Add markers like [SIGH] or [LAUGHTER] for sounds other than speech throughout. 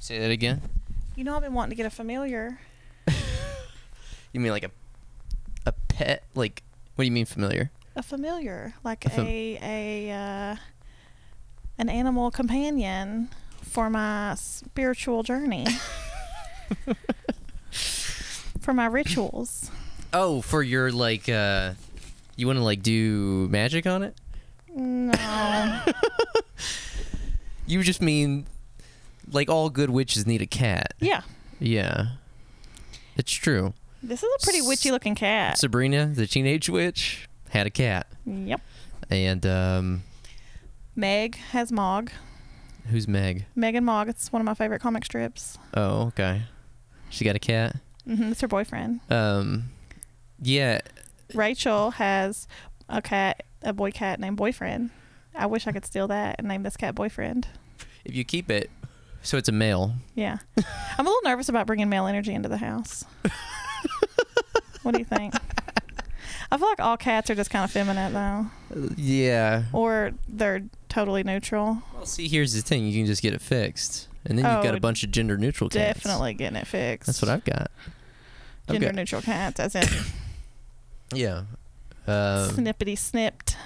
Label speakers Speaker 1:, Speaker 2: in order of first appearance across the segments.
Speaker 1: Say that again.
Speaker 2: You know, I've been wanting to get a familiar.
Speaker 1: You mean like a a pet? Like what do you mean familiar?
Speaker 2: A familiar, like
Speaker 1: A fam-
Speaker 2: a a uh, an animal companion for my
Speaker 1: [LAUGHS]
Speaker 2: spiritual journey, for my rituals.
Speaker 1: Oh, for your like uh you want to like do magic on it?
Speaker 2: No,
Speaker 1: You just mean like all good witches need a cat.
Speaker 2: yeah,
Speaker 1: Yeah. It's true.
Speaker 2: this is a pretty
Speaker 1: S-
Speaker 2: witchy looking cat.
Speaker 1: Sabrina, the teenage witch, had a cat.
Speaker 2: Yep.
Speaker 1: And um
Speaker 2: Meg has Mog.
Speaker 1: who's Meg?
Speaker 2: Meg and Mog. It's one of my favorite comic strips.
Speaker 1: Oh, okay. She got a cat.
Speaker 2: hmm it's her boyfriend.
Speaker 1: Um yeah,
Speaker 2: Rachel has a cat, a boy cat named Boyfriend. I wish I could steal that and name this cat Boyfriend.
Speaker 1: if you keep it so it's a male.
Speaker 2: Yeah. [LAUGHS] I'm a little nervous about bringing male energy into
Speaker 1: [LAUGHS]
Speaker 2: the house. what do you think? I feel like all cats are just kind of feminine, though,
Speaker 1: Yeah.
Speaker 2: or they're totally neutral.
Speaker 1: Well, see, here's the thing: you can just get it fixed, and then you've got
Speaker 2: Oh,
Speaker 1: a bunch of gender neutral cats.
Speaker 2: Definitely getting it fixed.
Speaker 1: That's what I've got. I've
Speaker 2: Gender
Speaker 1: got-
Speaker 2: neutral cats, as in
Speaker 1: Yeah. [COUGHS] Um,
Speaker 2: snippety snipped.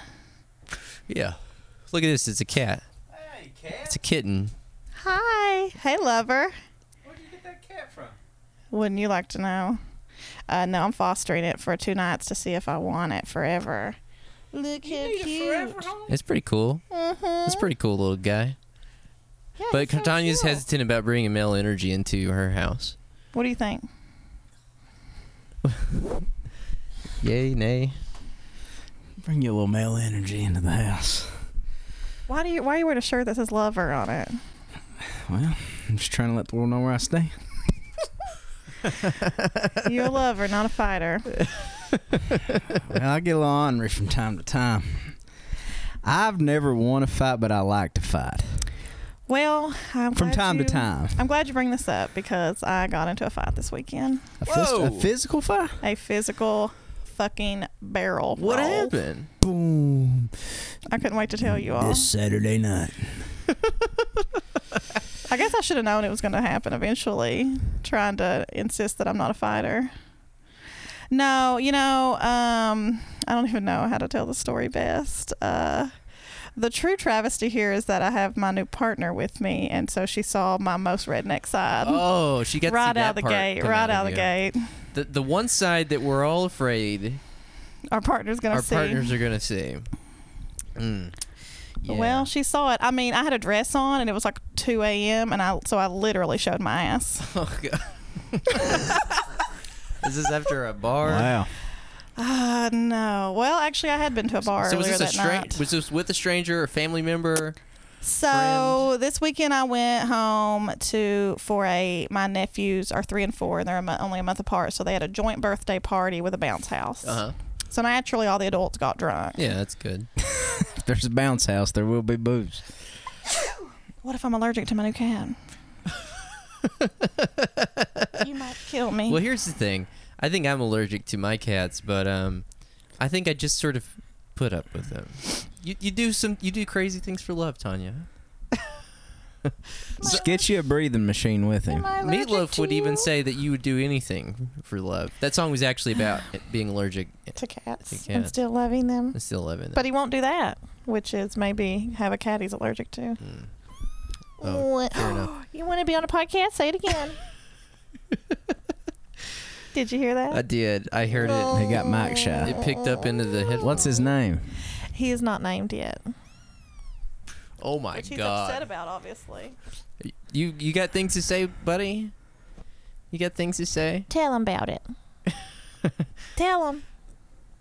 Speaker 1: yeah. Look at this. It's a cat.
Speaker 3: Hey, cat.
Speaker 1: It's a kitten.
Speaker 2: Hi. Hey, lover.
Speaker 3: Where'd you get that cat from?
Speaker 2: Wouldn't you like to know? Uh, no, I'm fostering it for two nights to see if I want it forever. Look how
Speaker 3: Need it forever,
Speaker 2: cute.
Speaker 3: homie.
Speaker 1: It's pretty cool.
Speaker 2: Mhm.
Speaker 1: It's a pretty cool little guy.
Speaker 2: Yeah,
Speaker 1: But
Speaker 2: it's so
Speaker 1: Katanya's
Speaker 2: cute.
Speaker 1: hesitant about bringing male energy into her house.
Speaker 2: What do you think?
Speaker 1: Yay, nay.
Speaker 3: Bring your little male energy into the house.
Speaker 2: Why do you Why you wearing a shirt that says "lover" on it?
Speaker 3: Well, I'm just trying to let the world know where I stay.
Speaker 2: You're a lover, not a fighter.
Speaker 3: well, I get a little ornery from time to time. I've never won a fight, but I like to fight
Speaker 2: Well, I'm
Speaker 3: from
Speaker 2: glad
Speaker 3: time
Speaker 2: you-
Speaker 3: to time.
Speaker 2: I'm glad you bring this up because I got into a fight this weekend.
Speaker 3: A, phys- a
Speaker 1: Whoa.
Speaker 3: physical fight?
Speaker 2: A physical fucking barrel.
Speaker 1: What
Speaker 2: roll.
Speaker 1: happened?
Speaker 3: Boom.
Speaker 2: I couldn't wait to tell you all.
Speaker 3: This Saturday night.
Speaker 2: I guess I should have known it was going to happen eventually, trying to insist that I'm not a fighter. No, you know, um, I don't even know how to tell the story best. Uh, the true travesty here is that I have my new partner with me, and so she saw my most redneck side.
Speaker 1: Oh, she got to see
Speaker 2: Um, right out
Speaker 1: that
Speaker 2: of the
Speaker 1: part
Speaker 2: gate,
Speaker 1: come
Speaker 2: right out of the
Speaker 1: you.
Speaker 2: gate.
Speaker 1: The, the one side that we're all afraid
Speaker 2: Our partner's going
Speaker 1: our
Speaker 2: to see.
Speaker 1: partners are gonna see. Mm. Yeah.
Speaker 2: Well, she saw it. I mean, I had a dress on, and it was like 2 a.m., and I so I literally showed my ass.
Speaker 1: Oh god. [LAUGHS] Is this after a bar?
Speaker 3: Wow.
Speaker 2: Uh, no. Well, actually, I had been to a bar
Speaker 1: So was
Speaker 2: earlier
Speaker 1: this a
Speaker 2: that night.
Speaker 1: strange? Was this with a stranger or family member?
Speaker 2: So this weekend I went home to for a my nephews are three and four and they're a mo- only a month apart, so they had a joint birthday party with a bounce house.
Speaker 1: Uh huh.
Speaker 2: So naturally, all the adults got drunk.
Speaker 1: Yeah, that's good.
Speaker 3: If there's a bounce house, there will be booze.
Speaker 2: What if I'm allergic to my
Speaker 1: [LAUGHS]
Speaker 2: new cat? you might kill me.
Speaker 1: Well, here's the thing. I think I'm allergic to my cats, but um, I think I just sort of put up with them. You, you do some you do crazy things for love, Tanya.
Speaker 3: Just get you a breathing machine with him.
Speaker 2: Am I allergic
Speaker 1: Meatloaf
Speaker 2: to
Speaker 1: would
Speaker 2: you?
Speaker 1: even say that you would do anything for love. That song was actually about it being allergic.
Speaker 2: to cats
Speaker 1: To
Speaker 2: and
Speaker 1: cats.
Speaker 2: still loving them,
Speaker 1: I still love it.
Speaker 2: but he won't do that, which is maybe have a cat he's allergic to.
Speaker 1: Mm. Oh,
Speaker 2: What- [GASPS]
Speaker 1: fair enough.
Speaker 2: you want to be on a podcast? Say
Speaker 1: [LAUGHS]
Speaker 2: it again. Did you hear that?
Speaker 1: I did. I heard it.
Speaker 3: They got Mike shy.
Speaker 1: It picked up into the head.
Speaker 3: What's his name?
Speaker 2: He is not named yet.
Speaker 1: Oh my
Speaker 2: which he's upset
Speaker 1: god.
Speaker 2: about, obviously.
Speaker 1: You you got things to say, buddy? You got things to say?
Speaker 2: Tell him about
Speaker 1: [LAUGHS]
Speaker 2: it. Tell him.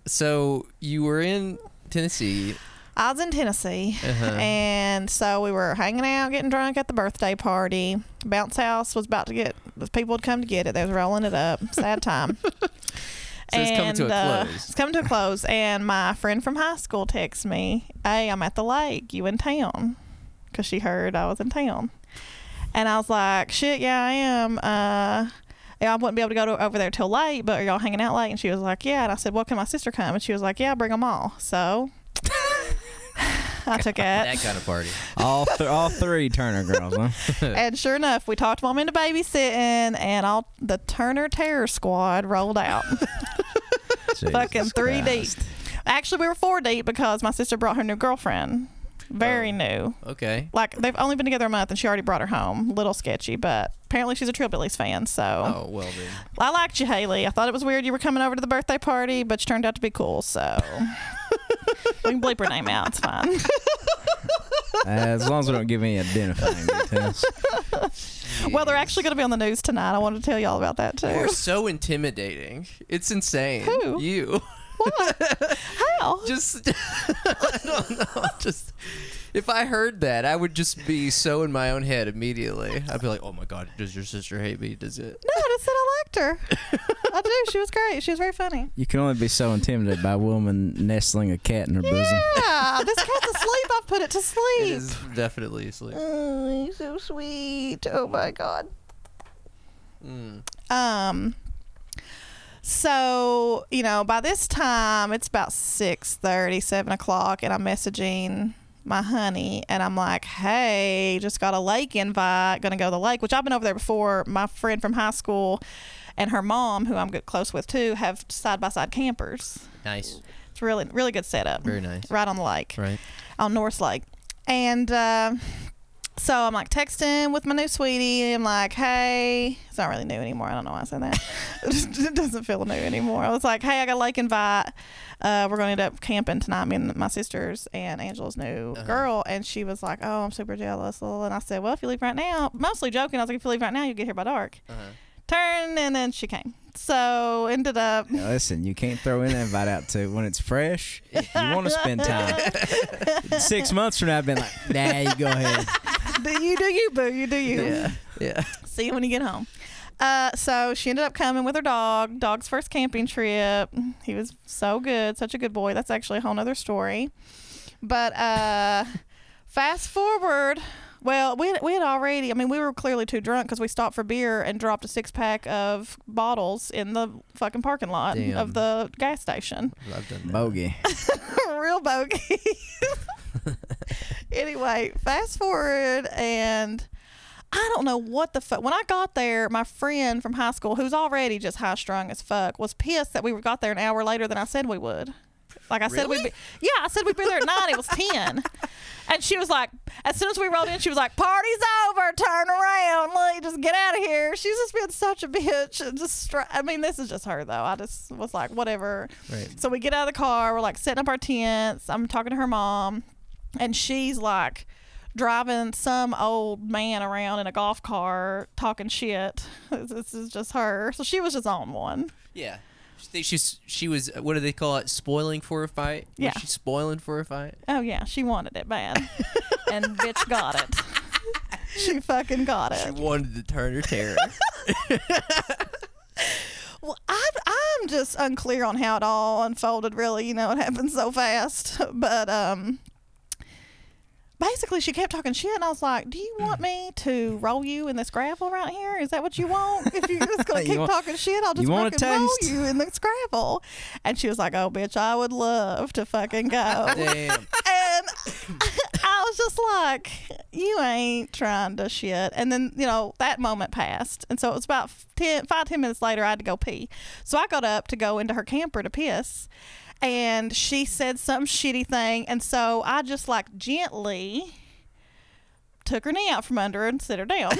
Speaker 1: So you were in Tennessee.
Speaker 2: I was in Tennessee,
Speaker 1: Uh-huh.
Speaker 2: and so we were hanging out, getting drunk at the birthday party. Bounce house was about to get the people had come to get it. They was rolling it up. Sad time.
Speaker 1: [LAUGHS]
Speaker 2: uh,
Speaker 1: So it's coming to a close.
Speaker 2: it's coming to a close. And my friend from high school texts me, "Hey, I'm at the lake. You in town?" Because she heard I was in town, and I was like, "Shit, yeah, I am." Uh, yeah, I wouldn't be able to go to, over there till late, but are y'all hanging out late? And she was like, Yeah. And I said, Well, can my sister come? And she was like, Yeah, bring them all. So [LAUGHS] I took
Speaker 1: [LAUGHS]
Speaker 2: it.
Speaker 1: that kind of party.
Speaker 3: all th- all three Turner girls, huh?
Speaker 2: And sure enough, we talked mom into babysitting, and all the Turner Terror Squad
Speaker 1: [LAUGHS]
Speaker 2: rolled out.
Speaker 3: Jesus
Speaker 2: Fucking three
Speaker 3: Christ.
Speaker 2: deep. Actually, we were four deep because my sister brought her new girlfriend. Very
Speaker 1: Oh.
Speaker 2: new.
Speaker 1: Okay.
Speaker 2: Like, they've only been together a month, and she already brought her home. Little sketchy, but apparently she's a Trillbillies fan, so.
Speaker 1: Oh well then.
Speaker 2: I liked you, Haley. I thought it was weird you were coming over to the birthday party, but you turned out to be cool, so.
Speaker 1: [LAUGHS]
Speaker 2: we can bleep her name out. It's fine.
Speaker 3: As long as we don't give any identifying details.
Speaker 2: Well, they're actually going to be on the news tonight. I wanted to tell y'all about that,
Speaker 1: You're
Speaker 2: too.
Speaker 1: so intimidating. It's insane.
Speaker 2: Who?
Speaker 1: You.
Speaker 2: How?
Speaker 1: [LAUGHS] Just [LAUGHS] I don't know. Just if I heard that, I would just be so in my own head immediately. I'd be like, "Oh my god, does your sister hate me? Does it?" [LAUGHS]
Speaker 2: No, I just said I liked her. I do. She was great. She was very funny.
Speaker 3: You can only be so intimidated by a woman nestling a cat in her bosom.
Speaker 2: Yeah, this cat's asleep. I've put it to
Speaker 1: It
Speaker 2: sleep.
Speaker 1: is definitely asleep.
Speaker 2: Oh, he's so sweet. Oh my god.
Speaker 1: Mm.
Speaker 2: Um. So you know, by this time it's about six thirty, seven o'clock, and I'm messaging my honey, and I'm like, "Hey, just got a lake invite. Gonna go to the lake." Which I've been over there before. My friend from high school and her mom, who I'm good close with too, have side by side campers.
Speaker 1: Nice.
Speaker 2: It's really really good setup.
Speaker 1: Very nice.
Speaker 2: Right on the lake
Speaker 1: Right.
Speaker 2: on North Lake. And uh, so I'm like texting with my new sweetie. I'm like, hey, it's not really new anymore. I don't know why I said that. [LAUGHS] it doesn't feel new anymore. I was like, hey, I got a lake invite. Uh, we're going to end up camping tonight. Me and my sisters and Angela's new
Speaker 1: Uh-huh.
Speaker 2: girl. And she was like, oh, I'm super jealous. Lil. And I said, well, if you leave right now, mostly joking. I was like, if you leave right now, you'll get here by dark.
Speaker 1: Uh-huh.
Speaker 2: Turn. And then she came. So ended up.
Speaker 3: Now, listen, you can't throw in that invite out to when it's fresh. [LAUGHS] You want
Speaker 2: [LAUGHS]
Speaker 3: to spend time. Six months from now, I've been like, nah, you go ahead.
Speaker 2: do you do you, boo? You do you. [LAUGHS]
Speaker 1: Yeah. Yeah.
Speaker 2: See you when you get home. Uh, so she ended up coming with her dog. Dog's first camping trip. He was so good, such a good boy. That's actually a whole nother story. But uh, [LAUGHS] fast forward. Well, we had, we had already. I mean, we were clearly too drunk because we stopped for beer and dropped a six pack of bottles in the fucking parking lot
Speaker 1: Damn.
Speaker 2: of the gas station.
Speaker 1: I've done that.
Speaker 3: Bogey.
Speaker 2: [LAUGHS] Real bogey. anyway, fast forward and I don't know what the fuck. When I got there, my friend from high school, who's already just high strung as fuck, was pissed that we were got there an hour later than I said we would. Like I said, we'd be, yeah, I said we'd be there at nine. It was ten, and she was like, as soon as we rolled in, she was like, "Party's over, turn around, like, just get out of here." She's just been such a bitch. and Just, str- I mean, this is just her though. I just was like, whatever.
Speaker 1: Right.
Speaker 2: So we get out of the car. We're like setting up our tents. I'm talking to her mom, and she's like driving some old man around in a golf car talking shit. This, this is just her. So she was just on one.
Speaker 1: Yeah. She thinks she's she was what do they call it? Spoiling for a fight. Was
Speaker 2: Yeah.
Speaker 1: she spoiling for a fight.
Speaker 2: Oh yeah, she wanted
Speaker 1: [LAUGHS]
Speaker 2: it bad, and bitch got it. She fucking got
Speaker 1: She
Speaker 2: it.
Speaker 1: wanted to turn her terror.
Speaker 2: Well, I, I'm just unclear on how it all unfolded. Really, you know, it happened so fast. [LAUGHS] But um, basically, she kept talking shit, and I was like, "Do you want me to roll you in this gravel right here? Is that what you want? If you're just
Speaker 3: [LAUGHS]
Speaker 2: gonna
Speaker 3: You
Speaker 2: keep
Speaker 3: want-
Speaker 2: talking shit, I'll
Speaker 3: you
Speaker 2: just
Speaker 3: want a
Speaker 2: fucking roll
Speaker 3: taste?"
Speaker 2: you in this gravel." And she was like, "Oh, bitch, I would love to
Speaker 3: [LAUGHS]
Speaker 2: fucking go."
Speaker 1: [LAUGHS] Damn.
Speaker 2: and I was just like, "You ain't trying to shit." And then you know that moment passed, and so it was about f- 10, five ten minutes later. I had to go pee, so I got up to go into her camper to piss, and she said some shitty thing, and so I just like gently took her knee out from under her and sit her
Speaker 3: [LAUGHS]
Speaker 2: down.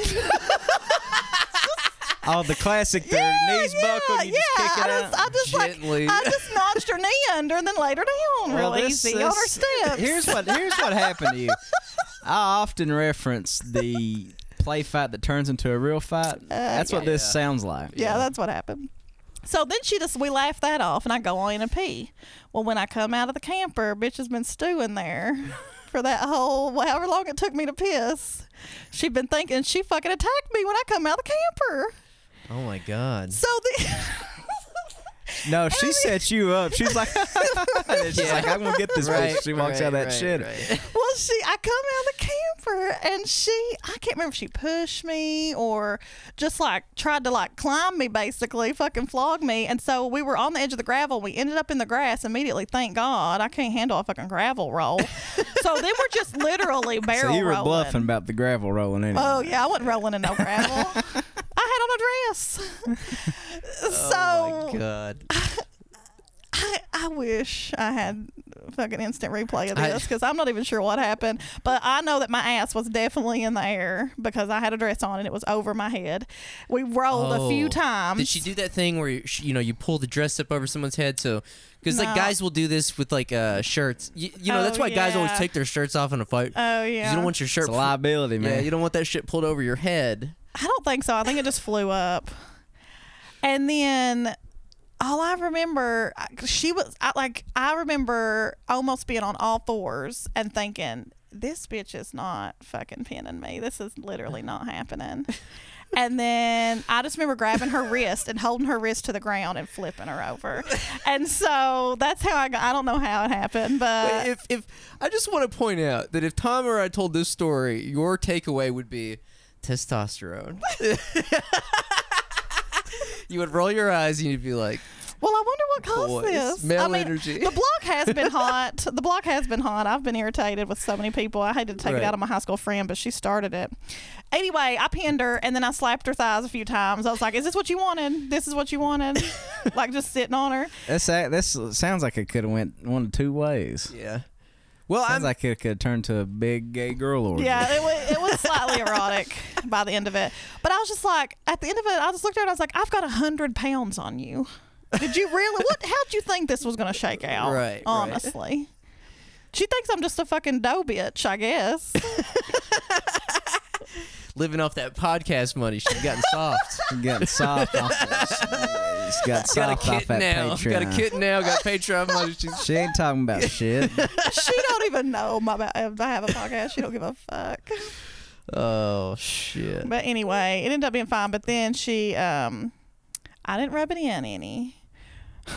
Speaker 3: Oh, the classic, their
Speaker 2: [LAUGHS]
Speaker 3: knees buckled, you just kick it out.
Speaker 2: I just, I just like
Speaker 1: Gently.
Speaker 2: I just notched her knee under and then laid her down
Speaker 3: Well,
Speaker 2: real
Speaker 3: this-
Speaker 2: easy on her
Speaker 3: this-
Speaker 2: steps.
Speaker 3: Here's what here's what happened to
Speaker 2: [LAUGHS]
Speaker 3: you. I often reference the play fight that turns into a real fight. That's what
Speaker 2: Uh, yeah.
Speaker 3: this
Speaker 1: Yeah.
Speaker 3: sounds like.
Speaker 2: yeah, that's what happened. So then she just we laughed that off, and I go on in and pee. Well, when I come out of the camper, bitch has been stewing there for that whole however long it took me to piss. She'd been thinking she fucking attacked me when I come out of the [LAUGHS] camper.
Speaker 1: Oh my god.
Speaker 2: So the
Speaker 3: No, she set you up. She's like, [LAUGHS] she's like, I'm gonna get this
Speaker 1: Right,
Speaker 3: bitch. She walks out of
Speaker 1: right,
Speaker 3: that
Speaker 1: right,
Speaker 3: shit.
Speaker 1: right.
Speaker 2: Well, she, I come out of the camper and she, I can't remember if she pushed me or just like tried to like climb me basically, fucking flog me. And so we were on the edge of the gravel. We ended up in the grass immediately. Thank God. I can't handle a fucking gravel roll. so then we're just literally
Speaker 3: [LAUGHS]
Speaker 2: barrel
Speaker 3: So you were
Speaker 2: rolling.
Speaker 3: bluffing about the gravel rolling anyway.
Speaker 2: Oh yeah, I wasn't rolling in no gravel. I
Speaker 3: [LAUGHS]
Speaker 2: had on a dress. so
Speaker 1: oh my god.
Speaker 2: I, I wish I had fucking instant replay of
Speaker 1: I-
Speaker 2: this because I'm not even sure what happened. But I know that my ass was definitely in the air because I had a dress on and it was over my head. We rolled a
Speaker 1: Oh.
Speaker 2: few times.
Speaker 1: Did she do that thing where you, sh- you know you pull the dress up over someone's head so because
Speaker 2: No.
Speaker 1: like guys will do this with like uh shirts. You, you know
Speaker 2: Oh,
Speaker 1: that's why guys always
Speaker 2: yeah.
Speaker 1: take their shirts off in a fight. 'Cause
Speaker 2: Oh yeah.
Speaker 1: You don't want your shirt.
Speaker 3: it's a liability,
Speaker 1: yeah,
Speaker 3: man.
Speaker 1: you don't want that shit pulled over your head.
Speaker 2: I don't think so. I think it just flew up. And then all I remember, I- she was I, like, I remember almost being on all fours and thinking, this bitch is not fucking pinning me. This is literally not happening. And then I just remember grabbing her wrist and holding her wrist to the ground and flipping her over. And so that's how I got, I don't know how it happened, but
Speaker 1: if if I just want to point out that if Tom or I told this story, your takeaway would be testosterone. [LAUGHS] you would roll your eyes and you'd be like,
Speaker 2: Well, I wonder what caused
Speaker 1: Boys,
Speaker 2: this.
Speaker 1: male
Speaker 2: I mean,
Speaker 1: energy.
Speaker 2: The block has
Speaker 1: [LAUGHS]
Speaker 2: been hot. the block has been hot. I've been irritated with so many people. I had to take
Speaker 1: Right.
Speaker 2: it out on my high school friend, but she started it. Anyway, I pinned her and then I slapped her thighs a few times. I was like, "Is this what you wanted? This is what
Speaker 1: [LAUGHS]
Speaker 2: you wanted." like just sitting on her.
Speaker 3: That's a- that's sounds like it could have went one of two ways.
Speaker 1: yeah. Well,
Speaker 3: Sounds
Speaker 1: I'm
Speaker 3: like it could have turned to a big gay girl orgy.
Speaker 2: Yeah, it was, it was slightly [LAUGHS] erotic by the end of it. But I was just like, at the end of it, I just looked at her and I was like, "I've got a hundred pounds on you." Did you really? What? How'd you think this was gonna shake out?
Speaker 1: Right, right.
Speaker 2: Honestly. She thinks I'm just a fucking dough bitch,
Speaker 1: [LAUGHS]
Speaker 2: I guess.
Speaker 1: living off that podcast money. She's gotten [LAUGHS] soft.
Speaker 3: Getting soft off
Speaker 1: [LAUGHS]
Speaker 3: this. He's got
Speaker 1: Got a
Speaker 3: soft off
Speaker 1: kitten
Speaker 3: that
Speaker 1: now.
Speaker 3: Patreon.
Speaker 1: Got a kitten now. Got Patreon money. She's
Speaker 3: She ain't talking
Speaker 1: [LAUGHS]
Speaker 3: about shit.
Speaker 2: she don't even know my ba- if I have a podcast. She don't give a fuck.
Speaker 1: oh shit.
Speaker 2: But anyway, it ended up being fine. But then she, um, I didn't rub it in any. [LAUGHS]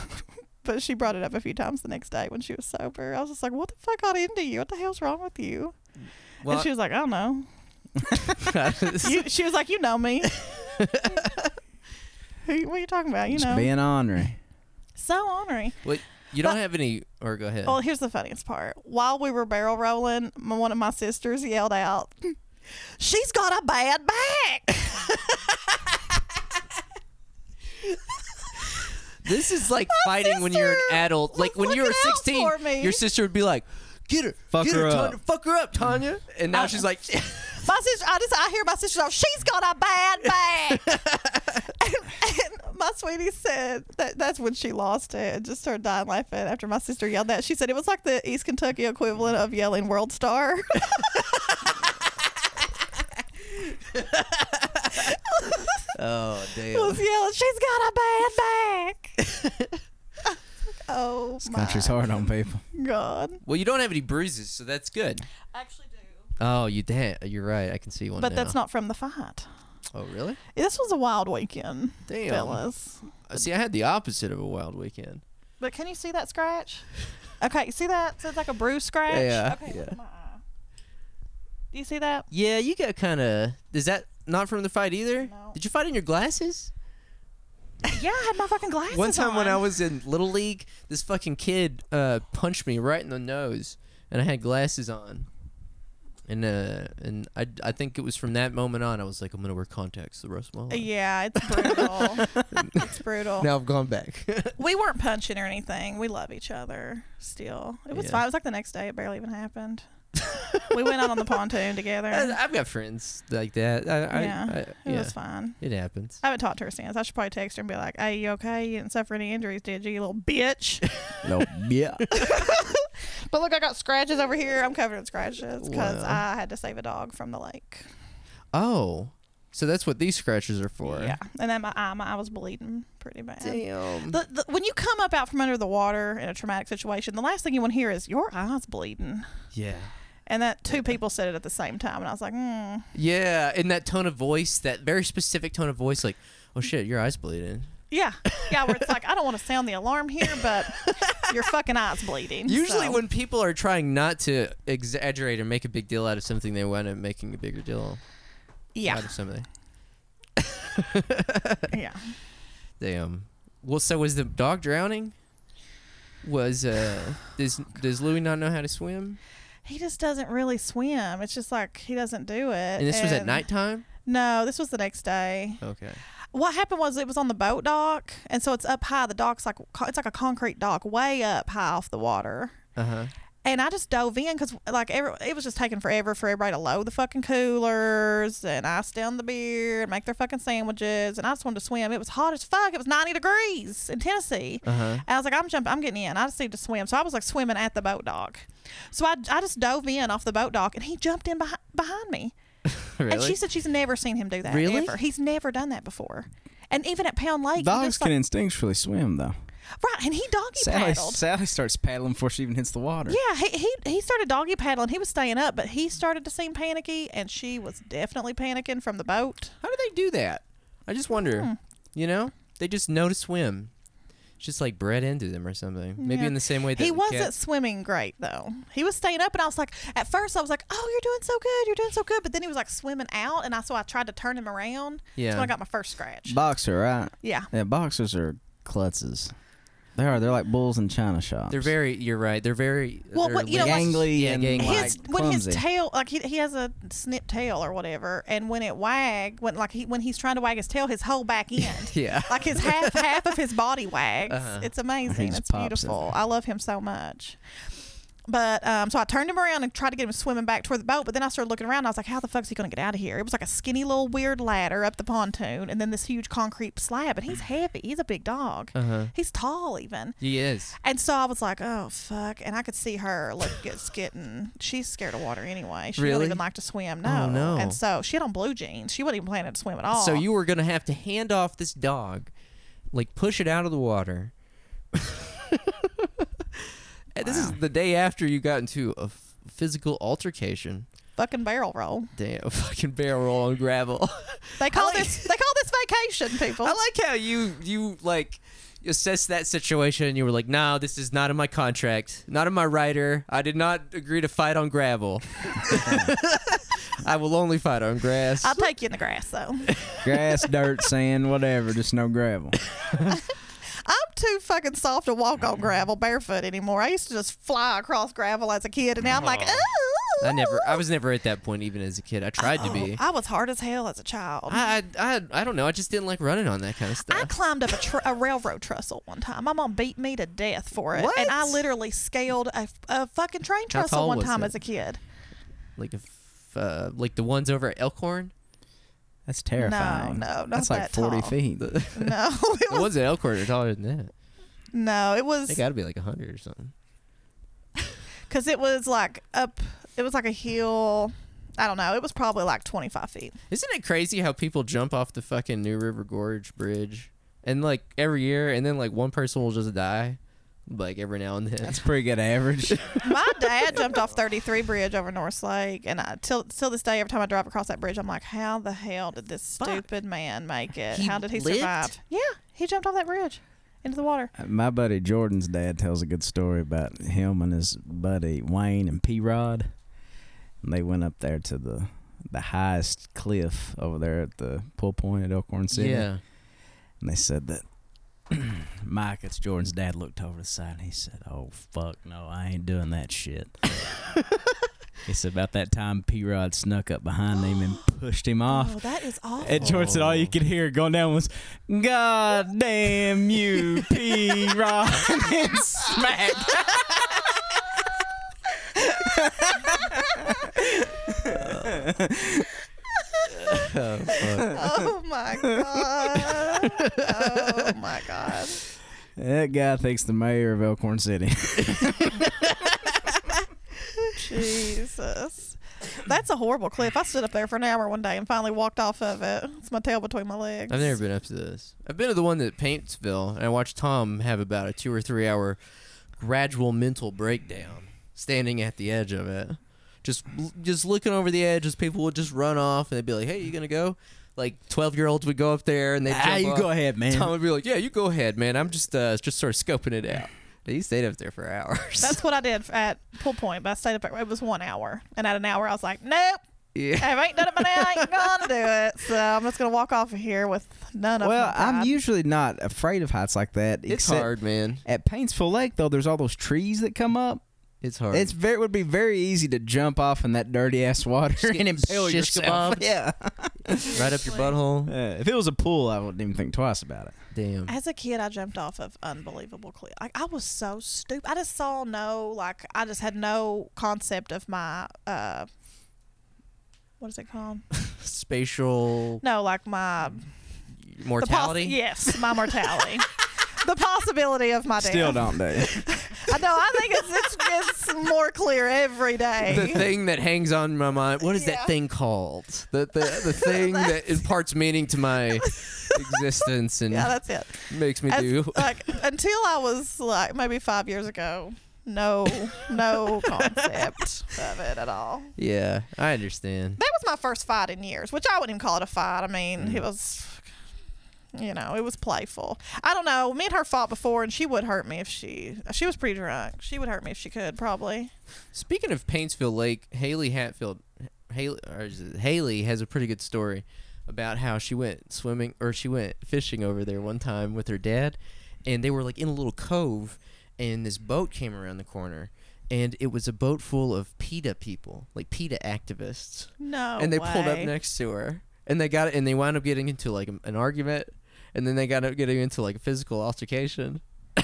Speaker 2: but she brought it up a few times the next day when she was sober. I was just like, "What the fuck got into you? What the hell's wrong with you?"
Speaker 1: Well,
Speaker 2: and she was like, "I don't know."
Speaker 1: I-
Speaker 2: You, she was like, "You know me." Who, what are you talking about? You
Speaker 3: Just
Speaker 2: know,
Speaker 3: being ornery.
Speaker 2: so ornery.
Speaker 1: Wait, you don't have any. Or go ahead.
Speaker 2: Well, here's the funniest part. While we were barrel rolling, my, one of my sisters yelled out, [LAUGHS] "She's got a bad back." [LAUGHS]
Speaker 1: This [LAUGHS] is like fighting when you're an
Speaker 2: sister
Speaker 1: adult.
Speaker 2: was
Speaker 1: Like when you were
Speaker 2: looking out
Speaker 1: 16,
Speaker 2: for me.
Speaker 1: your sister would be like, "Get her,
Speaker 3: Fuck
Speaker 1: get
Speaker 3: her up.
Speaker 1: Tanya, fuck her up, Tanya." And now
Speaker 2: I-
Speaker 1: she's [LAUGHS] like,
Speaker 2: my sister, I just I hear my sister, she's got a
Speaker 1: [LAUGHS]
Speaker 2: bad back. and, and my sweetie said that that's when she lost it and just started dying laughing after my sister yelled that. She said it was like the East Kentucky equivalent of yelling "World Star." [LAUGHS]
Speaker 1: [LAUGHS] "Oh
Speaker 2: it was
Speaker 1: damn."
Speaker 2: yelling, "She's got a bad back." oh
Speaker 3: This
Speaker 2: my
Speaker 3: country's hard on people.
Speaker 2: god!
Speaker 1: Well, you don't have any bruises, so that's good.
Speaker 2: Actually, do.
Speaker 1: Oh, you damn. You're right. I can see one.
Speaker 2: But
Speaker 1: now.
Speaker 2: that's not from the fight.
Speaker 1: Oh really?
Speaker 2: This was a wild weekend,
Speaker 1: Damn.
Speaker 2: fellas.
Speaker 1: Uh, See, I had the opposite of a wild
Speaker 2: [LAUGHS]
Speaker 1: weekend.
Speaker 2: But can you see that scratch? Okay, you see that? So it's like a bruise scratch.
Speaker 1: Yeah,
Speaker 2: Okay. look
Speaker 1: yeah.
Speaker 2: at my eye. Do you see that?
Speaker 1: Yeah, you got kind of. Is that not from the fight either?
Speaker 2: No.
Speaker 1: Did you fight in your glasses?
Speaker 2: Yeah, I had my fucking glasses
Speaker 1: One time when I
Speaker 2: on.
Speaker 1: was in little league, this fucking kid uh, punched me right in the nose, and I had glasses on, and uh, and I, I think it was from that moment on I was like I'm gonna wear contacts the rest of my life.
Speaker 2: Uh, Yeah, it's brutal.
Speaker 1: [LAUGHS]
Speaker 2: it's brutal.
Speaker 1: Now I've gone back.
Speaker 2: We weren't punching or anything. We love each other still. It was
Speaker 1: Yeah.
Speaker 2: fine. It was like the next day. It barely even happened. we went out on the
Speaker 1: [LAUGHS]
Speaker 2: pontoon together.
Speaker 1: I- [LAUGHS] I've got friends like that. I, I,
Speaker 2: Yeah,
Speaker 1: I,
Speaker 2: it
Speaker 1: Uh, yeah,
Speaker 2: was Uh, fine.
Speaker 1: it happens.
Speaker 2: I haven't talked to her since. I should probably text her and be like, "Hey, you okay? You didn't suffer any injuries, did you, you little
Speaker 1: [LAUGHS]
Speaker 2: bitch?"
Speaker 3: No, yeah.
Speaker 2: But look, I got scratches over here. I'm covered in scratches because
Speaker 1: Wow.
Speaker 2: I had to save a dog from the lake.
Speaker 1: Oh, so that's what these scratches are for.
Speaker 2: Yeah, and then my eye, my eye was bleeding pretty bad.
Speaker 1: Damn.
Speaker 2: The, the, when you come up out from under the water in a traumatic situation, the last thing you want to hear is your eyes bleeding.
Speaker 1: yeah.
Speaker 2: And that two people said it at the same time, and I was like, mm.
Speaker 1: Yeah, in that tone of voice, that very specific tone of voice, like, oh shit, your eyes bleeding.
Speaker 2: Yeah, yeah. Where it's like, I don't want to sound the alarm here,
Speaker 1: [LAUGHS]
Speaker 2: but your fucking eyes bleeding.
Speaker 1: Usually,
Speaker 2: so.
Speaker 1: when people are trying not to exaggerate or make a big deal out of something, they wind up making a bigger deal
Speaker 2: yeah,
Speaker 1: out of something.
Speaker 2: yeah.
Speaker 1: Damn. um, Well, so was the dog drowning? Was uh does does Louis not know how to swim?
Speaker 2: He just doesn't really swim. It's just like he doesn't do it.
Speaker 1: And this was
Speaker 2: Um,
Speaker 1: at nighttime.
Speaker 2: No, this was the next day.
Speaker 1: Okay.
Speaker 2: What happened was it was on the boat dock, and so it's up high. The dock's like it's like a concrete dock, way up high off the water.
Speaker 1: Uh huh.
Speaker 2: And I just dove in because like every, it was just taking forever for everybody to load the fucking coolers and ice down the beer and make their fucking sandwiches. And I just wanted to swim. It was hot as fuck. It was ninety degrees in Tennessee.
Speaker 1: Uh [LAUGHS] huh.
Speaker 2: And I was like, I'm jumping, I'm getting in. I just need to swim. So I was like swimming at the boat dock. So I, I just dove in off the boat dock and he jumped in behind, behind me.
Speaker 1: Really?
Speaker 2: And she said she's never seen him do that.
Speaker 1: Really?
Speaker 2: Ever. He's never done that before. And even at Pound Lake, he
Speaker 4: Dogs
Speaker 2: just,
Speaker 4: can
Speaker 2: like-
Speaker 4: instinctually swim though.
Speaker 2: right? And he doggy
Speaker 4: Sally,
Speaker 2: paddled.
Speaker 4: Sally starts paddling before she even hits the water.
Speaker 2: Yeah, he, he he started doggy paddling. He was staying up, but he started to seem panicky, and she was definitely panicking from the boat.
Speaker 1: How do they do that? I just wonder.
Speaker 2: Hmm.
Speaker 1: You know, they just know to swim. It's just like bred into them or something. Maybe
Speaker 2: Yeah.
Speaker 1: in the same way that
Speaker 2: He
Speaker 1: the
Speaker 2: wasn't
Speaker 1: cat-
Speaker 2: swimming great though. He was staying up, and I was like, at first I was like, "Oh, you're doing so good, you're doing so good," but then he was like swimming out, and I so I tried to turn him around. That's
Speaker 1: Yeah.
Speaker 2: when I got my first scratch.
Speaker 4: Boxer, right?
Speaker 2: yeah,
Speaker 4: Yeah, boxers are klutzes. They are. They're like bulls in china shops.
Speaker 1: They're very. You're right. They're very.
Speaker 2: Well,
Speaker 1: they're
Speaker 2: what- you know, like-
Speaker 4: gangly
Speaker 1: Yeah,
Speaker 4: and
Speaker 1: gangly.
Speaker 4: like
Speaker 2: his when his
Speaker 4: clumsy.
Speaker 2: tail like he, he has a snip tail or whatever, and when it wag when like he when he's trying to wag his tail, his whole back end.
Speaker 1: yeah.
Speaker 2: [LAUGHS] like his half half of his body wags.
Speaker 1: Uh-huh.
Speaker 2: It's amazing.
Speaker 4: just
Speaker 2: It's
Speaker 4: pops it.
Speaker 2: beautiful. I love him so much. But um, so I turned him around and tried to get him swimming back toward the boat. But then I started looking around. And I was like, "How the fuck's he gonna get out of here?" It was like a skinny little weird ladder up the pontoon, and then this huge concrete slab. And he's heavy. He's a big dog.
Speaker 1: Uh huh.
Speaker 2: He's tall even.
Speaker 1: He is.
Speaker 2: And so I was like, "Oh fuck!" And I could see her look it's getting. She's scared of water anyway. She
Speaker 1: Really?
Speaker 2: don't even like to swim. No.
Speaker 1: Oh, no.
Speaker 2: And so she had on blue jeans. She wasn't even planning to swim at all.
Speaker 1: So you were gonna have to hand off this dog, like push it out of the water. [LAUGHS] And This is the day after you got into a f- physical altercation.
Speaker 2: fucking barrel roll.
Speaker 1: Damn, a fucking barrel roll on gravel. [LAUGHS]
Speaker 2: They call
Speaker 1: like-
Speaker 2: this they call this vacation, people.
Speaker 1: I like how you you like assessed that situation and you were like, "No, this is not in my contract, not in my rider. I did not agree to fight on gravel. [LAUGHS] I will only fight on grass."
Speaker 2: I'll take you in the grass though.
Speaker 4: [LAUGHS] grass, dirt, sand, whatever, just no gravel.
Speaker 2: I'm too fucking soft to walk on gravel barefoot anymore. I used to just fly across gravel as a kid, and now I'm like, oh.
Speaker 1: I never. I was never at that point, even as a kid. I tried to be.
Speaker 2: I was hard as hell as a child. I,
Speaker 1: I, I I I don't know. I just didn't like running on that kind of stuff.
Speaker 2: climbed up a, tr- a railroad trestle one time. My mom beat me to death for it, and I
Speaker 1: What?
Speaker 2: literally scaled a, a fucking train
Speaker 1: How
Speaker 2: trestle
Speaker 1: tall
Speaker 2: one
Speaker 1: was
Speaker 2: time
Speaker 1: it?
Speaker 2: as a kid.
Speaker 1: like if. Uh, like the ones over at Elkhorn.
Speaker 4: That's terrifying.
Speaker 2: No, no, not
Speaker 4: That's like
Speaker 2: that
Speaker 4: forty
Speaker 2: tall.
Speaker 4: feet.
Speaker 2: [LAUGHS] No, [LAUGHS] it
Speaker 1: The
Speaker 2: was,
Speaker 1: ones at Elkhorn are taller than that.
Speaker 2: no, it
Speaker 1: They
Speaker 2: was
Speaker 1: got to be like hundred or something.
Speaker 2: because it was like up. It was like a hill. I don't know. It was probably like 25 feet.
Speaker 1: Isn't it crazy how people jump off the fucking New River Gorge bridge and like every year and then like one person will just die like every now and then.
Speaker 2: [LAUGHS]
Speaker 4: That's pretty good average.
Speaker 2: My dad jumped off 33 Bridge over North Lake, and I, till till this day, every time I drive across that bridge, I'm like, how the hell did this stupid man make it?
Speaker 1: He
Speaker 2: how did he
Speaker 1: lived?
Speaker 2: survive? Yeah, he jumped off that bridge into the water.
Speaker 4: My buddy Jordan's dad tells a good story about him and his buddy Wayne and P Rod. And they went up there to the the highest cliff over there at the pull point at Elkhorn City.
Speaker 1: yeah.
Speaker 4: And they said that [CLEARS THROAT] Mike, it's Jordan's dad, looked over the side and he said, Oh, fuck, no, I ain't doing that shit. he said, About that time, P Rod snuck up behind him and pushed him
Speaker 1: Uh,
Speaker 4: off.
Speaker 2: Oh, that is awful.
Speaker 4: And Jordan said, All you could hear going down was, God damn you, P Rod. [LAUGHS] and smack.
Speaker 1: Oh, fuck.
Speaker 2: oh [LAUGHS] my god. Oh my god.
Speaker 4: That guy thinks the mayor of Elkhorn City.
Speaker 2: Jesus. That's a horrible cliff. I stood up there for an hour one day and finally walked off of it. It's my tail between my legs.
Speaker 1: I've never been up to this. I've been to the one that Paintsville and I watched Tom have about a 2 or 3 hour gradual mental breakdown standing at the edge of it. Just just looking over the edge as people would just run off and they'd be like, "Hey, you going to go?" like twelve year olds would go up there and they.
Speaker 4: Ah, you go ahead, man.
Speaker 1: Tom would be like, "Yeah, you go ahead, man. I'm just uh, just sort of scoping it out." He stayed up there for hours.
Speaker 2: That's what I did at Pool Point, but I stayed up. It was one hour, and at an hour, I was like, nope.
Speaker 1: [LAUGHS]
Speaker 4: [LAUGHS]
Speaker 1: yeah.
Speaker 2: I ain't done it by now. I ain't gonna do it. So I'm just gonna walk off of here with none of.
Speaker 4: well,
Speaker 2: my
Speaker 4: I'm
Speaker 2: pride.
Speaker 4: usually not afraid of heights like that.
Speaker 1: It's
Speaker 4: except
Speaker 1: hard, man.
Speaker 4: At Paintsville Lake, though, there's all those trees that come up.
Speaker 1: It's hard.
Speaker 4: It's very it would be very easy to jump off in that dirty ass water
Speaker 1: Just get
Speaker 4: and impale
Speaker 1: shish
Speaker 4: yourself.
Speaker 1: kebabs.
Speaker 4: [LAUGHS] Yeah.
Speaker 1: right
Speaker 4: [LAUGHS]
Speaker 1: up your butthole.
Speaker 4: Uh, if it was a pool, I wouldn't even think twice about it.
Speaker 1: Damn.
Speaker 2: As a kid, I jumped off of unbelievable cliffs. Like I was so stupid. I just saw no, like I just had no concept of my, uh, what is it called?
Speaker 1: Spatial
Speaker 2: No, like my the poss-
Speaker 1: mortality.
Speaker 2: yes,
Speaker 1: [LAUGHS]
Speaker 2: my mortality. the possibility of my death.
Speaker 4: Still don't do. it.
Speaker 1: [LAUGHS]
Speaker 2: I know. I think it's it's, it's more clear every day.
Speaker 1: the thing that hangs on my mind. What is
Speaker 2: Yeah.
Speaker 1: that thing called? The the, the thing
Speaker 2: [LAUGHS]
Speaker 1: that imparts meaning to my existence and
Speaker 2: yeah, that's it.
Speaker 1: makes me
Speaker 2: As-
Speaker 1: do. [LAUGHS]
Speaker 2: like until I was like maybe five years ago, no, no concept of it at all.
Speaker 1: Yeah, I understand.
Speaker 2: That was my first fight in years, which I wouldn't even call it a fight. I mean,
Speaker 1: Mm.
Speaker 2: it was, you know, it was playful. I don't know. Me and her fought before, and she would hurt me if she she was pretty drunk. She would hurt me if she could, probably.
Speaker 1: Speaking of Paintsville Lake, Haley Hatfield, Haley, or is it Haley has a pretty good story about how she went swimming or she went fishing over there one time with her dad, and they were like in a little cove, and this boat came around the corner, and it was a boat full of PETA people, like PETA activists.
Speaker 2: No.
Speaker 1: and they pulled up
Speaker 2: way.
Speaker 1: next to her and they got and they wound up getting into like an argument and then they got up getting into like a physical altercation [LAUGHS]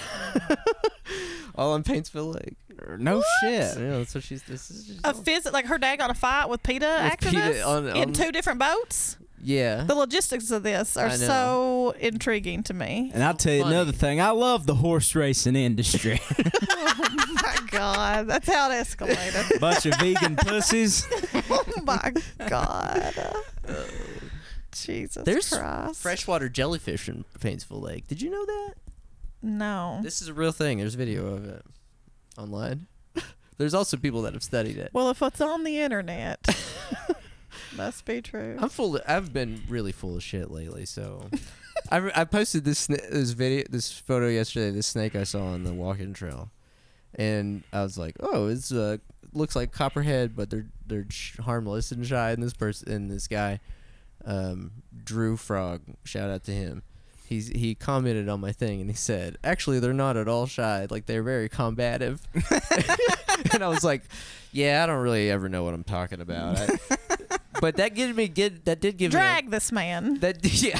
Speaker 1: all in paintsville lake
Speaker 4: No
Speaker 1: yeah
Speaker 4: shit.
Speaker 1: that's what she's this is just
Speaker 2: A
Speaker 1: all-
Speaker 2: visit like her dad got in a fight with PETA
Speaker 1: With PETA
Speaker 2: activists
Speaker 1: on-
Speaker 2: in
Speaker 1: on-
Speaker 2: two different boats.
Speaker 1: yeah
Speaker 2: The logistics of this
Speaker 1: I
Speaker 2: are
Speaker 1: know.
Speaker 2: so intriguing to me.
Speaker 4: And I'll tell you
Speaker 1: Funny.
Speaker 4: another thing. I love the horse racing [LAUGHS] industry.
Speaker 2: [LAUGHS] Oh, my god, that's how it
Speaker 1: [LAUGHS]
Speaker 2: escalated.
Speaker 4: Bunch of vegan pussies.
Speaker 2: oh my god, Jesus
Speaker 1: There's
Speaker 2: Christ!
Speaker 1: freshwater jellyfish in paintsville lake did you know that
Speaker 2: no.
Speaker 1: this is a real thing there's video of it online [LAUGHS] there's also people that have studied it
Speaker 2: Well, if it's on
Speaker 1: [LAUGHS]
Speaker 2: the internet, must be true.
Speaker 1: I'm full. Of, I've been really full of shit lately. So, I, re- I posted this sna- this video this photo yesterday. This snake I saw on the walking trail, and I was like, oh, it's uh looks like copperhead, but they're they're sh- harmless and shy. And this person and this guy, um, Drew Frog, shout out to him. He's, he commented on my thing and he said, "Actually, they're not at all shy. Like they're very
Speaker 2: [LAUGHS]
Speaker 1: combative." [LAUGHS] and I was like, "Yeah, I don't really ever know what I'm talking about." I,
Speaker 2: [LAUGHS]
Speaker 1: but that gives me get that did give me a-
Speaker 2: Drag
Speaker 1: [LAUGHS]
Speaker 2: this man
Speaker 1: that yeah,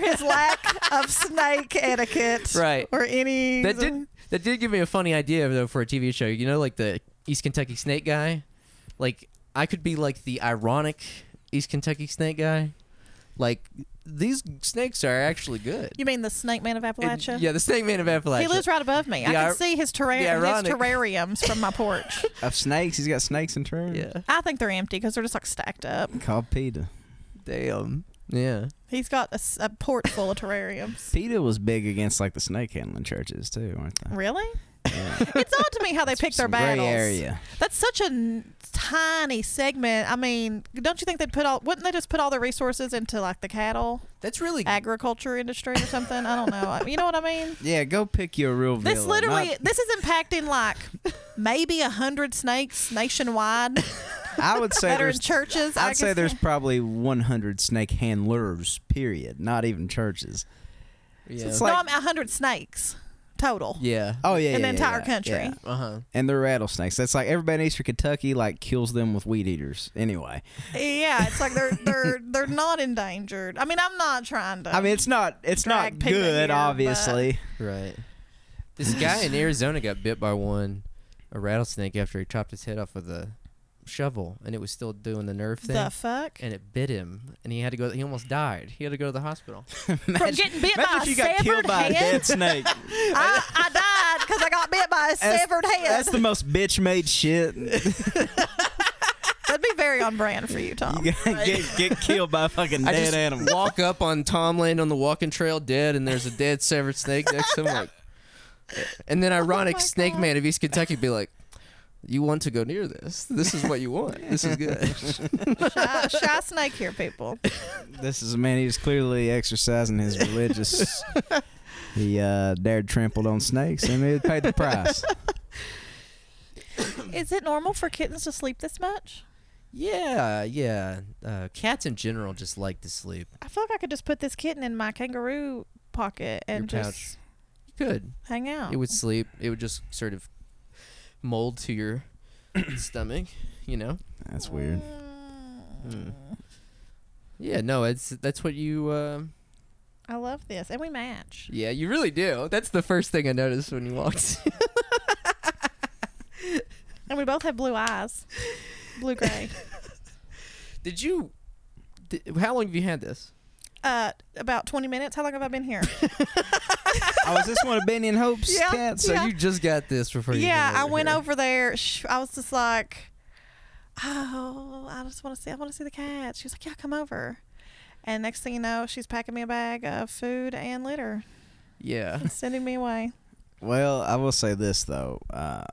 Speaker 1: [LAUGHS]
Speaker 2: his lack of snake etiquette,
Speaker 1: Right.
Speaker 2: Or any.
Speaker 1: that did that did give me a funny idea though for a TV show. You know, like the East Kentucky Snake guy. Like I could be like the ironic East Kentucky Snake guy. Like these snakes are actually good.
Speaker 2: You mean the Snake Man of
Speaker 1: And-
Speaker 2: Appalachia?
Speaker 1: yeah, the Snake Man of Appalachia.
Speaker 2: He lives right above me. I
Speaker 1: The ir-
Speaker 2: can see his, terrar-
Speaker 1: the
Speaker 2: his
Speaker 1: ironic-
Speaker 2: terrariums from
Speaker 1: [LAUGHS]
Speaker 2: my porch.
Speaker 4: Of snakes. He's got snakes in turn.
Speaker 1: Yeah,
Speaker 2: I think they're empty because they're just like stacked up.
Speaker 4: Called PETA.
Speaker 1: damn. Yeah,
Speaker 2: He's got a, s- a porch full of terrariums.
Speaker 4: PETA was big against like the snake handling churches too, weren't they?
Speaker 2: Really?
Speaker 4: Yeah.
Speaker 2: [LAUGHS] It's odd to me how they pick their
Speaker 4: [LAUGHS] Some gray
Speaker 2: battles.
Speaker 4: area.
Speaker 2: That's such a n- tiny segment. I mean, don't you think they'd put all? Wouldn't they just put all their resources into like the cattle
Speaker 1: that's really
Speaker 2: agriculture industry or something? I don't know. I- You know what I
Speaker 4: [LAUGHS]
Speaker 2: mean?
Speaker 4: Yeah, go pick you a real
Speaker 2: This
Speaker 4: villain.
Speaker 2: literally,
Speaker 4: Not-
Speaker 2: this is impacting like maybe a hundred snakes nationwide
Speaker 4: [LAUGHS] I
Speaker 1: [LAUGHS]
Speaker 4: would say
Speaker 2: that are
Speaker 4: there's
Speaker 2: in churches. I
Speaker 4: I'd say
Speaker 2: guess-
Speaker 4: there's probably 100 snake handlers. Period. Not even churches.
Speaker 1: yeah.
Speaker 4: it's
Speaker 2: no,
Speaker 4: like-
Speaker 2: I'm a hundred snakes total
Speaker 1: yeah.
Speaker 4: Oh yeah,
Speaker 2: in the
Speaker 4: yeah,
Speaker 2: entire
Speaker 4: yeah,
Speaker 2: country.
Speaker 4: yeah.
Speaker 1: Uh huh.
Speaker 4: And they're rattlesnakes. That's like everybody in Eastern Kentucky like kills them with weed eaters. Anyway,
Speaker 2: Yeah, it's like they're they're they're not endangered. I mean, I'm not trying to.
Speaker 4: I mean it's not it's
Speaker 2: Drag
Speaker 4: not
Speaker 2: people here,
Speaker 4: good,
Speaker 2: but-
Speaker 4: obviously.
Speaker 1: Right. This guy in Arizona got bit by one, a rattlesnake, after he chopped his head off with a shovel, and it was still doing the nerve thing,
Speaker 2: the fuck
Speaker 1: and it bit him, and he had to go. He almost died. He had to go to the hospital.
Speaker 2: from getting bit
Speaker 4: Imagine
Speaker 2: by
Speaker 4: if you
Speaker 2: a
Speaker 4: got
Speaker 2: severed
Speaker 4: killed by a
Speaker 2: head. [LAUGHS]
Speaker 4: dead snake.
Speaker 2: I, I died because I got bit by a
Speaker 4: That's-
Speaker 2: severed head.
Speaker 4: That's the most bitch
Speaker 2: [LAUGHS]
Speaker 4: made shit. You
Speaker 2: That'd be very on brand
Speaker 1: [LAUGHS]
Speaker 2: for you, Tom.
Speaker 4: gotta get, get killed by a fucking
Speaker 1: I
Speaker 4: dead
Speaker 1: just
Speaker 4: animal.
Speaker 1: walk up on Tomland on the walking trail, dead, and there's a dead severed snake next to him. Like, and then ironic
Speaker 2: Oh my
Speaker 1: Snake
Speaker 2: God.
Speaker 1: Man of East Kentucky be like, You want to go near this. This is what you want. This is good.
Speaker 2: shy, shy snake
Speaker 1: [COUGHS]
Speaker 2: here, people.
Speaker 3: This is a man. He was clearly exercising his
Speaker 2: [LAUGHS]
Speaker 3: religious. he uh, dared trampled on snakes, and he paid the price.
Speaker 2: Is it normal for kittens to sleep this much?
Speaker 1: [LAUGHS] yeah, yeah. Uh, cats in general just like to sleep.
Speaker 2: I feel like I could just put this kitten in my kangaroo pocket and
Speaker 1: Your pouch.
Speaker 2: just
Speaker 1: You could.
Speaker 2: hang out.
Speaker 1: It would sleep. It would just sort of mold to [COUGHS] your stomach. You know.
Speaker 3: That's weird.
Speaker 2: Mm.
Speaker 1: Hmm. Yeah. No. It's that's what you. Uh,
Speaker 2: I love this, and we match.
Speaker 1: yeah. You really do. That's the first thing I noticed when you walked. in.
Speaker 2: And we both have blue eyes, blue gray.
Speaker 1: [LAUGHS] Did you? Did, how long have you had this?
Speaker 2: uh, about twenty minutes. How long have I been here?
Speaker 3: Oh, is this one of Benny and Hope's
Speaker 2: Yeah.
Speaker 3: cats?
Speaker 1: So
Speaker 2: Yeah.
Speaker 1: you just got this before you.
Speaker 2: yeah,
Speaker 1: came
Speaker 2: I went
Speaker 1: here.
Speaker 2: over there. Sh- I was just like, oh, I just want to see. I want to see the cat. She was like, yeah, come over. And next thing you know, she's packing me a bag of food and litter,
Speaker 1: Yeah.
Speaker 2: and sending me away.
Speaker 3: Well, I will say this though, uh,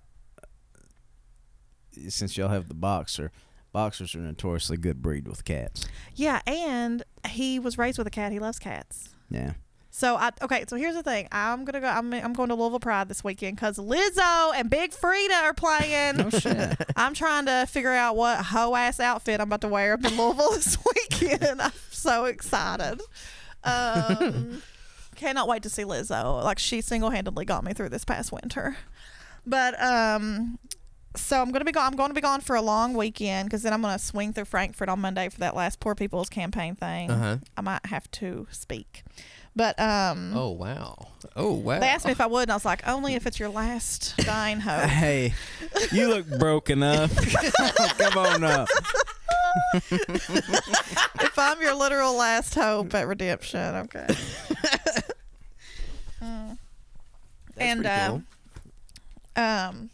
Speaker 3: since y'all have the boxer, boxers are notoriously good breed with cats.
Speaker 2: Yeah, and he was raised with a cat. He loves cats.
Speaker 3: Yeah,
Speaker 2: So I okay. So here's the thing. I'm gonna go. I'm I'm going to Louisville Pride this weekend because Lizzo and Big Frida are playing.
Speaker 3: Oh, shit.
Speaker 2: [LAUGHS] I'm trying to figure out what hoe ass outfit I'm about to wear up in Louisville [LAUGHS] this weekend. I'm so excited. Um, cannot wait to see Lizzo. Like she single handedly got me through this past winter. But um, so I'm gonna be gone. I'm going to be gone for a long weekend because then I'm gonna swing through Frankfurt on Monday for that last Poor People's campaign thing.
Speaker 1: Uh huh.
Speaker 2: I might have to speak. But um
Speaker 1: Oh wow. Oh wow.
Speaker 2: they asked me if I would and I was like, only if it's your last
Speaker 1: [LAUGHS]
Speaker 2: dying hope.
Speaker 3: [LAUGHS] hey, you look broken [LAUGHS] up. Come on up.
Speaker 2: if I'm your literal last hope at redemption, okay.
Speaker 1: [LAUGHS]
Speaker 2: Mm.
Speaker 1: That's
Speaker 2: and
Speaker 1: pretty
Speaker 2: uh,
Speaker 1: cool.
Speaker 2: um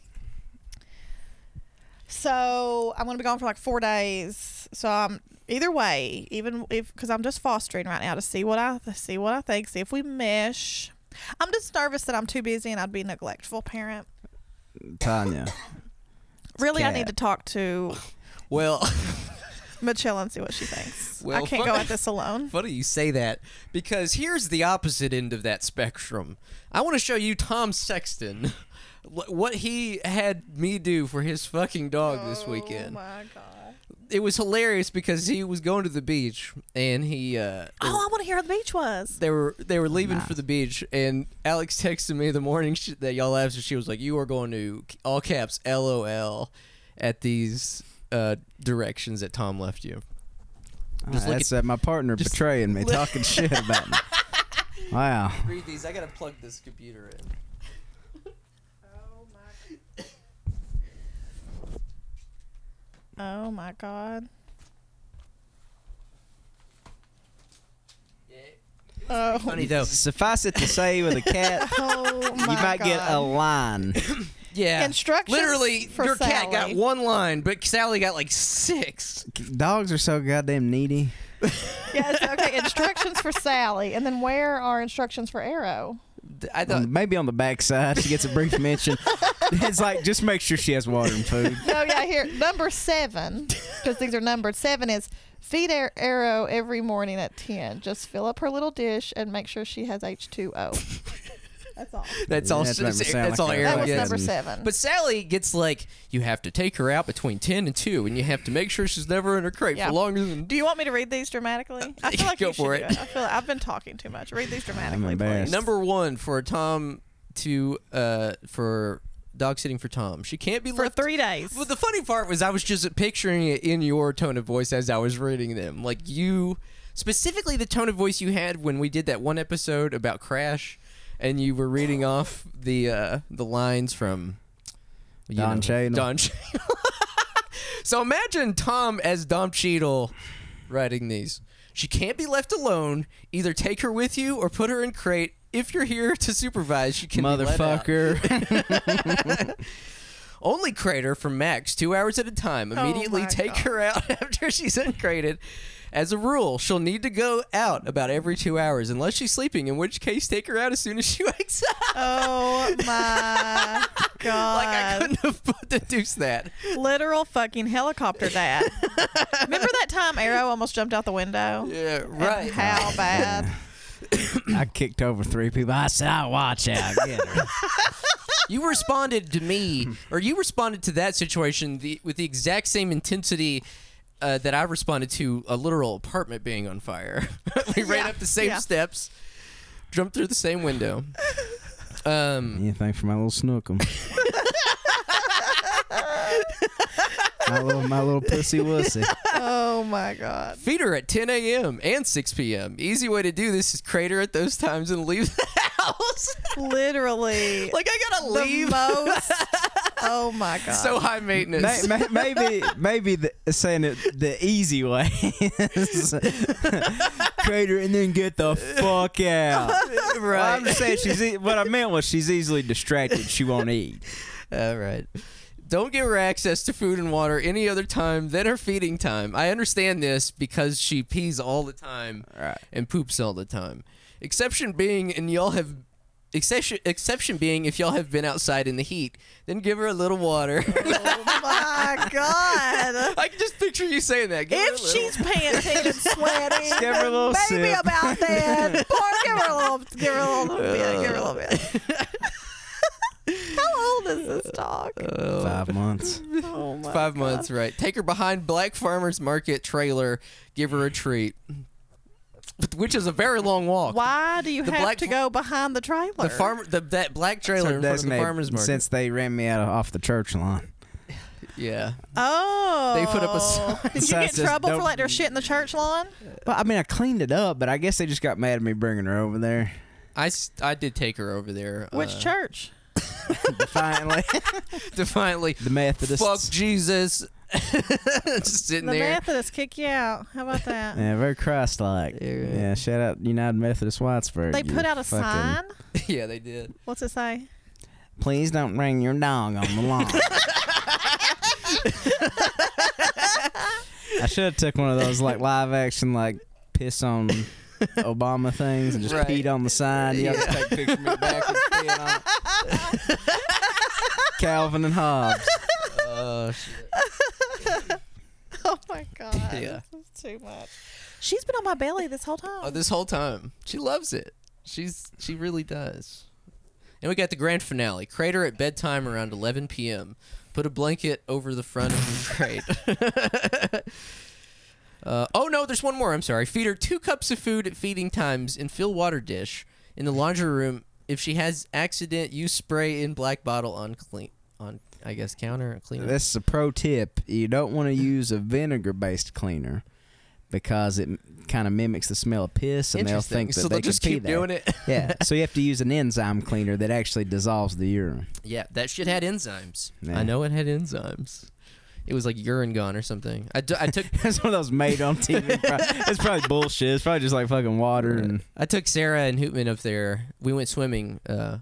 Speaker 2: so I'm gonna be gone for like four days. So I'm either way, even if because I'm just fostering right now to see what I to see what I think, see if we mesh. I'm just nervous that I'm too busy and I'd be a neglectful parent.
Speaker 3: Tanya.
Speaker 2: Really, I
Speaker 3: cat.
Speaker 2: need to talk to
Speaker 1: well, [LAUGHS]
Speaker 2: Michelle and see what she thinks.
Speaker 1: Well,
Speaker 2: I can't go
Speaker 1: funny-
Speaker 2: at
Speaker 3: [LAUGHS]
Speaker 2: this alone.
Speaker 1: funny you say that because here's the opposite end of that spectrum. I want to show you Tom Sexton, [LAUGHS] wh- what he had me do for his fucking dog this
Speaker 2: Oh
Speaker 1: weekend.
Speaker 2: my god!
Speaker 1: It was hilarious because he was going to the beach and he uh,
Speaker 2: Oh, I want to hear how the beach was.
Speaker 1: they were they were leaving for the beach, and Alex texted me the morning sh- that y'all asked, and she was like, "You are going to all caps LOL at these uh, directions that Tom left you." Just
Speaker 3: Just
Speaker 1: look
Speaker 3: that's uh, my partner
Speaker 1: just-
Speaker 3: betraying me, talking shit about [LAUGHS] me. Wow.
Speaker 1: Read these. I gotta plug this computer in.
Speaker 2: Oh my god! Oh,
Speaker 1: Funny though.
Speaker 3: Suffice it to say, with a
Speaker 2: [LAUGHS]
Speaker 3: cat,
Speaker 2: oh
Speaker 3: [LAUGHS]
Speaker 2: my
Speaker 3: you might
Speaker 2: god!
Speaker 3: get a line.
Speaker 1: Yeah.
Speaker 2: Instructions
Speaker 1: Literally,
Speaker 2: for
Speaker 1: your cat got
Speaker 2: Sally.
Speaker 1: one line, but Sally got like six.
Speaker 3: Dogs are so goddamn needy.
Speaker 2: yes. Okay. Instructions for Sally, and then where are instructions for Arrow?
Speaker 1: Th- I
Speaker 3: On-
Speaker 1: thought.
Speaker 3: maybe on the backside, she gets a brief
Speaker 1: [LAUGHS]
Speaker 3: mention. it's like just make sure she has water and food.
Speaker 2: No, yeah. Here, number seven, because these are numbered. Seven is feed Ar- Arrow every morning at ten. Just fill up her little dish and make sure she has H two O. That's all.
Speaker 1: That's all.
Speaker 3: That's
Speaker 1: That's,
Speaker 3: number seven, like
Speaker 1: that's all
Speaker 3: that.
Speaker 2: That
Speaker 1: Arrow
Speaker 2: was
Speaker 3: yeah.
Speaker 1: gets.
Speaker 2: number seven.
Speaker 1: But Sally gets like you have to take her out between ten and two, and you have to make sure she's never in her crate
Speaker 2: Yeah.
Speaker 1: for longer than.
Speaker 2: Do you want me to read these dramatically?
Speaker 1: [LAUGHS]
Speaker 2: I feel like
Speaker 1: Uh, Go
Speaker 2: you
Speaker 1: for
Speaker 2: should
Speaker 1: it.
Speaker 2: Do it. I feel like I've been talking too much. Read these dramatically, please.
Speaker 3: embarrassed.
Speaker 1: Number one for Tom to uh for dog sitting for Tom. She can't be
Speaker 2: For
Speaker 1: left [LAUGHS]
Speaker 2: three days. [LAUGHS]
Speaker 1: Well, the funny part was I was just picturing it in your tone of voice as I was reading them. Like you, specifically the tone of voice you had when we did that one episode about Crash, and you were reading off the uh, the lines from you
Speaker 3: Don Cheadle.
Speaker 1: Don Cheadle. [LAUGHS] so imagine Tom as Don Cheadle writing these. She can't be left alone. Either take her with you or put her in crate. If you're here to supervise, she can be let out.
Speaker 3: Motherfucker.
Speaker 1: Only crate her for max two hours at a time. Immediately
Speaker 2: Oh my
Speaker 1: take [LAUGHS]
Speaker 2: God.
Speaker 1: her out after she's uncrated As a rule, she'll need to go out about every two hours, unless she's sleeping, in which case, take her out as soon as she [LAUGHS] wakes up.
Speaker 2: Oh my
Speaker 1: [LAUGHS] Like, I
Speaker 2: god!
Speaker 1: couldn't have deduced that.
Speaker 2: Literal fucking helicopter
Speaker 1: [LAUGHS]
Speaker 2: dad. Remember that time Arrow almost jumped out the window?
Speaker 1: Yeah,
Speaker 2: And
Speaker 1: right.
Speaker 2: How bad?
Speaker 4: [LAUGHS] I kicked over three people. I said, "I watch out." Get
Speaker 1: [LAUGHS]
Speaker 4: her.
Speaker 1: You responded to me, or you responded to that situation the, with the exact same intensity uh, that I responded to a literal apartment being on fire. [LAUGHS] we ran
Speaker 2: Yeah,
Speaker 1: up the same
Speaker 2: yeah.
Speaker 1: steps, jumped through the same window. Um,
Speaker 4: Anything for my little snookum. my little my little
Speaker 1: [LAUGHS]
Speaker 4: pussy wussy.
Speaker 2: Oh my god!
Speaker 1: Feed her at 10 a.m. and 6 p.m. Easy way to do this is crate her at those times and leave the house.
Speaker 2: [LAUGHS]
Speaker 1: [LAUGHS]
Speaker 2: Literally,
Speaker 1: like I gotta
Speaker 2: the
Speaker 1: leave.
Speaker 2: most. [LAUGHS] Oh my
Speaker 1: [LAUGHS]
Speaker 2: god!
Speaker 1: so high maintenance.
Speaker 4: May, may, maybe maybe the, saying it the easy way. is [LAUGHS] Crater and then get the fuck
Speaker 1: [LAUGHS]
Speaker 4: out.
Speaker 1: right.
Speaker 4: Well, I'm just saying she's. E- what I meant was she's easily distracted. She won't eat.
Speaker 1: All right. Don't give her access to food and water any other time than her feeding time. I understand this because she pees all the time
Speaker 4: Right.
Speaker 1: and poops all the time. Exception being, and y'all have. Exception, exception being, if y'all have been outside in the heat, then give her a little water. [LAUGHS]
Speaker 2: Oh my god!
Speaker 1: I can just picture you saying that. Give her a
Speaker 2: If
Speaker 1: little-
Speaker 2: she's panting
Speaker 1: [LAUGHS]
Speaker 2: and sweating,
Speaker 4: Just give her a little
Speaker 2: maybe
Speaker 4: sip.
Speaker 2: about that. Poor, give her a little, give her a little bit, give her a little bit.
Speaker 1: Uh.
Speaker 2: [LAUGHS] How old is this dog?
Speaker 4: Five [LAUGHS] months.
Speaker 2: Oh my
Speaker 1: uh, Five months, right? Take her behind Black Farmers Market trailer, give her a treat, which is a very long walk.
Speaker 2: Why do you
Speaker 1: The
Speaker 2: have
Speaker 1: black-
Speaker 2: to go behind the trailer?
Speaker 1: The farmer, the, that black trailer in front of the
Speaker 4: Designate-
Speaker 1: farmers market.
Speaker 4: Since they ran me out of, off the church lawn.
Speaker 1: yeah,
Speaker 2: Oh,
Speaker 1: They put up a sign. [LAUGHS]
Speaker 2: Did you
Speaker 4: Sign
Speaker 2: get in
Speaker 4: says,
Speaker 2: trouble for
Speaker 4: "Don't-
Speaker 2: letting her shit in the church lawn?
Speaker 4: Well, I mean, I cleaned it up, but I guess they just got mad at me bringing her over there. [LAUGHS]
Speaker 1: I, s- I did take her over there.
Speaker 2: Which
Speaker 1: uh, [LAUGHS]
Speaker 2: church?
Speaker 4: Defiantly,
Speaker 1: Defiantly.
Speaker 4: [LAUGHS] the Methodists.
Speaker 1: Fuck Jesus. [LAUGHS] just sitting
Speaker 2: The
Speaker 1: there.
Speaker 2: Methodists kick you out. How about
Speaker 4: [LAUGHS]
Speaker 2: that?
Speaker 4: Yeah, very Christ-like.
Speaker 1: Yeah.
Speaker 4: Yeah, shout out United Methodist Whitesburg.
Speaker 2: They
Speaker 4: you
Speaker 2: put out a
Speaker 4: fucking-
Speaker 2: sign.
Speaker 1: [LAUGHS] yeah, they did.
Speaker 2: What's it say? [LAUGHS]
Speaker 4: Please don't bring your dog on the lawn. I should have took one of those like live action like piss on Obama things and just
Speaker 1: Right.
Speaker 4: peed on the sign. You yeah. have to take a picture of me backwards peeing on it. Calvin and Hobbes.
Speaker 1: Oh, shit.
Speaker 2: Oh my
Speaker 4: [LAUGHS]
Speaker 2: god.
Speaker 1: Yeah.
Speaker 2: This is too much. She's been on my belly this whole time.
Speaker 4: Uh,
Speaker 1: Oh, this whole time. She loves it. She's She really does. And we got the grand finale. Crater at bedtime around 11 p.m. Put a blanket over the front of the crate. [LAUGHS] uh, oh, no, there's one more. I'm sorry. Feed her two cups of food at feeding times and fill water dish in the laundry room. If she has accident, use spray in black bottle on clean on I guess counter cleaner.
Speaker 4: This is a pro tip. You don't want to use a vinegar based cleaner because it kind of mimics the smell of piss, and they'll
Speaker 1: Interesting.
Speaker 4: think that
Speaker 1: so
Speaker 4: they
Speaker 1: they'll just
Speaker 4: could pee
Speaker 1: keep
Speaker 4: there.
Speaker 1: doing it.
Speaker 4: yeah, so you have to use an enzyme cleaner that actually dissolves the urine.
Speaker 1: Yeah, that shit had enzymes.
Speaker 4: Yeah.
Speaker 1: I know it had enzymes. It was like urine gone or something. I, d- I
Speaker 4: [LAUGHS]
Speaker 1: took
Speaker 4: That's one of those made on TV. pro- it's probably bullshit. It's probably just like fucking water and
Speaker 1: I took Sarah and Hootman up there. We went swimming uh,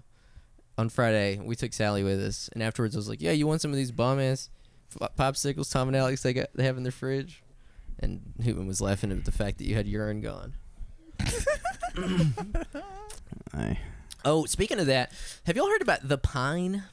Speaker 1: on Friday. We took Sally with us, and afterwards I was like, "Yeah, you want some of these bomb ass f- uh, popsicles Tom and Alex they got they have in their fridge?" And Hootman was laughing at the fact that you had urine gone.
Speaker 4: Aye.
Speaker 1: Oh, speaking of that, have y'all heard about the Pine?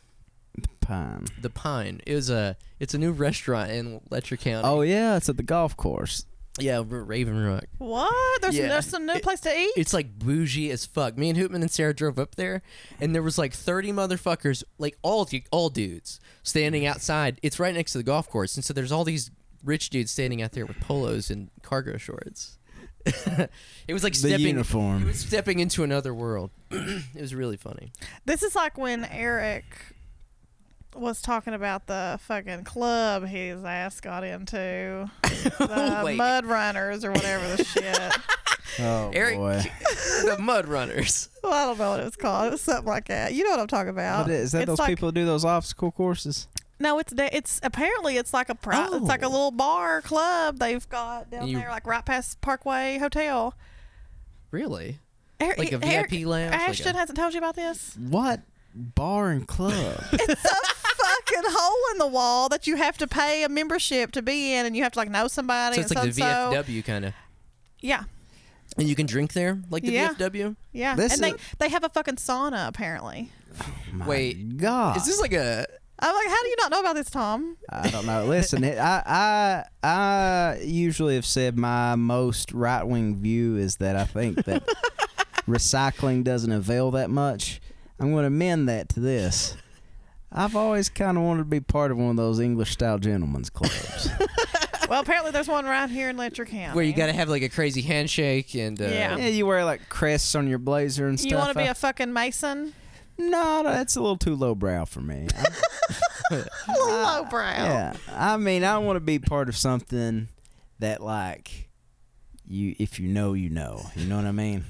Speaker 4: pine.
Speaker 1: The Pine is a it's a new restaurant in Letcher County.
Speaker 4: Oh yeah, it's at the golf course.
Speaker 1: yeah, over at Raven Rock.
Speaker 2: What? There's,
Speaker 1: Yeah.
Speaker 2: there's some new
Speaker 1: It-
Speaker 2: place to eat?
Speaker 1: it's like bougie as fuck. Me and Hootman and Sarah drove up there, and there was like thirty motherfuckers, like all du- all dudes, standing outside. It's right next to the golf course, and so there's all these rich dudes standing out there with polos and cargo shorts. [LAUGHS] it was like
Speaker 4: The
Speaker 1: stepping, it
Speaker 4: uniform.
Speaker 1: was stepping into another world. [CLEARS THROAT] it was really funny.
Speaker 2: This is like when Eric was talking about the fucking club his ass got
Speaker 4: [LAUGHS]
Speaker 2: into. The
Speaker 1: Wait.
Speaker 2: Mud Runners or whatever the shit.
Speaker 4: Oh
Speaker 1: [LAUGHS] Eric-
Speaker 4: boy,
Speaker 1: the Mud Runners.
Speaker 2: Well, I don't know what it was called. It was something like that. You know what I'm talking about.
Speaker 4: What is that
Speaker 2: It's
Speaker 4: those
Speaker 2: like-
Speaker 4: people that do those obstacle courses?
Speaker 2: No, it's da- it's apparently it's like a pri- it's like a
Speaker 1: Oh.
Speaker 2: little bar club they've got down
Speaker 1: You-
Speaker 2: there, like right past Parkway Hotel.
Speaker 1: Really?
Speaker 2: Er-
Speaker 1: Like a
Speaker 2: Eric-
Speaker 1: VIP lounge? Like
Speaker 2: Ashton
Speaker 1: a-
Speaker 2: hasn't told you about this. [LAUGHS]
Speaker 4: What bar and club?
Speaker 1: [LAUGHS]
Speaker 2: fucking hole in the wall that you have to pay a membership to be in, and you have to like know somebody.
Speaker 1: so it's
Speaker 2: and
Speaker 1: like the
Speaker 2: so-and-so.
Speaker 1: VFW kind of.
Speaker 2: Yeah,
Speaker 1: And you can drink there, like the
Speaker 2: Yeah.
Speaker 1: DFW.
Speaker 2: yeah.
Speaker 4: This
Speaker 2: and they
Speaker 4: is-
Speaker 2: they have a fucking sauna apparently.
Speaker 4: My
Speaker 1: Wait,
Speaker 4: God,
Speaker 1: Is this like a?
Speaker 2: I'm like, how do you not know about
Speaker 1: [LAUGHS]
Speaker 2: this, Tom?
Speaker 4: I don't know. Listen, it, I I I usually have said my most right wing view is that I
Speaker 2: [LAUGHS]
Speaker 4: think that recycling doesn't avail that much. I'm going to amend that to this. I've always kind of wanted to be part of one of those English style
Speaker 2: [LAUGHS]
Speaker 4: gentlemen's clubs.
Speaker 2: well, apparently there's one right here in Letcher County.
Speaker 1: Where you gotta have like a crazy handshake and uh,
Speaker 2: Yeah.
Speaker 4: yeah, you wear like crests on your blazer and stuff.
Speaker 2: You want to be
Speaker 4: I-
Speaker 2: a fucking mason?
Speaker 4: no, no, that's a little too lowbrow for me. I-
Speaker 2: Lowbrow.
Speaker 4: Yeah, I mean, I want to be part of something that like you, if you know, you know. You know what I mean?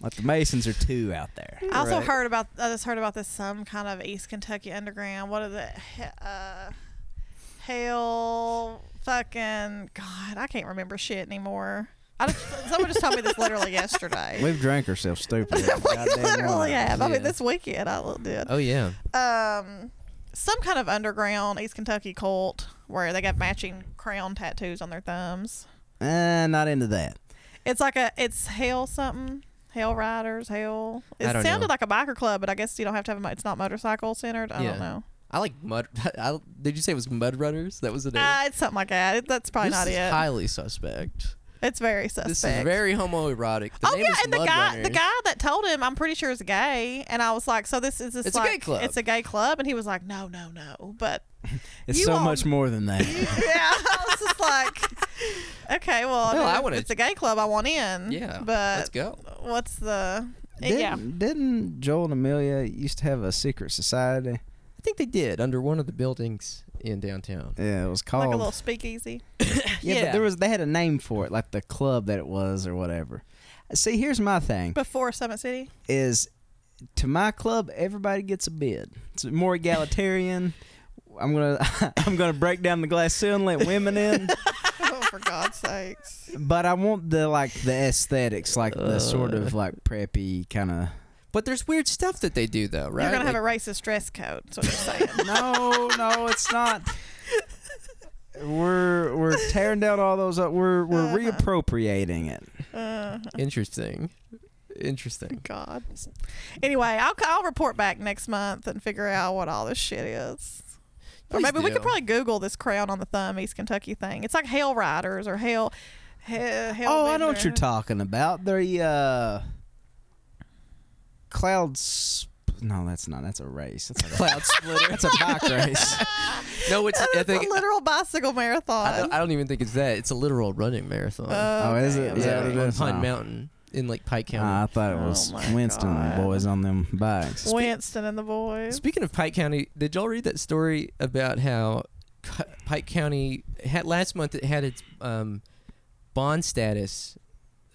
Speaker 4: Like the Masons are two out there.
Speaker 2: I also
Speaker 1: Right.
Speaker 2: heard about I just heard about this some kind of East Kentucky underground. What are the he- uh, hell fucking God? I can't remember shit anymore. I just, someone just told me
Speaker 1: [LAUGHS]
Speaker 2: this literally yesterday. [LAUGHS]
Speaker 4: We've drank ourselves stupid.
Speaker 2: we
Speaker 4: Goddamn
Speaker 2: literally
Speaker 4: right.
Speaker 2: have. I
Speaker 1: Yeah.
Speaker 2: mean, this weekend I l- did.
Speaker 1: Oh yeah.
Speaker 2: Um, some kind of underground East Kentucky cult where they got matching crown tattoos on their thumbs.
Speaker 4: Eh, not into that.
Speaker 2: It's like a it's hell something. Hell riders, hell. It
Speaker 1: I don't
Speaker 2: sounded
Speaker 1: know.
Speaker 2: like a biker club, but I guess you don't have to have. A, mo- it's not motorcycle centered. I
Speaker 1: Yeah.
Speaker 2: don't know.
Speaker 1: I like mud. [LAUGHS] I, did you say it was mud runners? That was the name.
Speaker 2: Uh, it's something like that. It- That's probably
Speaker 1: this
Speaker 2: not
Speaker 1: is
Speaker 2: it.
Speaker 1: highly suspect.
Speaker 2: It's very suspect.
Speaker 1: This is very homoerotic. The
Speaker 2: oh
Speaker 1: name
Speaker 2: yeah,
Speaker 1: is
Speaker 2: and the
Speaker 1: mud
Speaker 2: guy, the
Speaker 1: runners.
Speaker 2: guy that told him, I'm pretty sure is gay, and I was like, so this is this
Speaker 1: It's a
Speaker 2: like
Speaker 1: gay club.
Speaker 2: it's a gay club, and he was like, no, no, no,
Speaker 1: [LAUGHS]
Speaker 2: but
Speaker 4: It's
Speaker 2: You
Speaker 4: so
Speaker 2: all-
Speaker 4: much more than that. [LAUGHS]
Speaker 2: yeah, I was just like, okay, well, I
Speaker 1: Well,
Speaker 2: mean,
Speaker 1: I wanna-
Speaker 2: it's a gay club, I want in,
Speaker 1: Yeah. let's
Speaker 2: but
Speaker 1: go.
Speaker 2: what's the
Speaker 4: Didn't,
Speaker 2: yeah.
Speaker 4: didn't Joel and Amelia used to have a secret society?
Speaker 1: I think they did under one of the buildings in
Speaker 2: [LAUGHS]
Speaker 1: downtown.
Speaker 4: Yeah, it was
Speaker 2: Like
Speaker 4: called.
Speaker 2: a little speakeasy.
Speaker 4: yeah, but
Speaker 1: Yeah.
Speaker 4: there was they had a name for it, like the club that it was or whatever. See, here's my thing.
Speaker 2: Before Summit City?
Speaker 4: is to my club everybody gets a bid. It's more egalitarian. I'm gonna [LAUGHS] I'm gonna break down the glass ceiling, let women [LAUGHS] in,
Speaker 2: [LAUGHS] Oh, for God's sakes.
Speaker 4: but I want the like the aesthetics, like the sort of like preppy kind of.
Speaker 1: But there's weird stuff that they do though, right?
Speaker 2: You're going to
Speaker 1: Like-
Speaker 2: have a racist dress code, so you're saying.
Speaker 4: [LAUGHS] No, no, it's not. We're we're tearing down all those. Up. We're we're
Speaker 2: Uh-huh.
Speaker 4: reappropriating it.
Speaker 2: [LAUGHS] uh,
Speaker 1: Interesting.
Speaker 2: [LAUGHS]
Speaker 1: Interesting.
Speaker 2: God. Anyway, I'll, I'll report back next month and figure out what all this shit is. or
Speaker 1: Please
Speaker 2: maybe we could
Speaker 1: do.
Speaker 2: probably Google this crown on the thumb East Kentucky thing. It's like Hail Riders or Hail. Hail, hail
Speaker 4: Oh, I know what
Speaker 2: Bender.
Speaker 4: you're talking about. The uh, clouds. No, that's not. That's a race. That's a,
Speaker 1: Cloud splitter.
Speaker 4: that's a [LAUGHS] bike race.
Speaker 1: no,
Speaker 2: [LAUGHS]
Speaker 1: it's. I
Speaker 2: It's a
Speaker 1: think.
Speaker 2: literal bicycle
Speaker 1: I
Speaker 2: marathon.
Speaker 1: don't, I don't even think it's that. It's a literal running marathon.
Speaker 2: Uh,
Speaker 4: Oh, is
Speaker 2: okay.
Speaker 4: it?
Speaker 1: yeah,
Speaker 4: that what it
Speaker 1: on
Speaker 4: is?
Speaker 1: Pine
Speaker 4: Oh.
Speaker 1: Mountain in like Pike County.
Speaker 4: Ah, I thought it
Speaker 2: Oh
Speaker 4: was
Speaker 2: my
Speaker 4: Winston and the
Speaker 2: God.
Speaker 4: boys on them bikes.
Speaker 2: Winston and the boys.
Speaker 1: Speaking of Pike County, did y'all read that story about how Cu- Pike County had last month it had its um, bond status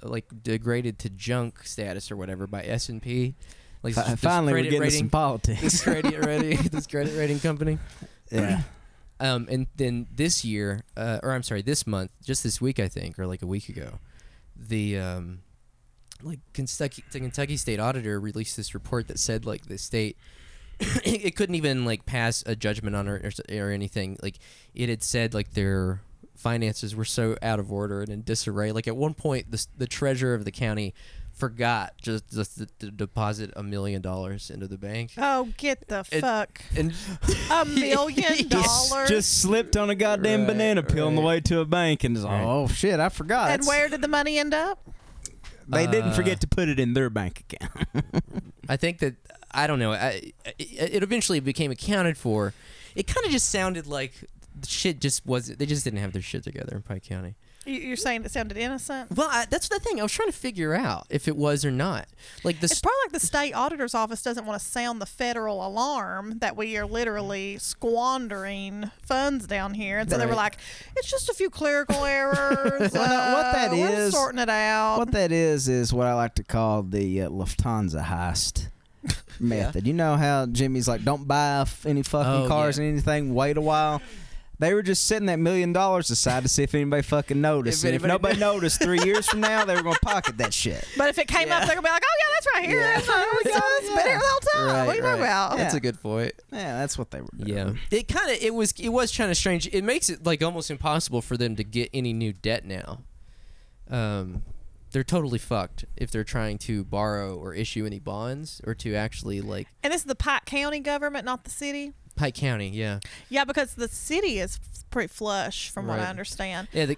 Speaker 1: like degraded to junk status or whatever by S and P. Like
Speaker 4: Fi-
Speaker 1: this- this
Speaker 4: finally, we're
Speaker 1: credit
Speaker 4: getting to
Speaker 1: rating,
Speaker 4: some politics.
Speaker 1: this
Speaker 4: [LAUGHS]
Speaker 1: credit rating, this credit rating company.
Speaker 4: yeah.
Speaker 1: Um, and then this year, uh, or I'm sorry, this month, just this week, I think, or like a week ago, the um, like Kentucky, the Kentucky State Auditor released this report that said like the state, [COUGHS] it couldn't even like pass a judgment on or, or or anything. Like it had said like their finances were so out of order and in disarray. Like at one point, the s- the treasurer of the county forgot just, just to, to deposit a million dollars into the bank.
Speaker 2: Oh, get the
Speaker 1: It-
Speaker 2: fuck.
Speaker 1: [LAUGHS] And
Speaker 4: [LAUGHS]
Speaker 2: A million
Speaker 4: [LAUGHS] Just,
Speaker 2: dollars.
Speaker 4: just slipped on a goddamn
Speaker 1: Right,
Speaker 4: banana peel on the
Speaker 1: right.
Speaker 4: way to a bank and is like,
Speaker 1: Right.
Speaker 4: oh shit, I forgot.
Speaker 2: and where did the money end up?
Speaker 4: they didn't
Speaker 1: Uh,
Speaker 4: forget to put it in their bank account. [LAUGHS]
Speaker 1: I think that I don't know. I, I- it eventually became accounted for. It kind of just sounded like the shit just wasn't. They just didn't have their shit together in Pike County.
Speaker 2: You- You're saying it sounded innocent?
Speaker 1: Well, I, that's the thing. I was trying to figure out if it was or not. Like
Speaker 2: It's
Speaker 1: this.
Speaker 2: probably like the state auditor's office doesn't want to sound the federal alarm that we are literally squandering funds down here, and so they were
Speaker 1: Right.
Speaker 2: like, "It's just a few
Speaker 4: [LAUGHS]
Speaker 2: clerical errors.
Speaker 4: Well, no, what
Speaker 2: uh,
Speaker 4: that
Speaker 2: we're
Speaker 4: is-
Speaker 2: sorting it out."
Speaker 4: what that is is what I like to call the uh, Lufthansa heist
Speaker 1: [LAUGHS]
Speaker 4: method. You know how Jimmy's like, don't buy f- any fucking
Speaker 1: Oh,
Speaker 4: cars
Speaker 1: yeah.
Speaker 4: and anything. Wait a while. They were just setting that million dollars aside to see if anybody fucking noticed.
Speaker 1: If
Speaker 4: and if
Speaker 1: anybody [LAUGHS]
Speaker 4: nobody noticed, three years from now, they were gonna pocket that shit.
Speaker 2: but if it came up, they're gonna be like, "Oh yeah, that's right here.
Speaker 4: Yeah.
Speaker 2: That's right.
Speaker 4: we go.
Speaker 2: It's been
Speaker 4: Yeah.
Speaker 2: here the whole time.
Speaker 1: Right,
Speaker 2: what are you talking
Speaker 1: right.
Speaker 2: about?"
Speaker 1: That's
Speaker 4: Yeah.
Speaker 1: a good point.
Speaker 4: Yeah, that's what they were doing.
Speaker 1: Yeah. It kind of it was it was kind of strange. It makes it like almost impossible for them to get any new debt now. Um they're totally fucked if they're trying to borrow or issue any bonds or to actually like
Speaker 2: And this is the Pike County government, not the city.
Speaker 1: Pike County, yeah,
Speaker 2: Yeah, because the city is f- pretty flush, from what I
Speaker 1: Right.
Speaker 2: understand.
Speaker 1: yeah. The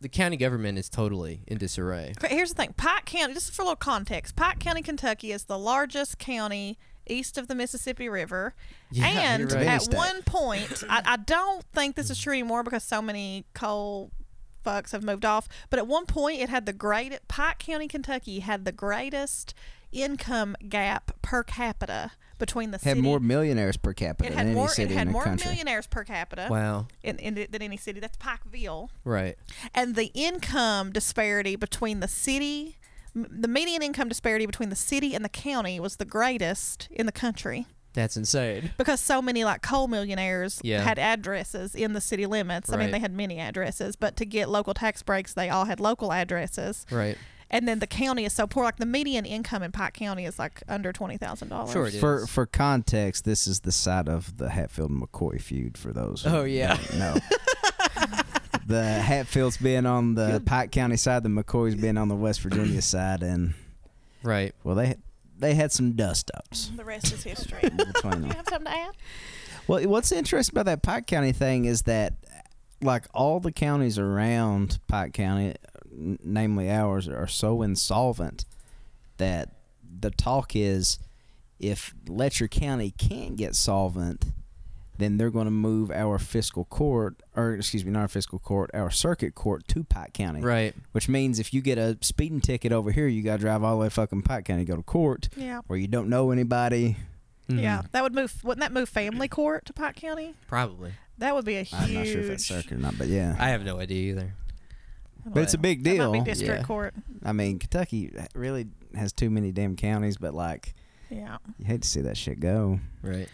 Speaker 1: the county government is totally in disarray.
Speaker 2: Okay, here's the thing. Pike County, just for a little context, Pike County, Kentucky is the largest county east of the Mississippi River.
Speaker 1: Yeah,
Speaker 2: and
Speaker 1: you're right.
Speaker 2: at
Speaker 3: Based at-
Speaker 2: one point, I, I don't think this is true anymore because so many coal fucks have moved off. But at one point, it had the great Pike County, Kentucky had the greatest income gap per capita between the
Speaker 4: Had
Speaker 2: city.
Speaker 4: more millionaires per capita
Speaker 2: it
Speaker 4: than
Speaker 2: had
Speaker 4: any
Speaker 2: more. It
Speaker 4: city
Speaker 2: had
Speaker 4: in the
Speaker 2: more
Speaker 4: country.
Speaker 2: millionaires per capita
Speaker 1: Wow,
Speaker 2: in, in, than any city. That's Pikeville
Speaker 1: right?
Speaker 2: and the income disparity between the city m- the median income disparity between the city and the county was the greatest in the country
Speaker 1: That's insane.
Speaker 2: because so many like coal millionaires
Speaker 1: Yeah.
Speaker 2: had addresses in the city limits. I mean,
Speaker 1: Right.
Speaker 2: they had many addresses, but to get local tax breaks, they all had local addresses.
Speaker 1: Right.
Speaker 2: And then the county is so poor. Like the median income in Pike County is like under twenty thousand dollars.
Speaker 1: Sure. It
Speaker 4: For
Speaker 1: is.
Speaker 4: for context, this is the site of the Hatfield and McCoy feud. For those. who
Speaker 1: Oh, yeah. [LAUGHS]
Speaker 4: don't know. the Hatfields being on the Pike County side, the McCoys being on the West Virginia side, and
Speaker 1: Right.
Speaker 4: well, they they had some dust
Speaker 1: [LAUGHS]
Speaker 4: ups
Speaker 2: The rest is history. Do
Speaker 4: between
Speaker 2: [LAUGHS]
Speaker 4: them.
Speaker 2: you have something to add?
Speaker 4: Well, what's interesting about that Pike County thing is that, like, all the counties around Pike County, n- namely ours, are so insolvent that the talk is if Letcher County can't get solvent, then they're going to move our fiscal court, or excuse me, not our fiscal court, our circuit court to Pike County.
Speaker 1: Right.
Speaker 4: Which means if you get a speeding ticket over here, you got to drive all the way to fucking Pike County, go to court,
Speaker 2: Yeah.
Speaker 4: where you don't know anybody.
Speaker 1: Mhm.
Speaker 2: Yeah. That would move. Wouldn't that move family court to Pike County?
Speaker 1: Probably.
Speaker 2: That would be a huge.
Speaker 4: I'm not sure if that's circuit or not, but yeah.
Speaker 1: I have no idea either.
Speaker 4: But it's a big
Speaker 2: That
Speaker 4: deal.
Speaker 2: might be district
Speaker 1: Yeah.
Speaker 2: court.
Speaker 4: I mean, Kentucky really has too many damn counties, but like,
Speaker 2: Yeah.
Speaker 4: you hate to see that shit go.
Speaker 1: Right.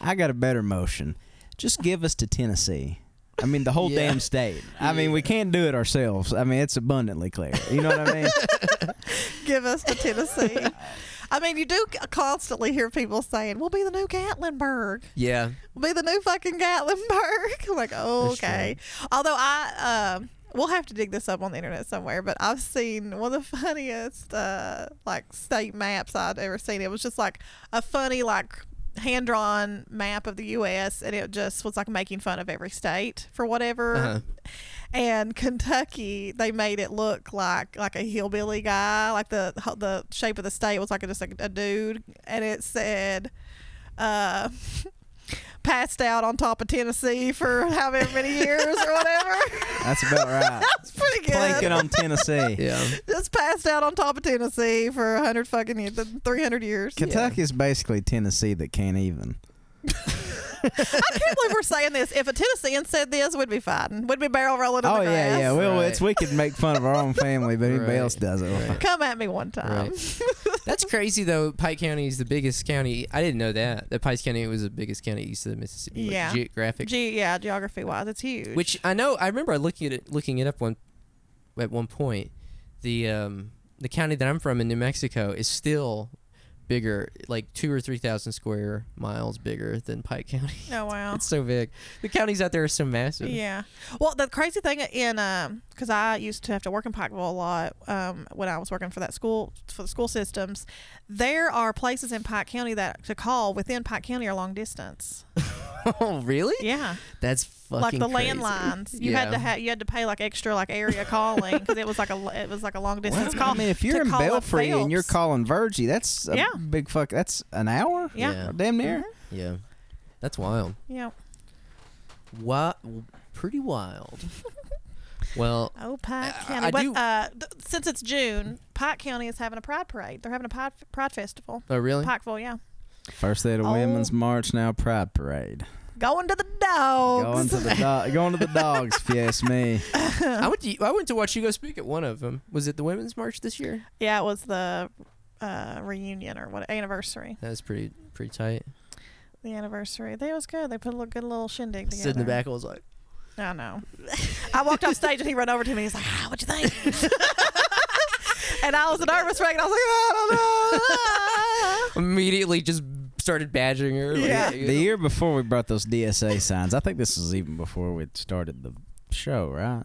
Speaker 4: I got a better motion. Just give us to Tennessee. I mean, the
Speaker 1: [LAUGHS]
Speaker 4: whole
Speaker 1: Yeah.
Speaker 4: damn state. I mean, we can't do it ourselves. I mean, it's abundantly clear. You know what I mean?
Speaker 2: Give us to Tennessee. [LAUGHS] I mean, you do c- constantly hear people saying, "We'll be the new Gatlinburg.
Speaker 1: Yeah.
Speaker 2: We'll be the new fucking Gatlinburg." [LAUGHS] I'm like, okay. Although I, um, we'll have to dig this up on the internet somewhere. But I've seen one of the [LAUGHS] funniest uh, like state maps I'd ever seen. It was just like a funny like hand drawn map of the U.S. and it just was like making fun of every state for whatever.
Speaker 1: Uh-huh.
Speaker 2: and Kentucky, they made it look like like a hillbilly guy, like the the shape of the state was like just like a dude, and it said, uh, [LAUGHS] "Passed out on top of Tennessee for however many years or whatever." [LAUGHS]
Speaker 4: That's
Speaker 1: [LAUGHS]
Speaker 4: about right.
Speaker 2: That's pretty good.
Speaker 4: Planking on Tennessee.
Speaker 1: Yeah.
Speaker 2: [LAUGHS] Just passed out on top of Tennessee for a hundred fucking years, three hundred years.
Speaker 4: Kentucky is basically Tennessee that can't even.
Speaker 2: I can't believe we're saying this. If a Tennessean said this, we'd be fighting. We'd be barrel rolling. In
Speaker 4: oh
Speaker 2: the
Speaker 4: yeah,
Speaker 2: grass.
Speaker 4: yeah. Well,
Speaker 1: Right.
Speaker 4: it's we could make fun of our
Speaker 1: [LAUGHS]
Speaker 4: own family, but anybody
Speaker 1: Right.
Speaker 4: else does it.
Speaker 1: Right.
Speaker 2: Come at me one time. Um. [LAUGHS]
Speaker 1: That's crazy though. Pike County is the biggest county. I didn't know that. That Pike County was the biggest county east of the Mississippi. like,
Speaker 2: Yeah.
Speaker 1: geographic.
Speaker 2: Gee, yeah, geography wise, it's huge.
Speaker 1: Which I know. I remember I looking at it, looking it up one at one point. The um the county that I'm from in New Mexico is still bigger, like two or three thousand square miles bigger than Pike County.
Speaker 2: oh
Speaker 1: [LAUGHS]
Speaker 2: wow.
Speaker 1: It's so big. The counties out there are so massive.
Speaker 2: Yeah. Well, the crazy thing in um, because I used to have to work in Pikeville a lot um, when I was working for that school for the school systems. There are places in Pike County that to call within Pike County are long
Speaker 4: [LAUGHS]
Speaker 2: distance.
Speaker 1: [LAUGHS] oh really?
Speaker 2: Yeah,
Speaker 1: That's fucking
Speaker 2: like the
Speaker 1: crazy.
Speaker 2: landlines. You had to
Speaker 1: Yeah.
Speaker 2: ha- you had to pay like extra like area calling because it was like a l- it was like a long distance
Speaker 4: Well,
Speaker 2: call.
Speaker 4: I mean, if
Speaker 2: to
Speaker 4: you're in
Speaker 2: call up
Speaker 4: Belfry and you're
Speaker 2: Phelps.
Speaker 4: calling Virgie, that's a
Speaker 2: Yeah.
Speaker 4: big fuck. That's an hour,
Speaker 2: Yeah.
Speaker 1: Yeah.
Speaker 4: Or damn near.
Speaker 1: Yeah. That's wild.
Speaker 2: Mm-hmm. yeah.
Speaker 1: Wow, pretty
Speaker 2: [LAUGHS]
Speaker 1: wild. well,
Speaker 2: Oh, Pike
Speaker 1: I- I-
Speaker 2: County.
Speaker 1: I
Speaker 2: but
Speaker 1: do-
Speaker 2: uh, th- since it's June, Pike County is having a pride parade. They're having a pride, pride festival.
Speaker 1: oh really?
Speaker 2: Pikeville, yeah.
Speaker 4: First day of the
Speaker 2: Oh.
Speaker 4: Women's March, now Pride Parade.
Speaker 2: Going to the dogs.
Speaker 4: Going to the do- going to the dogs, if you ask me.
Speaker 1: I went to I went to watch you go speak at one of them. Was it the women's march this year?
Speaker 2: [LAUGHS] Yeah, it was the uh, reunion or what anniversary.
Speaker 1: That was pretty pretty tight.
Speaker 2: The anniversary. They was good. They put a little, good little shindig together.
Speaker 1: Stood in the back. I was like, [LAUGHS]
Speaker 2: I know. I walked off stage and he ran over to me. He's like, ah, "What you think?" [LAUGHS] and I was a nervous wreck. And I was like, "Ah, "I don't know."
Speaker 1: immediately just started badgering her. like,
Speaker 2: Yeah.
Speaker 4: The year before we brought those DSA signs, I think this was even before we started the show, right?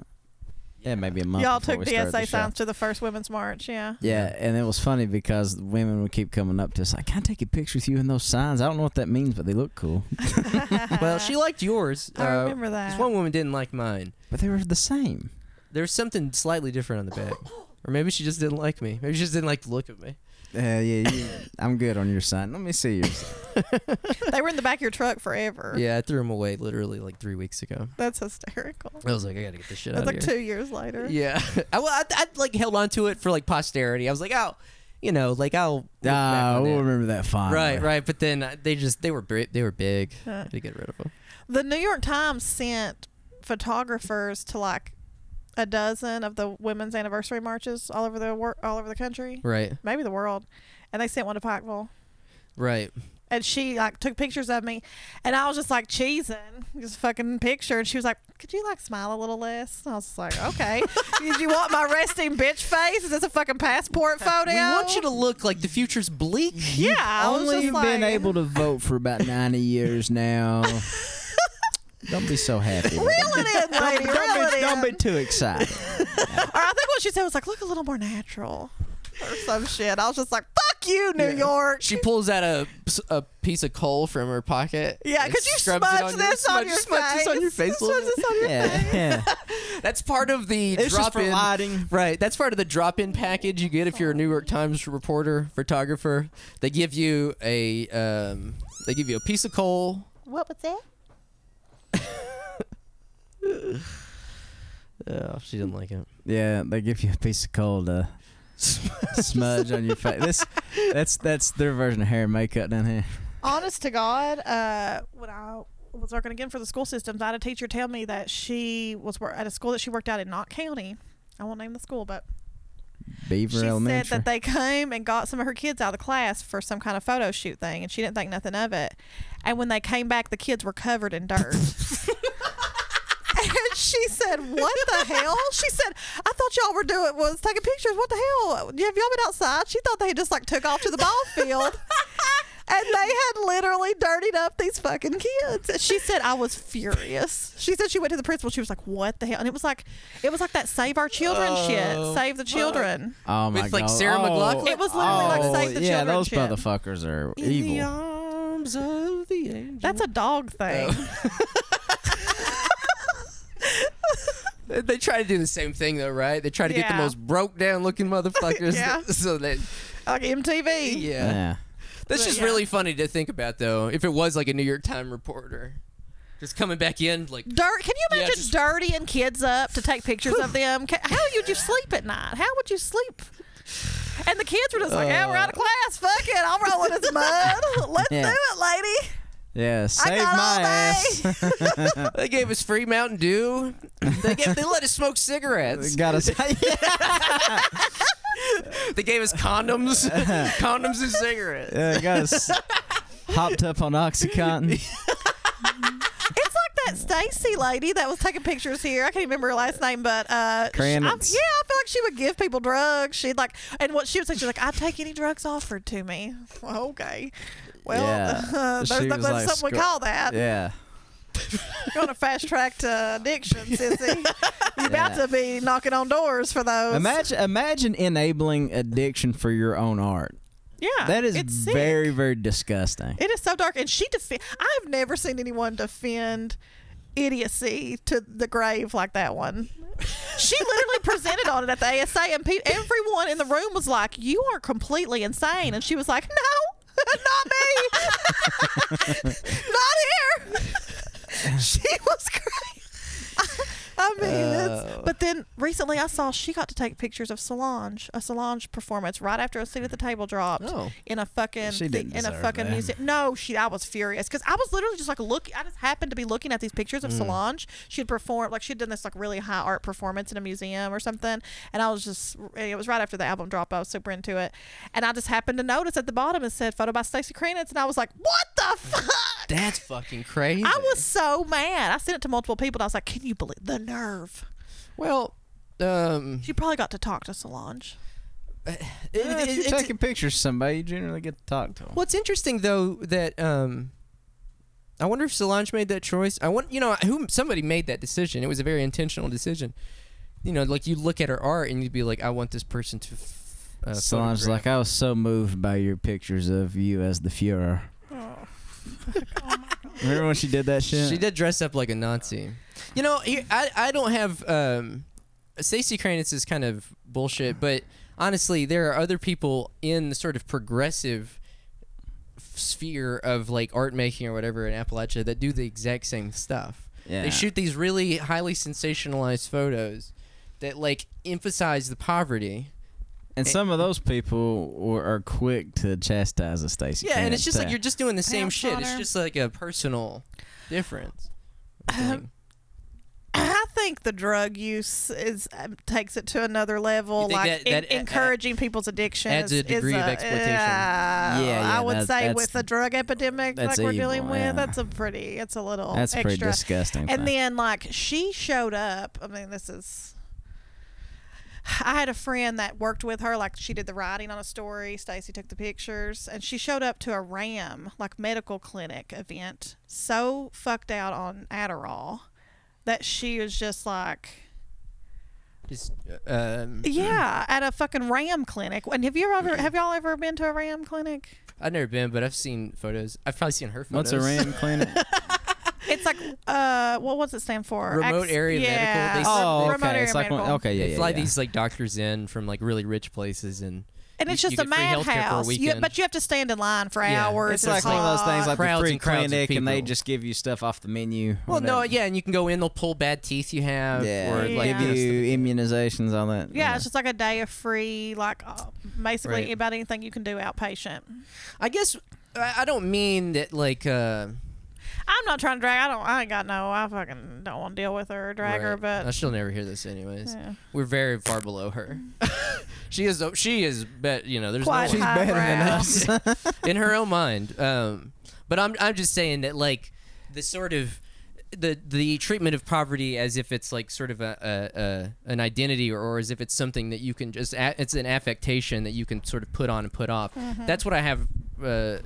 Speaker 4: Yeah, maybe a month.
Speaker 2: Y'all
Speaker 4: before
Speaker 2: took
Speaker 4: we started
Speaker 2: DSA
Speaker 4: the show.
Speaker 2: signs to the first women's march. Yeah.
Speaker 4: Yeah, and it was funny because women would keep coming up to us like, "Can I take a picture with you in those signs?" I don't know what that means, but they look cool.
Speaker 2: [LAUGHS]
Speaker 1: well, she liked yours.
Speaker 2: I
Speaker 1: uh,
Speaker 2: remember
Speaker 1: This
Speaker 2: that.
Speaker 1: one woman didn't like mine.
Speaker 4: But they were the same.
Speaker 1: There was something slightly different on the
Speaker 2: [LAUGHS]
Speaker 1: back, or maybe she just didn't like me. Maybe she just didn't like the look of me.
Speaker 4: Uh, yeah, you, [LAUGHS] I'm good on your sign. Let me see [LAUGHS] yours.
Speaker 2: [GASPS] they were in the back of your truck forever.
Speaker 1: Yeah, I threw them away literally like three weeks ago.
Speaker 2: That's hysterical.
Speaker 1: I was like, I gotta get this shit
Speaker 2: That's
Speaker 1: out
Speaker 2: like
Speaker 1: of here.
Speaker 2: two years later.
Speaker 1: Yeah, [LAUGHS] I, well, I, I like held on to it for like posterity. I was like, oh, you know, like I'll. look back
Speaker 4: Ah,
Speaker 1: on
Speaker 4: we'll
Speaker 1: it.
Speaker 4: remember that fine.
Speaker 1: Right, right. But then uh, they just they were bri- they were big.
Speaker 2: Uh,
Speaker 1: I had to get rid of them.
Speaker 2: the New York Times sent photographers to like a dozen of the women's anniversary marches all over the wor- all over the country,
Speaker 1: Right,
Speaker 2: maybe the world, and they sent one to Pikeville.
Speaker 1: right.
Speaker 2: And she like took pictures of me, and I was just like cheesing, just fucking picture. And she was like, "Could you like smile a little less?" And I was just like,
Speaker 1: [LAUGHS]
Speaker 2: "Okay." Did you want my resting bitch face? Is this a fucking passport photo?
Speaker 1: We want you to look like the future's bleak.
Speaker 2: Yeah, I was
Speaker 4: Only
Speaker 2: just
Speaker 4: you've
Speaker 2: like,
Speaker 4: been able to vote
Speaker 2: [LAUGHS]
Speaker 4: for about 90 years now. don't be so happy. with it.
Speaker 2: reel it in, lady.
Speaker 4: Don't,
Speaker 2: reel
Speaker 4: be,
Speaker 2: it
Speaker 4: don't be
Speaker 2: in. [LAUGHS]
Speaker 4: too excited.
Speaker 2: Or I think what she said was like, look a little more natural or some shit. I was just like, fuck you, New York.
Speaker 1: She pulls out a, a piece of coal from her pocket.
Speaker 2: yeah,
Speaker 1: and
Speaker 2: could you
Speaker 1: scrubs it
Speaker 2: smudge
Speaker 1: your-
Speaker 2: this on
Speaker 1: smudge-
Speaker 2: your
Speaker 1: smudge
Speaker 2: face?
Speaker 1: this on your face a little
Speaker 2: Smudge this on your
Speaker 4: yeah,
Speaker 2: face.
Speaker 4: yeah.
Speaker 1: bit? That's part of the
Speaker 4: It's just
Speaker 1: drop
Speaker 4: for
Speaker 1: in.
Speaker 4: lighting.
Speaker 1: Right, that's part of the drop-in package you get if you're a New York Times reporter, photographer. They give you a um, they give you a piece of coal.
Speaker 2: What was that?
Speaker 1: Oh, she didn't like it.
Speaker 4: Yeah, they give you a piece of coal
Speaker 2: [LAUGHS]
Speaker 4: to smudge on your face. This, that's that's their version of hair and makeup down here.
Speaker 2: Honest to God, uh, when I was working again for the school systems, I had a teacher tell me that she was wor- at a school that she worked at in Knott County. I won't name the school, but
Speaker 4: Beaver
Speaker 2: she
Speaker 4: Elementary.
Speaker 2: said that they came and got some of her kids out of the class for some kind of photo shoot thing, and she didn't think nothing of it. And when they came back, the kids were covered in
Speaker 4: [LAUGHS]
Speaker 2: dirt. and she said, "What the hell?" She said, "I thought y'all were doing was taking pictures. What the hell? Have y'all been outside?" She thought they just like took off to the ball field. And they had literally dirtied up these fucking kids. And She said I was furious. She said she went to the principal. She was like, "What the hell?" And it was like, it was like that "Save Our Children" shit.
Speaker 1: Oh,
Speaker 2: Save the children.
Speaker 4: oh my
Speaker 1: With, like,
Speaker 4: God.
Speaker 1: Sarah
Speaker 4: oh,
Speaker 1: McLachlan?
Speaker 2: It was literally like
Speaker 4: oh,
Speaker 2: Save the
Speaker 4: yeah,
Speaker 2: Children
Speaker 4: those
Speaker 2: shit.
Speaker 4: motherfuckers are evil.
Speaker 1: arms of the angel.
Speaker 2: That's a dog thing.
Speaker 4: Oh.
Speaker 1: [LAUGHS] They try to do the same thing though, right? They try to get the
Speaker 2: Oh. Yeah.
Speaker 1: most broke down looking motherfuckers.
Speaker 2: [LAUGHS]
Speaker 1: [LAUGHS]
Speaker 2: Yeah.
Speaker 1: So that
Speaker 2: like MTV.
Speaker 1: yeah.
Speaker 4: Yeah.
Speaker 1: That's
Speaker 2: But
Speaker 1: just
Speaker 2: yeah.
Speaker 1: really funny to think about though. If it was like a New York Times reporter just coming back in like
Speaker 2: Dirt. Can you
Speaker 1: Yeah,
Speaker 2: imagine
Speaker 1: just-
Speaker 2: dirtying kids up to take pictures of them? Ca- How would you sleep at night? How would you sleep? And the kids were just like, "Yeah, we're out of class. Fuck it. I'm rolling in this mud. Let's
Speaker 4: Uh. Yeah.
Speaker 2: do it, lady."
Speaker 4: Yeah, save
Speaker 2: got
Speaker 4: my
Speaker 2: all
Speaker 4: ass.
Speaker 1: they gave us free Mountain Dew. They gave, they let us smoke
Speaker 4: [LAUGHS]
Speaker 1: cigarettes.
Speaker 2: [LAUGHS]
Speaker 4: Got us.
Speaker 1: They gave us condoms, condoms and cigarettes.
Speaker 4: Yeah, got us [LAUGHS] hopped up on OxyContin.
Speaker 2: It's like that Stacy lady that was taking pictures here. I can't remember her last name, but uh, she- I'm-
Speaker 4: Kranitz.
Speaker 2: yeah, I feel like she would give people drugs. She'd like, and what she would say, she's like, "I take any drugs offered to me." [LAUGHS] Well, okay. Well,
Speaker 4: Yeah.
Speaker 2: [LAUGHS] there's,
Speaker 4: She
Speaker 2: there's
Speaker 4: was like,
Speaker 2: something we
Speaker 4: "Scr-
Speaker 2: call that.
Speaker 4: Yeah.
Speaker 2: You're on a fast track to
Speaker 4: [LAUGHS]
Speaker 2: addiction, sissy. You're about
Speaker 4: Yeah.
Speaker 2: to be knocking on doors for those.
Speaker 4: Imagine imagine enabling addiction for your own art.
Speaker 2: yeah,
Speaker 4: That is
Speaker 2: it's sick.
Speaker 4: very very disgusting.
Speaker 2: It is so dark, and she defend. I've never seen anyone defend idiocy to the grave like that one. She
Speaker 4: [LAUGHS]
Speaker 2: literally presented on it at the ASA, and pe- everyone in the room was like, "You are completely insane," and she was like, "No, [LAUGHS] not me, [LAUGHS] not here." [LAUGHS] she was crazy. [LAUGHS] I mean,
Speaker 1: Oh.
Speaker 2: it's, but then recently I saw she got to take pictures of Solange, a Solange performance right after a seat at the table dropped
Speaker 1: Oh.
Speaker 2: in a fucking
Speaker 4: She
Speaker 2: thi-
Speaker 4: didn't
Speaker 2: in a
Speaker 4: deserve
Speaker 2: fucking
Speaker 4: that.
Speaker 2: music. No, she. I was furious because I was literally just like looking. I just happened to be looking at these pictures of Solange. She had performed like she'd done this like really high art performance in a museum or something, and I was just. and It was right after the album drop. I was super into it, and I just happened to notice at the bottom it said photo by Stacey Kranitz, and I was like, what the fuck.
Speaker 1: That's fucking crazy.
Speaker 2: I was so mad. I sent it to multiple people. And I was like, "Can you believe the nerve?"
Speaker 1: well, um,
Speaker 2: She probably got to talk to Solange.
Speaker 1: it-
Speaker 4: Yeah,
Speaker 1: it-
Speaker 4: if
Speaker 1: it's-
Speaker 4: you're taking pictures of somebody, you generally get to talk to them.
Speaker 1: Well, it's interesting though that um, I wonder if Solange made that choice. I want you know who somebody made that decision. It was a very intentional decision you know, like you look at her art and you'd be like, I want this person to. F- uh,
Speaker 4: Solange's
Speaker 1: photograph.
Speaker 4: like, I was so moved by your pictures of you as the Fuhrer.
Speaker 2: Oh.
Speaker 4: Remember when she did that "Ah, shit?
Speaker 1: She did dress up like a Nazi. You know, here- I I don't have um, Stacey Kranitz is kind of bullshit, but honestly, there are other people in the sort of progressive sphere of like art making or whatever in Appalachia that do the exact same stuff.
Speaker 4: Yeah.
Speaker 1: They shoot these really highly sensationalized photos that like emphasize the poverty.
Speaker 4: And some of those people were, are quick to chastise the Stacey.
Speaker 1: Yeah, and it's
Speaker 4: Kranitz
Speaker 1: just like
Speaker 4: too.
Speaker 1: you're just doing the same
Speaker 2: Pants
Speaker 1: shit.
Speaker 2: on
Speaker 1: It's
Speaker 2: her.
Speaker 1: just like a personal difference. thing.
Speaker 2: I think the drug use is um, takes it to another level,
Speaker 1: You think
Speaker 2: like
Speaker 1: that-
Speaker 2: en-
Speaker 1: that a- a-
Speaker 2: encouraging people's addiction.
Speaker 1: adds
Speaker 2: is,
Speaker 1: a degree
Speaker 2: is
Speaker 1: of exploitation.
Speaker 2: yeah,
Speaker 4: yeah,
Speaker 2: I would
Speaker 4: that-
Speaker 2: say
Speaker 4: that's-
Speaker 2: with the drug epidemic like
Speaker 4: that's
Speaker 2: we're
Speaker 4: evil,
Speaker 2: dealing
Speaker 4: yeah.
Speaker 2: with, that's a pretty, it's a little
Speaker 4: That's
Speaker 2: extra.
Speaker 4: pretty disgusting.
Speaker 2: And
Speaker 4: though.
Speaker 2: then like she showed up. I mean, this is. I had a friend that worked with her. Like she did the writing on a story. Stacy took the pictures, and she showed up to a RAM like medical clinic event, so fucked out on Adderall that she was just like,
Speaker 1: Just uh, um,
Speaker 2: yeah, at a fucking RAM clinic. And have you ever have y'all ever been to a RAM clinic?
Speaker 1: I've never been, but I've seen photos. I've probably seen her photos.
Speaker 4: what's a RAM clinic?
Speaker 2: It's like uh, what does it stand for?
Speaker 1: Remote area medical.
Speaker 2: yeah,
Speaker 1: They s-
Speaker 4: oh,
Speaker 2: remote
Speaker 4: okay.
Speaker 2: area
Speaker 4: It's like one,
Speaker 2: medical.
Speaker 4: okay, yeah,
Speaker 1: they
Speaker 4: yeah.
Speaker 1: fly
Speaker 4: yeah.
Speaker 1: these like doctors in from like really rich places, and
Speaker 2: And
Speaker 1: You-
Speaker 2: it's
Speaker 1: you
Speaker 2: just a
Speaker 1: get free healthcare for a
Speaker 2: madhouse. You,
Speaker 1: weekend.
Speaker 2: but you have to stand in line for
Speaker 1: Yeah.
Speaker 2: hours.
Speaker 4: It's like one of those things like
Speaker 1: Crowds
Speaker 4: the free
Speaker 1: and crowds of
Speaker 4: clinic, and they
Speaker 1: people.
Speaker 4: just give you stuff off the menu.
Speaker 1: well, no,
Speaker 4: whatever.
Speaker 1: yeah, and you can go in. They'll pull bad teeth you have,
Speaker 4: yeah.
Speaker 1: or like
Speaker 2: Yeah.
Speaker 1: you know,
Speaker 4: give
Speaker 1: stuff-
Speaker 4: you immunizations, all that.
Speaker 2: yeah,
Speaker 4: you
Speaker 2: it's just like a day of free, like uh, basically
Speaker 1: Right.
Speaker 2: about anything you can do outpatient.
Speaker 1: I guess I, I don't mean that like. uh
Speaker 2: I'm not trying to drag. I don't. I ain't got no. I fucking don't want to deal with her or drag her.
Speaker 1: right. Uh,
Speaker 2: But
Speaker 1: she'll never hear this anyways.
Speaker 2: yeah.
Speaker 1: We're very far below
Speaker 2: [LAUGHS]
Speaker 1: her. she is. She is. Bet you know. There's
Speaker 4: [LAUGHS]
Speaker 2: Quite
Speaker 1: no one-
Speaker 2: highbrow.
Speaker 1: [LAUGHS] in her own mind. Um, but I'm I'm just saying that like the sort of the the treatment of poverty as if it's like sort of a, a, a an identity or, or as if it's something that you can just a, it's an affectation that you can sort of put on and put off.
Speaker 2: Mm-hmm.
Speaker 1: That's what I have. Uh,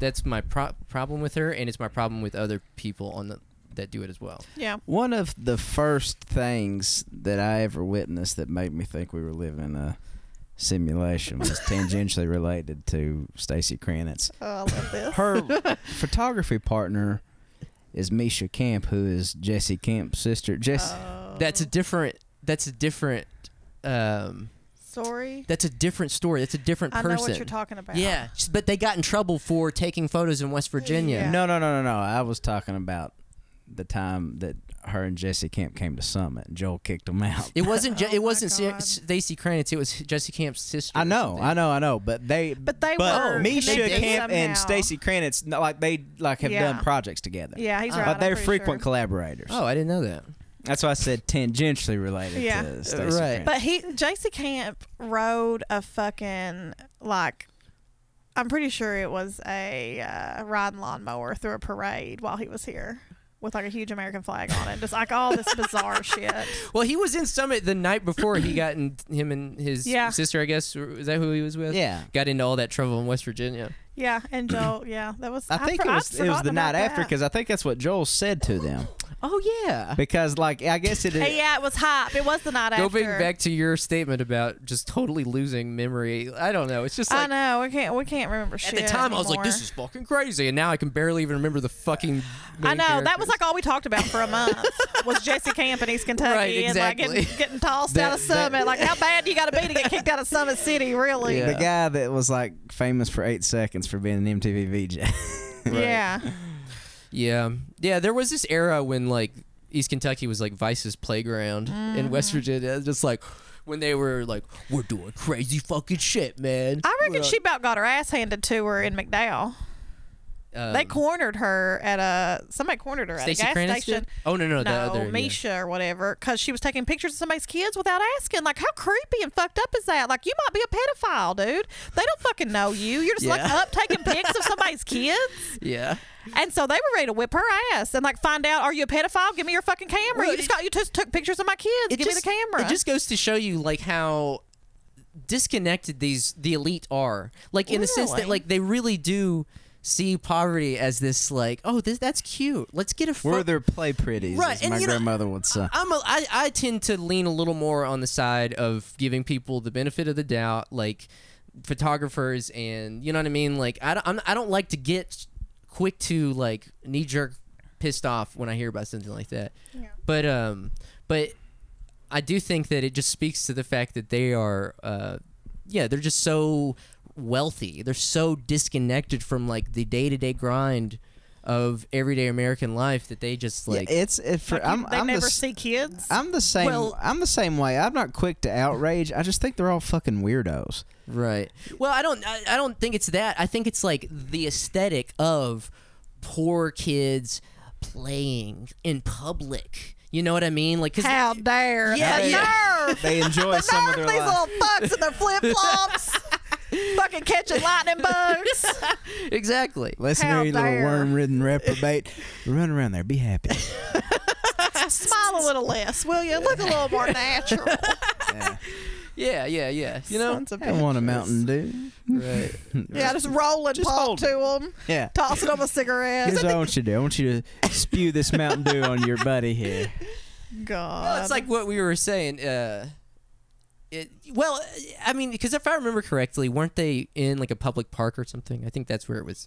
Speaker 1: that's my pro- problem with her, and it's my problem with other people on the that do it as well.
Speaker 2: yeah.
Speaker 4: One of the first things that I ever witnessed that made me think we were living in a simulation [LAUGHS] was tangentially related to Stacy Kranitz.
Speaker 2: Oh, I love
Speaker 1: [LAUGHS]
Speaker 2: this.
Speaker 4: Her photography partner is Misha Camp, who is Jesse Camp's sister. Jesse,
Speaker 2: Oh,
Speaker 1: That's a different. That's a different. Um,
Speaker 2: sorry.
Speaker 1: that's a different story. That's a different
Speaker 2: I
Speaker 1: person.
Speaker 2: know what you're talking about.
Speaker 1: Yeah, but they got in trouble for taking photos in West Virginia.
Speaker 2: Yeah.
Speaker 4: No, no, no, no, no. I was talking about the time that her and Jesse Camp came to Summit and Joel kicked
Speaker 2: [LAUGHS]
Speaker 4: them out.
Speaker 1: It wasn't. ju-
Speaker 2: Oh
Speaker 1: it
Speaker 2: my
Speaker 1: wasn't
Speaker 2: God.
Speaker 1: S- Stacy Kranitz. It was Jesse Camp's sister.
Speaker 4: I
Speaker 1: or
Speaker 4: know,
Speaker 1: something.
Speaker 4: I know, I know, but they,
Speaker 2: But they were
Speaker 4: Misha
Speaker 1: connected
Speaker 4: Camp and
Speaker 2: somehow.
Speaker 4: Stacy Kranitz, no, like they like have
Speaker 2: Yeah.
Speaker 4: done projects together.
Speaker 2: Yeah, he's
Speaker 1: Uh,
Speaker 2: right.
Speaker 4: but
Speaker 2: I'm
Speaker 4: they're
Speaker 2: pretty
Speaker 4: frequent
Speaker 2: sure.
Speaker 4: collaborators.
Speaker 1: Oh, I didn't know that.
Speaker 4: That's why I said tangentially related
Speaker 2: Yeah.
Speaker 4: to Stacy
Speaker 1: right.
Speaker 4: Kranitz.
Speaker 2: But he, JC Camp rode a fucking, like, I'm pretty sure it was a uh, riding lawnmower through a parade while he was here with like a huge American flag on it. Just like all
Speaker 1: [LAUGHS]
Speaker 2: this bizarre shit.
Speaker 1: Well, he was in Summit the night before he got in. Him and his
Speaker 2: Yeah.
Speaker 1: sister, I guess. or Is that who he was with?
Speaker 4: yeah.
Speaker 1: Got into all that trouble in West Virginia.
Speaker 2: Yeah. And Joel, yeah, that was,
Speaker 4: I think
Speaker 2: for-
Speaker 4: it
Speaker 2: I'd
Speaker 4: was it was the
Speaker 2: forgotten
Speaker 4: night
Speaker 2: about
Speaker 4: after
Speaker 2: that.
Speaker 4: because I think that's what Joel said to
Speaker 2: [LAUGHS]
Speaker 4: them
Speaker 1: Oh yeah.
Speaker 4: because like I guess it
Speaker 2: Hey, yeah, it was hype. It was the night
Speaker 1: Go
Speaker 2: after.
Speaker 1: big back to your statement about just totally losing memory. I don't know. It's just
Speaker 2: I
Speaker 1: like
Speaker 2: know we can't we can't remember
Speaker 1: at
Speaker 2: shit.
Speaker 1: the time I was like, this
Speaker 2: anymore.
Speaker 1: is fucking crazy, and now I can barely even remember the fucking.
Speaker 2: [SIGHS] I
Speaker 1: main
Speaker 2: know that was
Speaker 1: characters.
Speaker 2: like all we talked about for a month was Jesse Camp in East Kentucky
Speaker 1: [LAUGHS] Right,
Speaker 2: and
Speaker 1: exactly.
Speaker 2: like getting, getting tossed
Speaker 4: That-
Speaker 2: out of
Speaker 4: that-
Speaker 2: Summit. like how bad you got to be to get kicked out of Summit City, really?
Speaker 4: the
Speaker 1: Yeah.
Speaker 4: guy that was like famous for eight seconds for being an MTV VJ.
Speaker 2: Yeah.
Speaker 1: Yeah, yeah. There was this era when like East Kentucky was like Vice's playground,
Speaker 2: Mm-hmm.
Speaker 1: in West Virginia it's just like when they were like, "We're doing crazy fucking shit, man."
Speaker 2: I reckon
Speaker 1: We're
Speaker 2: she about got her ass handed to her in McDowell.
Speaker 1: like- um,
Speaker 2: they cornered her at a somebody cornered her at
Speaker 1: Stacey
Speaker 2: a gas
Speaker 1: Kranitz did?
Speaker 2: station.
Speaker 1: Oh no, no,
Speaker 2: No,
Speaker 1: the other yeah.
Speaker 2: Misha or whatever, because she was taking pictures of somebody's kids without asking. Like, how creepy and fucked up is that? Like, you might be a pedophile, dude. They don't fucking know you. You're just like
Speaker 1: Yeah.
Speaker 2: up taking pics
Speaker 1: [LAUGHS]
Speaker 2: of somebody's kids.
Speaker 1: Yeah,
Speaker 2: And so they were ready to whip her ass and like find out, are you a pedophile? Give me your fucking camera.
Speaker 1: Well,
Speaker 2: you just
Speaker 1: it-
Speaker 2: got you just took pictures of my kids. Give me the camera.
Speaker 1: It just goes to show you like how disconnected these the elite are. Like in the sense that
Speaker 2: Really?
Speaker 1: like they really do see poverty as this like, oh, this that's cute. Let's get a
Speaker 4: We're
Speaker 1: fuck
Speaker 4: their play pretties,
Speaker 1: Right,
Speaker 4: as
Speaker 1: and
Speaker 4: my
Speaker 1: you know-
Speaker 4: grandmother would say.
Speaker 1: I'm a, I, I tend to lean a little more on the side of giving people the benefit of the doubt, like photographers and you know what I mean. Like I don't I'm, I don't like to get quick to like knee jerk pissed off when I hear about something like that.
Speaker 2: Yeah.
Speaker 1: But um, but I do think that it just speaks to the fact that they are uh, yeah, they're just so wealthy. They're so disconnected from like the day to day grind of everyday American life that they just like.
Speaker 4: yeah, it's it for
Speaker 2: Like, you-
Speaker 4: I'm
Speaker 2: they
Speaker 4: I'm the
Speaker 2: never
Speaker 4: s-
Speaker 2: see kids.
Speaker 4: I'm the same.
Speaker 1: Well-
Speaker 4: I'm the same way. I'm not quick to outrage. I just think they're all fucking weirdos.
Speaker 1: Right. Well, I don't. I, I don't think it's that. I think it's like the aesthetic of poor kids playing in public. You know what I mean? Like, 'cause-
Speaker 2: How dare?
Speaker 1: Yeah,
Speaker 2: the
Speaker 1: yeah.
Speaker 2: nerve!
Speaker 4: They enjoy [LAUGHS]
Speaker 2: The
Speaker 4: some of
Speaker 2: nerve!
Speaker 4: their
Speaker 2: These
Speaker 4: life.
Speaker 2: little fucks in their flip flops,
Speaker 4: [LAUGHS]
Speaker 2: fucking catching lightning bugs.
Speaker 1: exactly.
Speaker 4: Listen
Speaker 2: How
Speaker 4: here, you little
Speaker 2: dare.
Speaker 4: worm-ridden [LAUGHS] reprobate. Run around there. Be [LAUGHS] happy.
Speaker 2: Smile a little less, will you? Look a little more
Speaker 4: [LAUGHS]
Speaker 2: natural.
Speaker 1: Yeah, yeah, yeah. You know.
Speaker 2: Sons of
Speaker 4: I want a
Speaker 2: bitches.
Speaker 4: Mountain Dew. [LAUGHS]
Speaker 1: Right.
Speaker 2: Yeah, just rolling
Speaker 4: Just
Speaker 2: pop
Speaker 4: hold
Speaker 2: to them,
Speaker 4: [LAUGHS] Yeah.
Speaker 2: tossing them a cigarette.
Speaker 4: Here's what I want you to do. I want you to spew this Mountain Dew on your buddy [LAUGHS] here.
Speaker 2: God,
Speaker 1: Well, it's like what we were saying. Uh, it, well, I mean, because if I remember correctly, weren't they in like a public park or something? I think that's where it was.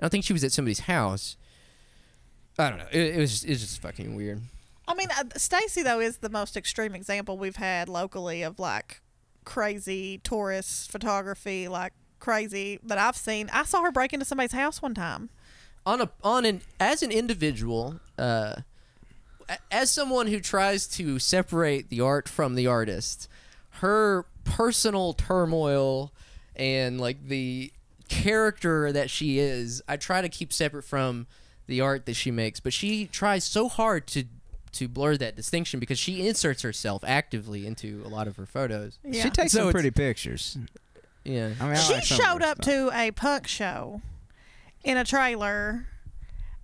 Speaker 1: I don't think she was at somebody's house. I don't know. It, it was. It's just fucking weird.
Speaker 2: I mean, uh, Stacy though is the most extreme example we've had locally of like crazy tourist photography, like crazy that I've seen. I saw her break into somebody's house one time.
Speaker 1: on a on an as an individual uh a- as someone who tries to separate the art from the artist her personal turmoil and like the character that she is i try to keep separate from the art that she makes but she tries so hard to to blur that distinction because she inserts herself actively into a lot of her photos
Speaker 2: Yeah.
Speaker 4: She takes
Speaker 1: So
Speaker 4: some
Speaker 1: it's-
Speaker 4: pretty pictures.
Speaker 1: yeah
Speaker 4: I mean, I
Speaker 2: She
Speaker 4: like some of
Speaker 2: showed
Speaker 4: her
Speaker 2: up
Speaker 4: stuff.
Speaker 2: to a punk show in a trailer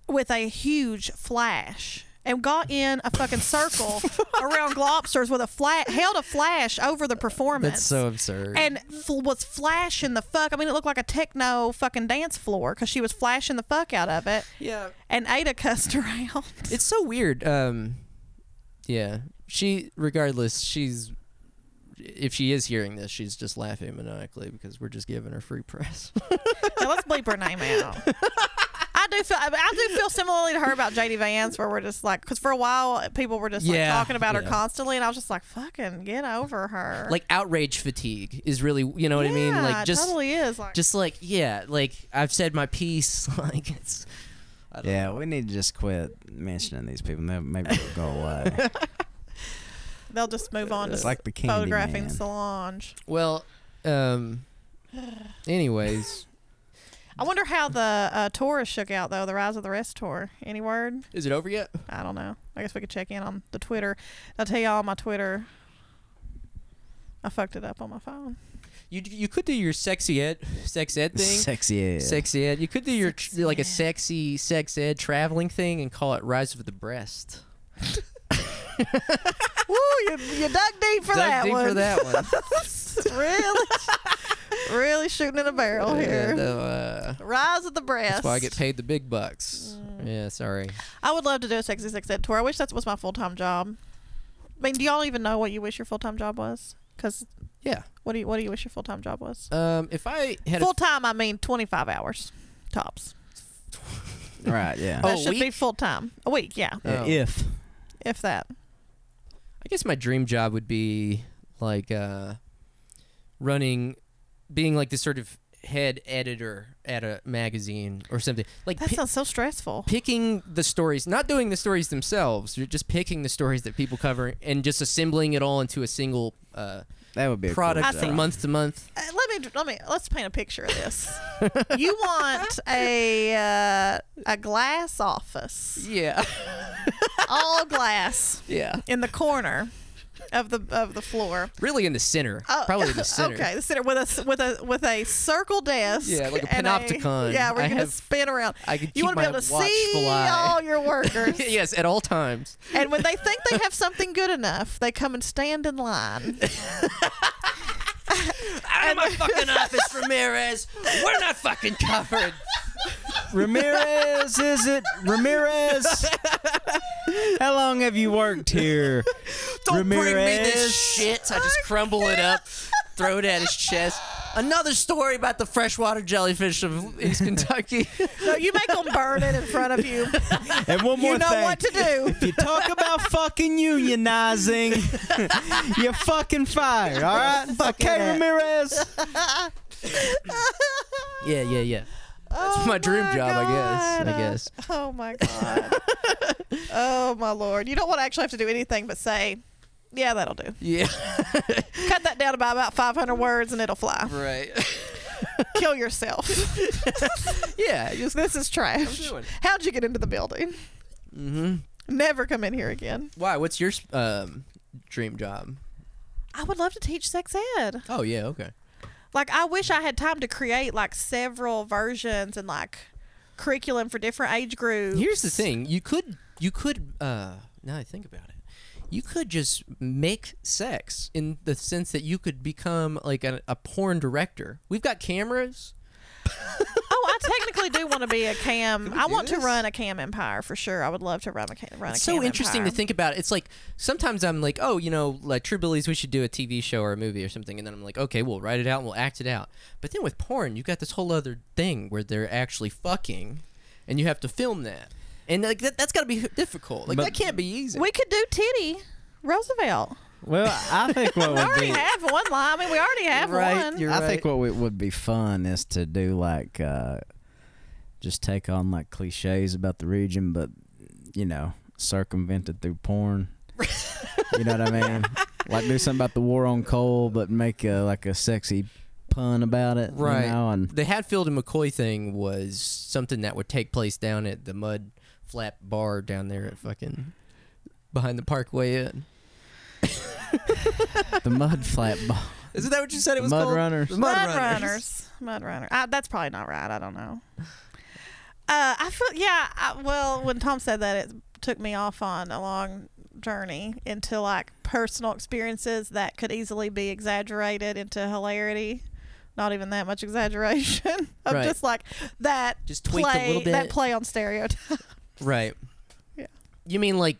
Speaker 2: with a huge flash and got in a fucking
Speaker 4: [LAUGHS]
Speaker 2: circle around Globsters with a flat held a flash over the performance.
Speaker 1: that's so absurd
Speaker 2: and f- was flashing the fuck. I mean, it looked like a techno fucking dance floor because she was flashing the fuck out of it.
Speaker 1: yeah
Speaker 2: And Ada cussed her
Speaker 1: [LAUGHS]
Speaker 2: out.
Speaker 1: It's so weird. Um, yeah. She, regardless, she's if she is hearing this, she's just laughing maniacally because we're just giving her free press. [LAUGHS]
Speaker 2: Now, let's bleep her name out. I do feel I, mean, I do feel similarly to her about JD Vance, where we're just like, because for a while uh, people were just like
Speaker 1: Yeah,
Speaker 2: talking about her
Speaker 1: yeah.
Speaker 2: constantly, and I was just like, fucking get over her.
Speaker 1: like outrage fatigue is really, you know what I mean?
Speaker 2: Yeah,
Speaker 1: Like
Speaker 2: it
Speaker 1: just,
Speaker 2: totally is like
Speaker 1: just like yeah, like I've said my piece. [LAUGHS] Like it's I don't
Speaker 4: Yeah,
Speaker 1: know.
Speaker 4: we need to just quit mentioning these people. Maybe- Maybe they'll go away.
Speaker 2: they'll just move on
Speaker 4: It's
Speaker 2: to
Speaker 4: like the candy
Speaker 2: photographing
Speaker 4: man.
Speaker 2: Solange.
Speaker 1: Well, um, anyways,
Speaker 2: I wonder how the uh, tour is shook out though. The Rise of the Rest tour. Any word?
Speaker 1: is it over yet?
Speaker 2: I don't know. I guess we could check in on the Twitter. I'll tell y'all my Twitter. I fucked it up on
Speaker 1: [LAUGHS]
Speaker 2: my phone.
Speaker 1: You you could do your sexy ed, sex ed thing.
Speaker 4: Sexy as.
Speaker 1: Sexy ed. You could do your
Speaker 2: Sex
Speaker 1: tr- like a
Speaker 2: ed.
Speaker 1: sexy sex ed traveling thing and call it Rise of the Breast.
Speaker 2: Woo, you, you dug deep for
Speaker 1: Dug
Speaker 2: that
Speaker 1: deep
Speaker 2: one.
Speaker 1: for that
Speaker 2: [LAUGHS]
Speaker 1: one.
Speaker 2: really, [LAUGHS] really shooting in a barrel
Speaker 1: Yeah,
Speaker 2: here.
Speaker 1: no, uh,
Speaker 2: Rise of the breast.
Speaker 1: that's why I get paid the big bucks.
Speaker 2: Mm.
Speaker 1: Yeah, sorry.
Speaker 2: I would love to do a sexy sex ed tour. I wish that was my full time job. I mean, do y'all even know what you wish your full time job was? Because
Speaker 1: Yeah.
Speaker 2: what do you what do you wish your full time job was?
Speaker 1: Um, if I had
Speaker 2: Full time, I mean twenty five hours tops.
Speaker 4: Right, yeah.
Speaker 1: Oh,
Speaker 2: that should be
Speaker 1: week?
Speaker 2: full time. A week, yeah,
Speaker 1: a,
Speaker 4: Yeah,
Speaker 1: oh,
Speaker 4: If.
Speaker 2: if that.
Speaker 1: I guess my dream job would be like uh, running, being like this sort of head editor at a magazine or something. Like
Speaker 2: That
Speaker 1: pi-
Speaker 2: sounds so stressful.
Speaker 1: picking the stories, not doing the stories themselves, you're just picking the stories that people cover and just assembling it all into a single uh,
Speaker 4: That would be a
Speaker 1: product
Speaker 2: I
Speaker 4: cool
Speaker 2: see.
Speaker 1: from
Speaker 4: job.
Speaker 1: month to month.
Speaker 2: Uh, let me let me let's paint a picture of
Speaker 1: [LAUGHS]
Speaker 2: this. you want a uh, a glass office,
Speaker 1: Yeah.
Speaker 2: all glass
Speaker 1: [LAUGHS] yeah.
Speaker 2: in the corner of the of the floor.
Speaker 1: Really in the center.
Speaker 2: Oh,
Speaker 1: Probably
Speaker 2: [LAUGHS]
Speaker 1: in the center.
Speaker 2: Okay, the center with a s- with a with a circle desk.
Speaker 1: Yeah, like a
Speaker 2: and
Speaker 1: panopticon.
Speaker 2: yeah, we're
Speaker 1: I
Speaker 2: gonna
Speaker 1: have-
Speaker 2: spin around.
Speaker 1: I could
Speaker 2: You
Speaker 1: keep
Speaker 2: want to be
Speaker 1: my
Speaker 2: able to
Speaker 1: watchful
Speaker 2: see
Speaker 1: eye.
Speaker 2: all your
Speaker 1: [LAUGHS]
Speaker 2: workers,
Speaker 1: yes, at all times.
Speaker 2: and when they think they have something good enough, they come and stand
Speaker 1: [LAUGHS]
Speaker 2: in line.
Speaker 1: [LAUGHS] Out of my fucking office, Ramirez. We're not fucking covered.
Speaker 4: [LAUGHS] Ramirez, is it Ramirez? How long have you worked here?
Speaker 1: Don't bring me
Speaker 4: Ramirez.
Speaker 1: this shit. I just crumble it up, throw it at his chest. Another story about the freshwater jellyfish of East Kentucky.
Speaker 2: No, you make them burn it in front of you.
Speaker 4: And one more
Speaker 2: you know
Speaker 4: thing.
Speaker 2: what to do.
Speaker 4: if you talk about fucking unionizing, you're fucking fired, all right? okay,
Speaker 2: it.
Speaker 4: Ramirez.
Speaker 1: [LAUGHS] [LAUGHS]
Speaker 2: [LAUGHS]
Speaker 1: yeah, yeah, yeah.
Speaker 2: That's
Speaker 1: my dream job, I guess. I guess.
Speaker 2: Oh my god.
Speaker 1: [LAUGHS]
Speaker 2: oh my lord. You don't want to actually have to do anything but say, "Yeah, that'll do."
Speaker 1: Yeah. [LAUGHS]
Speaker 2: Cut that down by about 500 words, and it'll fly.
Speaker 1: Right. [LAUGHS]
Speaker 2: Kill yourself.
Speaker 1: yeah. Just,
Speaker 2: this is
Speaker 1: I'm
Speaker 2: trash.
Speaker 1: doing.
Speaker 2: How'd you get into the building?
Speaker 1: mm-hmm.
Speaker 2: Never come in here again.
Speaker 1: Why? What's your um, dream job?
Speaker 2: I would love to teach sex ed.
Speaker 1: Oh yeah. Okay.
Speaker 2: Like I wish I had time to create like several versions and like curriculum for different age groups.
Speaker 1: Here's the thing. You could. You could. Uh, now I think about it. You could just make sex in the sense that you could become like a, a porn director. We've got cameras.
Speaker 2: oh, I technically do want to be a cam.
Speaker 1: Can we
Speaker 2: I
Speaker 1: do
Speaker 2: want to
Speaker 1: this?
Speaker 2: run a cam empire for sure. I would love to run a cam. Run
Speaker 1: It's
Speaker 2: a
Speaker 1: so
Speaker 2: cam
Speaker 1: interesting to
Speaker 2: empire.
Speaker 1: think about. It's like sometimes I'm like, oh, you know, like True Billies, we should do a TV show or a movie or something, and then I'm like, okay, we'll write it out and we'll act it out. But then with porn, you got this whole other thing where they're actually fucking, and you have to film that, and like that, that's got to be difficult. Like
Speaker 4: But-
Speaker 1: that can't be easy.
Speaker 2: We could do titty Roosevelt.
Speaker 4: Well, I think what
Speaker 2: We
Speaker 4: would
Speaker 2: already
Speaker 4: be
Speaker 2: have one line. I mean, we already have one.
Speaker 1: You're
Speaker 4: I
Speaker 1: right.
Speaker 4: think what we, would be fun is to do like uh, just take on like cliches about the region, but you know, circumvented through
Speaker 1: [LAUGHS]
Speaker 4: porn. you know what I mean? Like do something about the war on coal, but make a, like a sexy pun about it. you
Speaker 1: Right.
Speaker 4: know, and
Speaker 1: the Hatfield and McCoy thing was something that would take place down at the mud flat bar down there at fucking behind the Parkway Inn. [LAUGHS]
Speaker 4: the mud flat ball.
Speaker 1: Isn't that what you said it was
Speaker 4: Mud
Speaker 1: called?
Speaker 4: runners.
Speaker 1: The
Speaker 2: Mud, runners. Mud runner. I, Uh, that's probably not right. I don't know. [LAUGHS] Uh, I feel yeah. I, well, when Tom said that, it took me off on a long journey into like personal experiences that could easily be exaggerated into hilarity. Not even that much [LAUGHS] exaggeration. of
Speaker 1: Right.
Speaker 2: just like that
Speaker 1: Just tweaked a
Speaker 2: play
Speaker 1: little bit.
Speaker 2: that play on stereotype. [LAUGHS]
Speaker 1: Right.
Speaker 2: Yeah.
Speaker 1: You mean like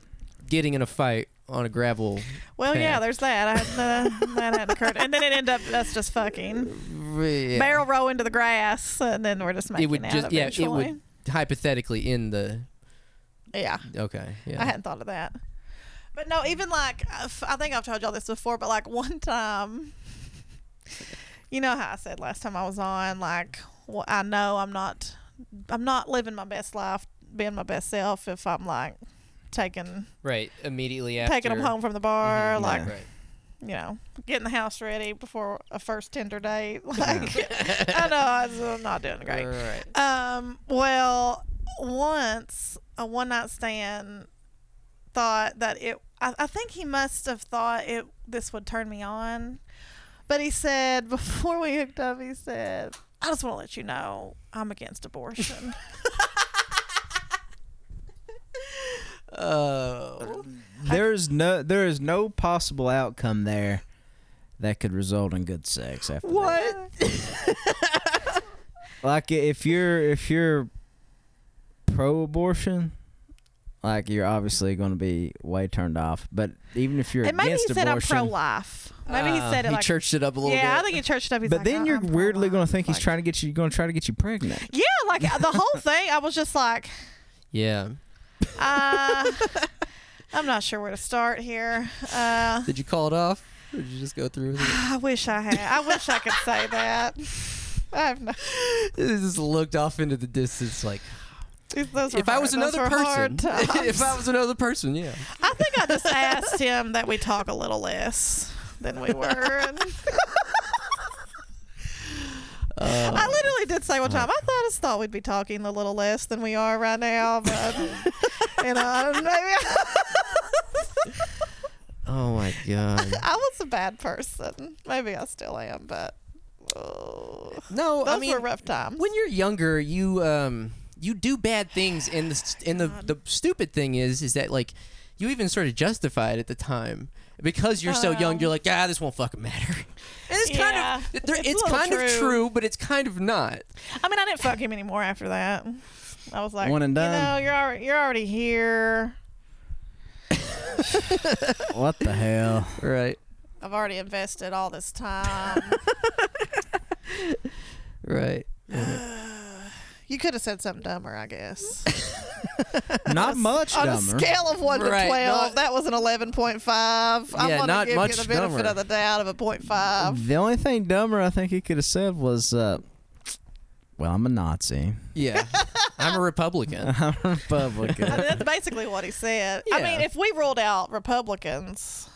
Speaker 1: getting in a fight on a gravel?
Speaker 2: Well, yeah,
Speaker 1: Yeah.
Speaker 2: there's that. I hadn't, uh, [LAUGHS] that hadn't occurred, and then it ended up us just fucking
Speaker 1: Yeah.
Speaker 2: barrel roll into the grass, and then we're just making
Speaker 1: It would
Speaker 2: out
Speaker 1: just yeah. It
Speaker 2: eventually.
Speaker 1: would hypothetically in the
Speaker 2: yeah.
Speaker 1: okay. Yeah.
Speaker 2: I hadn't thought of that. But no, even like I f- I think I've told y'all this before, but like [LAUGHS] one time, you know how I said last time I was on, like wh- I know I'm not, I'm not living my best life, being my best self if I'm like taking
Speaker 1: right. Immediately after
Speaker 2: taking them home from the bar,
Speaker 1: Mhm,
Speaker 2: like
Speaker 1: Right.
Speaker 2: you know, getting the house ready before a first Tinder date. [LAUGHS] Like I know I was- I'm not doing great.
Speaker 1: Right. right.
Speaker 2: Um, well, once a one night stand thought that it, I, I think he must have thought it, this would turn me on. But he said, [LAUGHS] before we hooked up, he said, I just want to let you know I'm against abortion. [LAUGHS]
Speaker 1: Oh.
Speaker 4: There's no there is no possible outcome there that could result in good sex after that. like if you're if you're pro-abortion like you're obviously going to be way turned off but even if you're
Speaker 2: and maybe he
Speaker 4: against
Speaker 2: said
Speaker 4: abortion Uh,
Speaker 2: I'm pro life. Maybe he
Speaker 1: Ah,
Speaker 2: said it
Speaker 1: he
Speaker 2: like,
Speaker 1: churched it up a little
Speaker 2: yeah, I
Speaker 1: bit.
Speaker 2: think he churched up. He's
Speaker 4: but
Speaker 2: like,
Speaker 4: then
Speaker 2: "Oh,
Speaker 4: you're
Speaker 2: I'm
Speaker 4: weirdly
Speaker 2: pro-life."
Speaker 4: going to think he's
Speaker 2: Like-
Speaker 4: trying to get you going to try to get you
Speaker 1: [LAUGHS]
Speaker 4: pregnant
Speaker 2: Yeah, like the
Speaker 4: [LAUGHS]
Speaker 2: whole thing. I was just like,
Speaker 1: yeah.
Speaker 4: [LAUGHS]
Speaker 2: uh, I'm not sure where to start here. Uh,
Speaker 1: Did you call it off? Or did you just go through with it?
Speaker 2: I wish I had. I wish I could say that. I have no.
Speaker 1: [LAUGHS] It just looked off into the distance, like
Speaker 2: these- Those were
Speaker 1: if I
Speaker 2: hard-
Speaker 1: was
Speaker 2: those
Speaker 1: another
Speaker 2: were hard
Speaker 1: person. [LAUGHS] if
Speaker 2: times.
Speaker 1: I was another person, yeah.
Speaker 2: [LAUGHS] I think I just asked him that we talk a little less than we were.
Speaker 1: [LAUGHS]
Speaker 2: And
Speaker 1: Uh,
Speaker 2: I literally did say one time, I thought I just thought we'd be talking a little less than we are right now, but [LAUGHS] you know, [LAUGHS] maybe I,
Speaker 1: Oh my god.
Speaker 2: I was a bad person. Maybe I still am, but oh,
Speaker 1: [LAUGHS] No,
Speaker 2: those
Speaker 1: I mean
Speaker 2: were rough times.
Speaker 1: when you're younger, you um you do bad things, and the st- and the the stupid thing is is that like you even sort of justified at the time. because you're so young,
Speaker 2: Um,
Speaker 1: you're like, ah, this won't fucking matter. [LAUGHS] And it's kind
Speaker 2: Yeah,
Speaker 1: of, there-
Speaker 2: it's
Speaker 1: it's,
Speaker 2: a little
Speaker 1: kind of
Speaker 2: true.
Speaker 1: true, but it's kind of not.
Speaker 2: I mean, I didn't fuck him anymore after that. I was like,
Speaker 4: One and
Speaker 2: You
Speaker 4: done.
Speaker 2: know, you're already, you're already here.
Speaker 4: What
Speaker 1: [LAUGHS]
Speaker 4: the hell?
Speaker 1: Right,
Speaker 2: I've already invested all this time.
Speaker 1: right.
Speaker 2: [LAUGHS] you could have said something dumber, I guess.
Speaker 4: Not much
Speaker 2: [LAUGHS] On
Speaker 4: dumber.
Speaker 2: a scale of one
Speaker 1: Right,
Speaker 2: to twelve,
Speaker 1: not-
Speaker 2: that was an eleven point five. I'm
Speaker 1: Yeah,
Speaker 2: gonna
Speaker 1: not
Speaker 2: give
Speaker 1: much
Speaker 2: you the benefit
Speaker 1: dumber.
Speaker 2: of the doubt of a point five.
Speaker 4: The only thing dumber I think he could have said was, uh, "Well, I'm a Nazi. [LAUGHS]
Speaker 2: [LAUGHS]
Speaker 1: Yeah, I'm a Republican.
Speaker 4: I'm a
Speaker 1: [LAUGHS]
Speaker 2: I mean,
Speaker 4: Republican."
Speaker 2: that's basically what he said. I
Speaker 1: Yeah.
Speaker 2: mean, if we ruled out Republicans,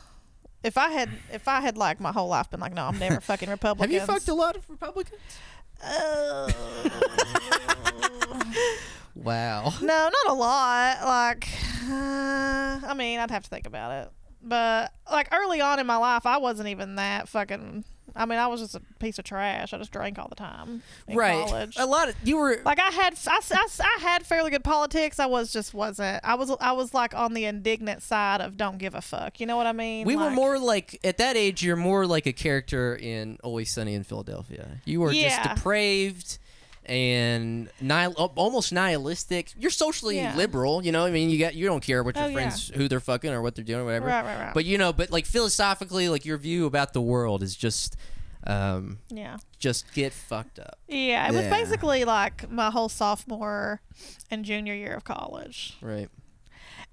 Speaker 2: if I had, if I had like my whole life been like, no, I'm
Speaker 1: [LAUGHS]
Speaker 2: never fucking
Speaker 1: Have
Speaker 2: Republican.
Speaker 1: you fucked a lot of Republicans?
Speaker 2: uh,
Speaker 1: Wow.
Speaker 2: No, not a lot. Like, uh, I mean, I'd have to think about it. But like early on in my life, I wasn't even that fucking. I mean, I was just a piece of trash. I just drank all the time in
Speaker 1: right.
Speaker 2: college.
Speaker 1: A lot of you were
Speaker 2: Like I had, I, I, I had fairly good politics. I was just wasn't. I was, I was like on the indignant side of don't give a fuck. You know what I mean?
Speaker 1: we were
Speaker 2: Like-
Speaker 1: more like at that age you're more like a character in Always Sunny in Philadelphia. You were
Speaker 2: Yeah.
Speaker 1: just depraved and nihil- al- almost nihilistic. You're socially
Speaker 2: Yeah.
Speaker 1: liberal, you know? I mean, you got you don't care what your
Speaker 2: Oh, yeah.
Speaker 1: friends who they're fucking or what they're doing or whatever.
Speaker 2: Right, right, right.
Speaker 1: But you know, but like philosophically like your view about the world is just um
Speaker 2: yeah.
Speaker 1: just get fucked up.
Speaker 2: Yeah, it was
Speaker 4: Yeah.
Speaker 2: basically like my whole sophomore and junior year of college.
Speaker 1: Right.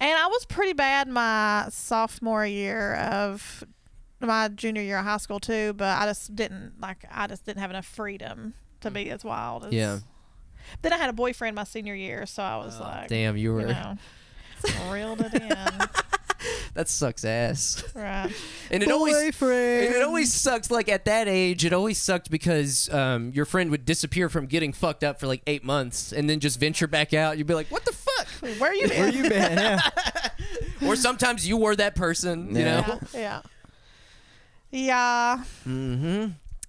Speaker 2: And I was pretty bad my sophomore year of my junior year of high school too, but I just didn't like I just didn't have enough freedom to be as wild as
Speaker 1: Mm. Yeah.
Speaker 2: Then I had a boyfriend my senior year, so I was like
Speaker 1: Oh, Damn, you
Speaker 2: you
Speaker 1: were
Speaker 2: know reeled it in.
Speaker 1: [LAUGHS] that sucks ass.
Speaker 2: right.
Speaker 1: And it always And
Speaker 4: Boyfriend.
Speaker 1: it always sucked. Like at that age, it always sucked because um, your friend would disappear from getting fucked up for like eight months, and then just venture back out. You'd be like, "What the fuck?"
Speaker 2: Where you
Speaker 4: Where
Speaker 2: been?
Speaker 4: you been? Yeah.
Speaker 1: or sometimes you were that person, you
Speaker 4: Yeah.
Speaker 1: know.
Speaker 2: yeah, yeah. Yeah.
Speaker 1: Mm-hmm.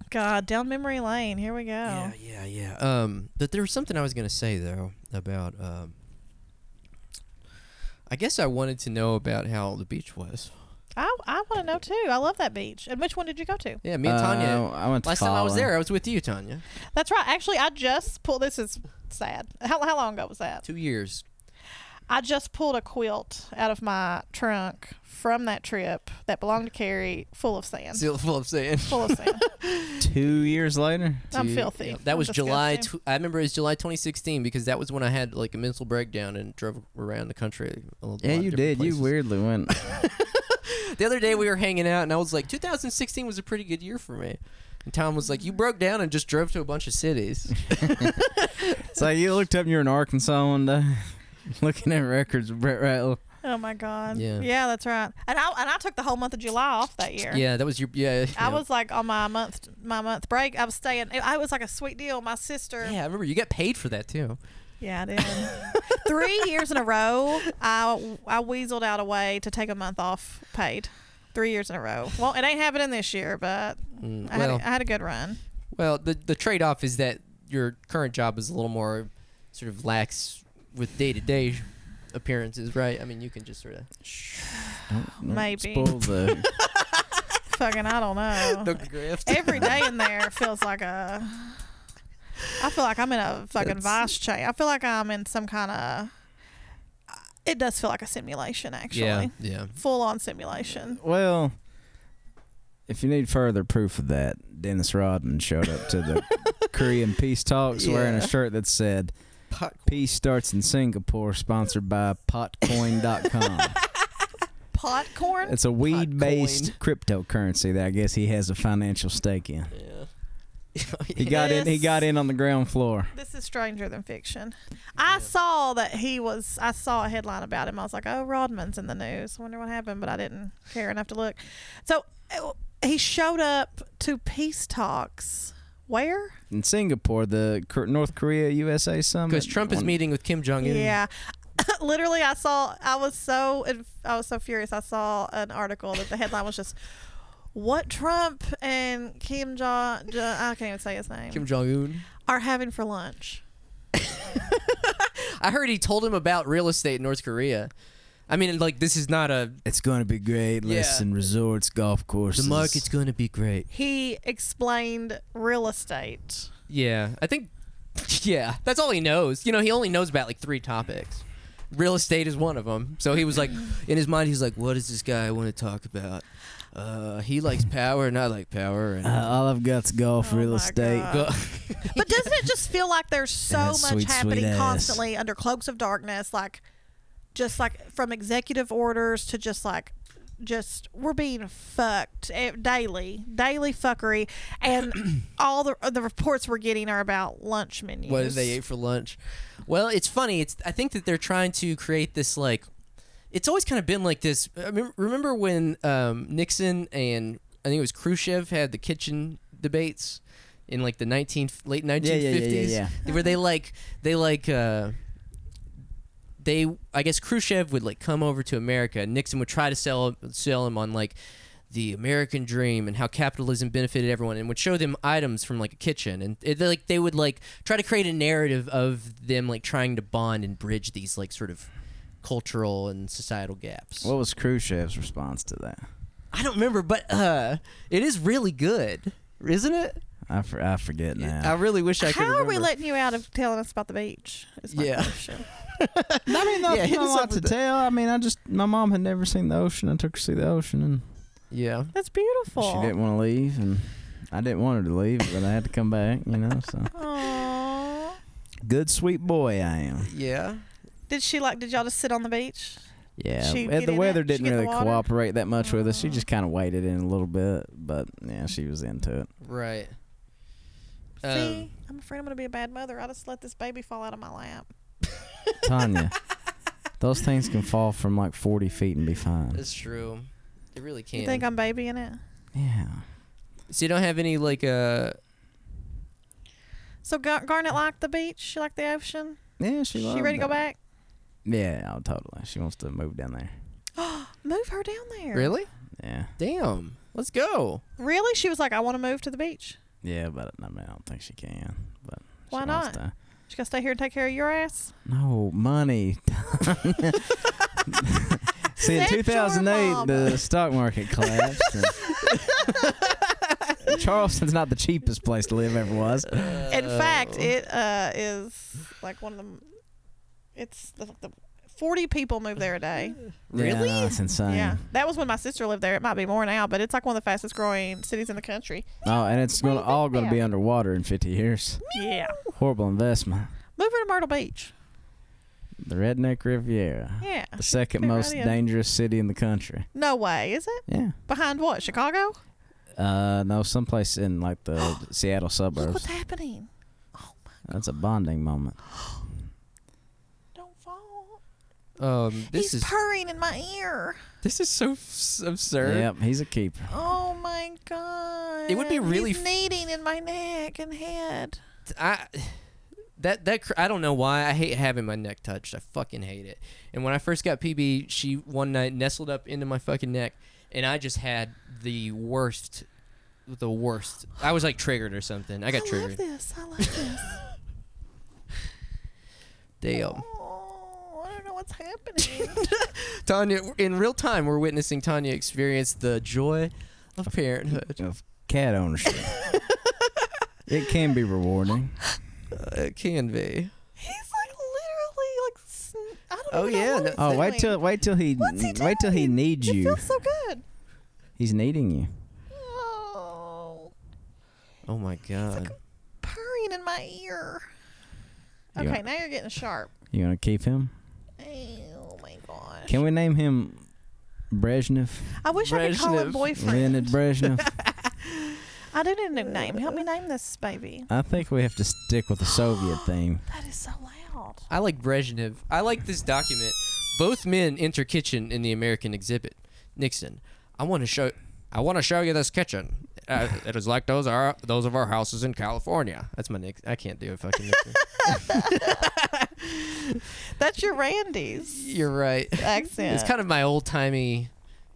Speaker 2: God, down memory lane. Here we go.
Speaker 1: Yeah, yeah, yeah. Um, but there was something I was gonna say though about. Um, I guess I wanted to know about how the beach was.
Speaker 2: I I want to know too. I love that beach. And which one did you go to?
Speaker 1: Yeah, [LAUGHS] me and Tanya.
Speaker 4: Uh, I went to
Speaker 1: Last time I was
Speaker 4: Fallon.
Speaker 1: there, I was with you, Tanya.
Speaker 2: That's right. Actually, I just pulled. This is sad. How, how long ago was that?
Speaker 1: Two years.
Speaker 2: I just pulled a quilt out of my trunk from that trip that belonged to Carrie, full of sand.
Speaker 1: Still full of sand.
Speaker 2: Full of
Speaker 1: [LAUGHS]
Speaker 2: sand.
Speaker 4: Two years later.
Speaker 2: I'm
Speaker 1: to-
Speaker 2: filthy.
Speaker 1: yeah, that
Speaker 2: I'm
Speaker 1: was July.
Speaker 2: disgusting.
Speaker 1: Tw- I remember it was July 2016 because that was when I had like a mental breakdown and drove around the country. A lot
Speaker 4: Yeah,
Speaker 1: of
Speaker 4: you
Speaker 1: different
Speaker 4: did.
Speaker 1: places.
Speaker 4: You weirdly went.
Speaker 1: [LAUGHS] The other day we were hanging out and I was like, 2016 was a pretty good year for me. And Tom was like, you broke down and just drove to a bunch of cities.
Speaker 4: so you looked up. and You're in Arkansas one day, [LAUGHS] looking at records. of Brett Rattle.
Speaker 2: oh my god.
Speaker 1: Yeah.
Speaker 2: Yeah. that's right. And I and I took the whole month of July off that year.
Speaker 1: [LAUGHS] yeah, that was your yeah.
Speaker 2: I
Speaker 1: yeah.
Speaker 2: was like on my month my month break. I was staying. I was like a sweet deal. My sister.
Speaker 1: Yeah, I remember you got paid for that too.
Speaker 2: Yeah, I did.
Speaker 1: [LAUGHS]
Speaker 2: Three years in a row, I I weaseled out a way to take a month off paid. Three years in a row. Well, it ain't happening this year, but
Speaker 1: Mm,
Speaker 2: I, had
Speaker 1: well,
Speaker 2: a, I had a good run.
Speaker 1: well, the the trade off is that your current job is a little more sort of lax with day to day appearances, right? I mean, you can just sort of
Speaker 4: Don't-
Speaker 2: [LAUGHS]
Speaker 4: don't
Speaker 2: Maybe. [LAUGHS]
Speaker 4: Spoil the
Speaker 2: Fucking, I
Speaker 1: [LAUGHS]
Speaker 2: don't know.
Speaker 1: grift.
Speaker 2: Every day in there feels like a. I feel like I'm in a fucking vice chain. I feel like I'm in some kind of. It does feel like a simulation, actually.
Speaker 1: Yeah, yeah.
Speaker 2: Full on simulation.
Speaker 4: Well, if you need further proof of that, Dennis Rodman showed up to
Speaker 2: [LAUGHS]
Speaker 4: the Korean peace talks wearing
Speaker 1: Yeah.
Speaker 4: a shirt that said
Speaker 1: Pot-
Speaker 4: "Peace starts in Singapore," sponsored by
Speaker 2: [LAUGHS]
Speaker 4: Potcoin.com.
Speaker 2: Potcorn?
Speaker 4: it's a weed-based cryptocurrency that I guess he has a financial stake in.
Speaker 1: Yeah.
Speaker 4: He got in. He
Speaker 2: Yes.
Speaker 4: got in on the ground floor.
Speaker 2: This is stranger than fiction. I saw that he was. I saw a headline about him. I was like, "Oh, Rodman's in the news. I wonder what happened." But I didn't care enough to look. So uh, he showed up to peace talks. Where?
Speaker 4: in Singapore, the Kor- North Korea USA summit.
Speaker 1: Because Trump is
Speaker 4: One-
Speaker 1: meeting with Kim Jong Un.
Speaker 2: Yeah. [LAUGHS] Literally, I saw. I was so. inf- I was so furious. I saw an article that the headline was just, "What Trump and Kim Jong? Jo- I can't even say his name.
Speaker 1: Kim Jong Un.
Speaker 2: are having for lunch."
Speaker 1: I heard he told him about real estate in North Korea. I mean, like this is not a
Speaker 4: It's going to be great.
Speaker 1: Yeah.
Speaker 4: Listen, resorts, golf courses.
Speaker 1: the market's going to be great.
Speaker 2: He explained real estate.
Speaker 1: Yeah, I think. [LAUGHS] Yeah, that's all he knows. You know, he only knows about like three topics. Real estate is one of them. So he was like, in his mind, he's like, "What does this guy want to talk about? Uh, he likes power, and I like power." And
Speaker 4: Uh, all I've got's golf,
Speaker 2: Oh
Speaker 4: real
Speaker 2: my
Speaker 4: estate.
Speaker 2: God.
Speaker 1: Go- [LAUGHS]
Speaker 2: [LAUGHS] But doesn't it just feel like there's so
Speaker 4: that
Speaker 2: much
Speaker 4: sweet, sweet
Speaker 2: happening
Speaker 4: ass.
Speaker 2: constantly under cloaks of darkness? Like, just like from executive orders to just like, just we're being fucked eh, daily, daily fuckery,
Speaker 1: [CLEARS THROAT]
Speaker 2: and all the the reports we're getting are about lunch menus.
Speaker 1: what did they ate for lunch? Well, it's funny. It's I think that they're trying to create this like. It's always kind of been like this. I mean, remember when um, Nixon and I think it was Khrushchev had the kitchen debates in like the nineteen late
Speaker 4: yeah,
Speaker 1: nineteen
Speaker 4: yeah, yeah,
Speaker 1: fifties,
Speaker 4: yeah.
Speaker 1: where they like they like uh, they I guess Khrushchev would like come over to America. and Nixon would try to sell sell him on like the American dream and how capitalism benefited everyone, and would show them items from like a kitchen, and it, they, like they would like try to create a narrative of them like trying to bond and bridge these like sort of cultural and societal gaps.
Speaker 4: What was Khrushchev's response to that?
Speaker 1: I don't remember, but uh, it is really good, isn't it?
Speaker 4: I, for, I forget
Speaker 1: I
Speaker 4: now.
Speaker 1: really wish I could.
Speaker 2: How are we
Speaker 1: remember.
Speaker 2: letting you out of telling us about the beach? Is my
Speaker 1: Yeah.
Speaker 2: question.
Speaker 4: I mean,
Speaker 1: [LAUGHS]
Speaker 4: not,
Speaker 1: Yeah, hit
Speaker 4: not a
Speaker 1: us up
Speaker 4: lot to
Speaker 1: with that.
Speaker 4: tell. I mean, I just my mom had never seen the ocean. I took her to see the ocean, and
Speaker 1: Yeah.
Speaker 2: That's beautiful.
Speaker 4: she didn't want to leave, and I didn't want her to leave, but I had to come back. You know,
Speaker 1: [LAUGHS]
Speaker 4: so
Speaker 2: Aww.
Speaker 4: good, sweet boy I am.
Speaker 1: Yeah.
Speaker 2: Did she like? Did y'all just sit on the beach?
Speaker 4: Yeah,
Speaker 2: She'd
Speaker 4: and
Speaker 2: get
Speaker 4: the
Speaker 2: in
Speaker 4: weather
Speaker 2: it? She'd
Speaker 4: didn't
Speaker 2: get in the
Speaker 4: really
Speaker 2: water? Oh.
Speaker 4: cooperate that much with us. She
Speaker 2: Aw.
Speaker 4: just kind of waited in a little bit, but yeah, she was into
Speaker 2: [LAUGHS]
Speaker 4: it.
Speaker 1: Right. Um,
Speaker 2: See, I'm afraid I'm gonna be a bad mother. I just let this baby fall out of my lap.
Speaker 4: Tanya, those things can fall from like forty feet and be fine.
Speaker 1: That's true. It really can.
Speaker 2: You think I'm babying it?
Speaker 4: Yeah,
Speaker 1: so you don't have any like uh
Speaker 2: So Gar- Garnet liked the beach. She liked the ocean.
Speaker 4: yeah, she.
Speaker 2: She,
Speaker 4: loved
Speaker 2: ready to
Speaker 4: it.
Speaker 2: go back?
Speaker 4: Yeah, oh, totally. She wants to move down there.
Speaker 2: Move her down there.
Speaker 1: really?
Speaker 4: Yeah,
Speaker 1: Damn. Let's go.
Speaker 2: Really? She was like, I want to move to the beach.
Speaker 4: yeah, but I, mean, I don't think she can. But she
Speaker 2: Why
Speaker 4: wants
Speaker 2: not?
Speaker 4: to-
Speaker 2: She gonna stay here and take care of your ass.
Speaker 4: No
Speaker 2: [LAUGHS]
Speaker 4: money. See, in
Speaker 2: That's your
Speaker 4: 2008,
Speaker 2: mama.
Speaker 4: the stock market collapsed.
Speaker 2: [LAUGHS]
Speaker 4: and- Charleston's not the cheapest place to live ever was.
Speaker 2: [LAUGHS] In
Speaker 4: Oh.
Speaker 2: fact, it uh, is like one of them. It's the, the 40 people move there a day.
Speaker 1: Really?
Speaker 4: Yeah, no, it's insane.
Speaker 2: Yeah, that was when my sister lived there. It might be more now, but it's like one of the fastest growing cities in the country.
Speaker 4: Oh, and it's gonna, all going to be underwater in 50 years.
Speaker 2: Yeah,
Speaker 4: Horrible investment.
Speaker 2: move her to Myrtle Beach.
Speaker 4: The Redneck Riviera,
Speaker 2: Yeah,
Speaker 4: the second
Speaker 2: fit right
Speaker 4: most
Speaker 2: in.
Speaker 4: dangerous city in the country.
Speaker 2: no way, is it
Speaker 4: Yeah.
Speaker 2: behind what Chicago?
Speaker 4: Uh, no, someplace in like
Speaker 2: [GASPS]
Speaker 4: the Seattle
Speaker 2: Look what's
Speaker 4: suburbs.
Speaker 2: happening.
Speaker 4: That's a bonding moment.
Speaker 2: Don't fall.
Speaker 1: um this
Speaker 2: He's
Speaker 1: is
Speaker 2: purring in my ear.
Speaker 1: this is so s- absurd.
Speaker 4: Yep, he's a keeper.
Speaker 2: Oh my god!
Speaker 1: It would be really
Speaker 2: He's
Speaker 1: f-
Speaker 2: kneading in my neck and head.
Speaker 1: I that that cr- I don't know why I hate having my neck touched. I fucking hate it. And when I first got PB, she one night nestled up into my fucking neck, and I just had the worst, the worst. I was like triggered or something. I got
Speaker 2: love
Speaker 1: triggered.
Speaker 2: this. I love this.
Speaker 1: [LAUGHS] Damn. [LAUGHS]
Speaker 2: oh, I don't know what's happening.
Speaker 1: Tanya, in real time, we're witnessing Tanya experience the joy of parenthood.
Speaker 4: of
Speaker 2: [LAUGHS]
Speaker 4: cat ownership. it can be rewarding.
Speaker 1: Uh, it can be.
Speaker 2: He's like literally like sn- I don't
Speaker 1: Oh,
Speaker 2: even
Speaker 1: yeah,
Speaker 2: know what
Speaker 1: no-
Speaker 2: he's
Speaker 4: Oh, wait
Speaker 2: doing.
Speaker 4: till wait till he,
Speaker 2: What's he
Speaker 4: wait till he
Speaker 2: doing?
Speaker 4: needs
Speaker 2: It
Speaker 4: you.
Speaker 2: feels so good.
Speaker 4: He's needing you.
Speaker 2: Oh,
Speaker 1: Oh my god.
Speaker 2: purring in my ear.
Speaker 4: You-
Speaker 2: Okay, now you're getting sharp.
Speaker 4: You gonna keep him?
Speaker 2: Oh my gosh.
Speaker 4: Can we name him
Speaker 2: [LAUGHS]
Speaker 4: Brezhnev?
Speaker 2: I wish I could call him
Speaker 1: Brezhnev.
Speaker 2: boyfriend.
Speaker 4: Leonid Brezhnev.
Speaker 2: I do need a new name. Help me name this baby.
Speaker 4: I think we have to stick with the Soviet theme.
Speaker 2: That is so loud.
Speaker 1: I like Brezhnev. I like this document. Both men enter kitchen in the American exhibit. Nixon, I want to show. I want to show you this kitchen. Uh, it is like those are those of our houses in California. That's my Nix. I can't do it. Fucking. Nixon.
Speaker 2: That's your Randy's
Speaker 1: [LAUGHS] You're right.
Speaker 2: accent.
Speaker 1: It's kind of my old timey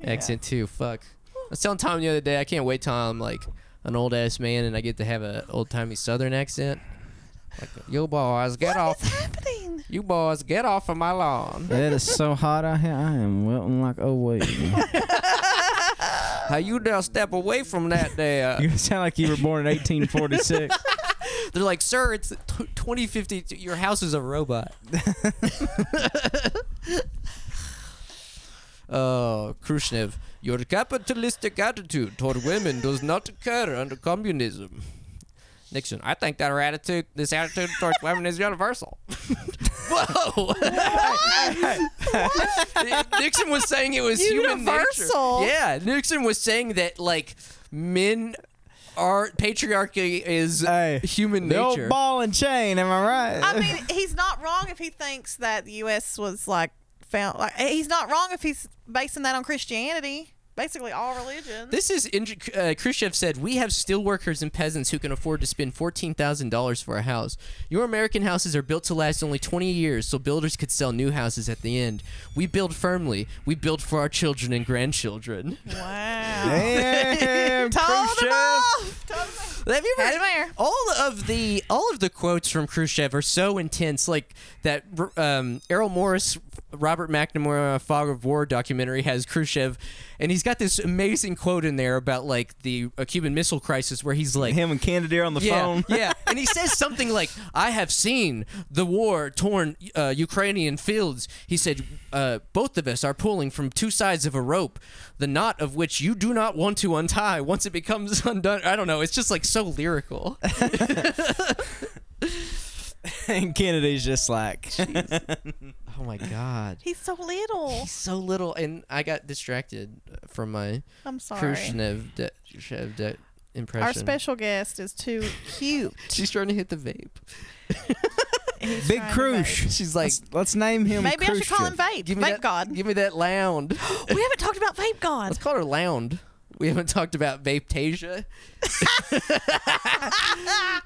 Speaker 1: accent too. Fuck. I was telling Tom the other day, I can't wait till I'm like an old ass man and I get to have a old timey Southern accent. You boys, get
Speaker 2: What
Speaker 1: off.
Speaker 2: is happening?
Speaker 1: You boys, get off of my lawn.
Speaker 4: It is so hot out here. I am wilting like oh wait.
Speaker 2: [LAUGHS]
Speaker 1: How you dare step away from that there?
Speaker 3: You sound like you were born in 1846.
Speaker 2: [LAUGHS]
Speaker 1: They're like, sir, it's t- 2050. Your house is a robot. Oh, Khrushchev, your capitalistic attitude toward women does not occur under communism. Nixon, I think that our attitude, this attitude towards women is universal. Whoa! Nixon was saying it was human nature.
Speaker 2: Universal?
Speaker 1: Yeah, Nixon was saying that like men are patriarchy is
Speaker 4: hey,
Speaker 1: human
Speaker 4: the old
Speaker 1: nature.
Speaker 4: ball and chain. Am I right? [LAUGHS]
Speaker 2: I mean, he's not wrong if he thinks that the U.S. was like found. Like eh, he's not wrong if he's basing that on Christianity, basically all religions.
Speaker 1: This is ing- uh, Khrushchev said. We have steelworkers and peasants who can afford to spend fourteen thousand dollars for a house. Your American houses are built to last only twenty years, so builders could sell new houses at the end. We build firmly. We build for our children and grandchildren.
Speaker 2: wow. [LAUGHS]
Speaker 4: Damn,
Speaker 2: Told him
Speaker 4: Khrushchev.
Speaker 2: off. Told him off.
Speaker 1: Have you
Speaker 2: Had him there.
Speaker 1: all of the all of the quotes from Khrushchev are so intense. Like that um, Errol Morris, Robert McNamara Fog of War documentary has Khrushchev, and he's got this amazing quote in there about like the uh, Cuban Missile Crisis, where he's like,
Speaker 4: Him and Candidate on the
Speaker 1: yeah,
Speaker 4: phone.
Speaker 1: [LAUGHS] yeah. And he says something like, "I have seen the war-torn uh, Ukrainian fields." He said, uh, "Both of us are pulling from two sides of a rope, the knot of which you do not want to untie. Once it becomes [LAUGHS] undone, I don't know. It's just like so lyrical.
Speaker 4: [LAUGHS] and Kennedy's just like,
Speaker 1: [LAUGHS] oh my god,
Speaker 2: He's so little.
Speaker 1: he's so little." And I got distracted from my
Speaker 2: I'm sorry.
Speaker 1: Khrushchev de- Khrushchev de- impression.
Speaker 2: Our special guest is too
Speaker 1: [LAUGHS]
Speaker 2: cute.
Speaker 1: She's trying to hit the vape.
Speaker 2: He's
Speaker 4: Big
Speaker 2: trying to
Speaker 4: Krush.
Speaker 1: She's like,
Speaker 4: let's, let's name him.
Speaker 2: vape. Maybe I should call him
Speaker 4: Khrushchev.
Speaker 2: Vape.
Speaker 1: "Give
Speaker 2: Vape
Speaker 1: me that,
Speaker 2: God.
Speaker 1: give me that
Speaker 2: [GASPS]
Speaker 1: lound." [LAUGHS]
Speaker 2: we haven't talked about Vape God.
Speaker 1: Let's call her Lound. We haven't talked about
Speaker 2: [LAUGHS]
Speaker 1: Vapetasia.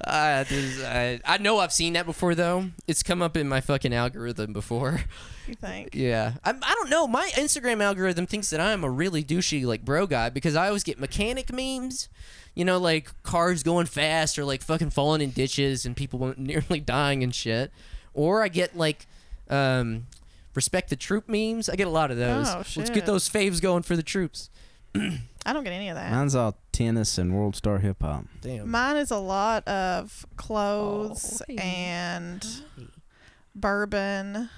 Speaker 1: uh, this is- I, I know I've seen that before, though. It's come up in my fucking algorithm before. [LAUGHS]
Speaker 2: You think?
Speaker 1: Yeah. I, I don't know. My Instagram algorithm thinks that I'm a really douchey, like, bro guy because I always get mechanic memes. You know, like cars going fast or like fucking falling in ditches and people [LAUGHS] nearly dying and shit. Or I get like, um, respect the troop memes. I get a lot of those.
Speaker 2: Oh,
Speaker 1: Let's
Speaker 2: shit.
Speaker 1: get those faves going for the troops.
Speaker 2: I don't get any of that.
Speaker 4: Mine's all tennis and world star hip hop.
Speaker 1: Damn.
Speaker 2: Mine is a lot of clothes
Speaker 1: Oh.
Speaker 2: [GASPS] and bourbon.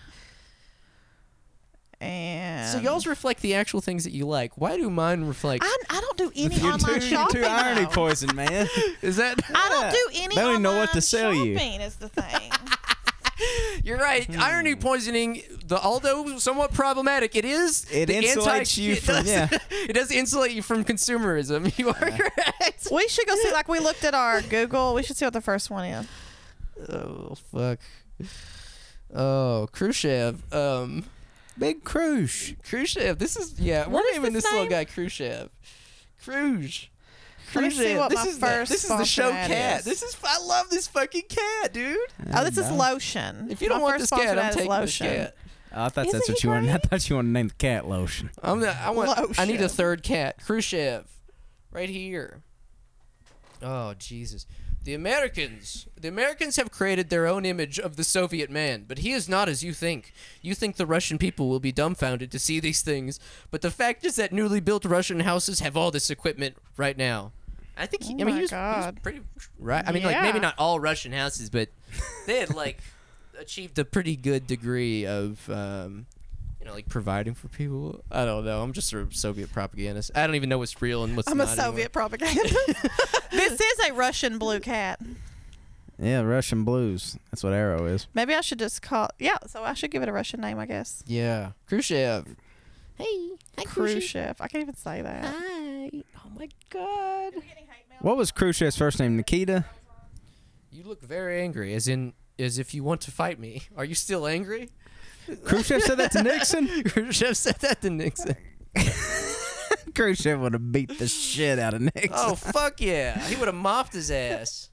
Speaker 2: And
Speaker 1: So y'all's reflect the actual things that you like. Why do mine reflect?
Speaker 2: I, I don't do any
Speaker 4: you're
Speaker 2: online
Speaker 4: too, you're
Speaker 2: shopping.
Speaker 4: too irony
Speaker 2: though. [LAUGHS]
Speaker 4: poison, man.
Speaker 1: Is that
Speaker 2: I don't do any.
Speaker 4: They don't even know what
Speaker 2: online
Speaker 4: to sell you.
Speaker 2: Shopping is the thing.
Speaker 1: [LAUGHS] you're right?
Speaker 4: Hmm.
Speaker 1: Irony poisoning, the although somewhat problematic, it is.
Speaker 4: It
Speaker 1: the
Speaker 4: insulates you
Speaker 1: it
Speaker 4: from-
Speaker 1: does,
Speaker 4: yeah.
Speaker 1: [LAUGHS] It does insulate you from consumerism. [LAUGHS] You are correct.
Speaker 2: [LAUGHS] we should go see. Like we looked at our Google. We should see what the first one is.
Speaker 1: Oh fuck. Oh Khrushchev. Um,
Speaker 4: Big Krush.
Speaker 1: Khrushchev. This is yeah.
Speaker 2: What
Speaker 1: we're
Speaker 2: is
Speaker 1: naming
Speaker 2: this
Speaker 1: this little
Speaker 2: name?
Speaker 1: guy Khrushchev. Khrush.
Speaker 2: Let me see what
Speaker 1: this
Speaker 2: my
Speaker 1: is
Speaker 2: first
Speaker 1: the, this is the show
Speaker 2: sponsor ad
Speaker 1: cat.
Speaker 2: is.
Speaker 1: This is I love this fucking cat, dude.
Speaker 2: Oh, this is lotion.
Speaker 1: If you
Speaker 2: My
Speaker 1: don't want
Speaker 2: first
Speaker 1: this
Speaker 2: sponsor
Speaker 1: cat,
Speaker 2: that
Speaker 1: I'm
Speaker 2: is
Speaker 1: taking
Speaker 2: lotion.
Speaker 1: this cat.
Speaker 4: Oh, I thought
Speaker 2: Isn't
Speaker 4: that's what
Speaker 2: he
Speaker 4: you wanted. I
Speaker 2: great?
Speaker 4: thought you wanted to name the cat lotion.
Speaker 1: I'm the, I want. I need a
Speaker 2: Lotion.
Speaker 1: third cat. Khrushchev, right here. Oh Jesus! The Americans, the Americans have created their own image of the Soviet man, but he is not as you think. You think the Russian people will be dumbfounded to see these things, but the fact is that newly built Russian houses have all this equipment right now. I think. He,
Speaker 2: Oh
Speaker 1: I mean,
Speaker 2: my
Speaker 1: he was, he was
Speaker 2: God.
Speaker 1: pretty right. I mean, like maybe
Speaker 2: Yeah.
Speaker 1: not all Russian houses, but they had like achieved a pretty good degree of um, you know like providing for people i don't know i'm just a soviet propagandist i don't even know what's real and what's
Speaker 2: I'm a
Speaker 1: not [LAUGHS]
Speaker 2: Soviet propaganda. [LAUGHS] this is a Russian blue cat.
Speaker 4: Yeah, Russian blues. That's what Arrow is.
Speaker 2: Maybe I should just call. Yeah, so I should give it a Russian name, I guess.
Speaker 1: anymore. yeah khrushchev
Speaker 5: Hey, hi,
Speaker 2: Cruise
Speaker 5: Crush.
Speaker 2: ship. I can't even say that.
Speaker 5: Hi. Oh my god.
Speaker 4: What was Khrushchev's first name? Nikita.
Speaker 1: you look very angry as in as if you want to fight me are you still angry
Speaker 4: Khrushchev said that to Nixon.
Speaker 1: [LAUGHS]
Speaker 4: [LAUGHS]
Speaker 1: khrushchev said that to nixon
Speaker 4: Khrushchev would have beat the shit out of Nixon. [LAUGHS]
Speaker 1: oh fuck yeah he would have mopped his ass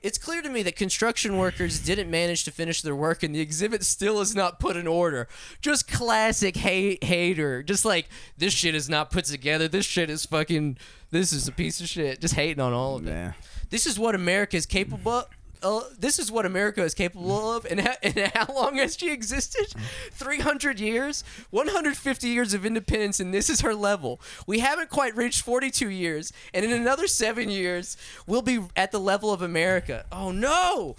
Speaker 1: it's clear to me that construction workers didn't manage to finish their work and the exhibit still is not put in order just classic hate hater just like this shit is not put together this shit is fucking this is a piece of shit just hating on all of it
Speaker 4: Yeah.
Speaker 1: This is what America is capable uh, this is what America is capable of, and, ha- [LAUGHS] and how long has she existed? 300 years? 150 years of independence, and this is her level. We haven't quite reached 42 years, and in another seven years, we'll be at the level of America. Oh no!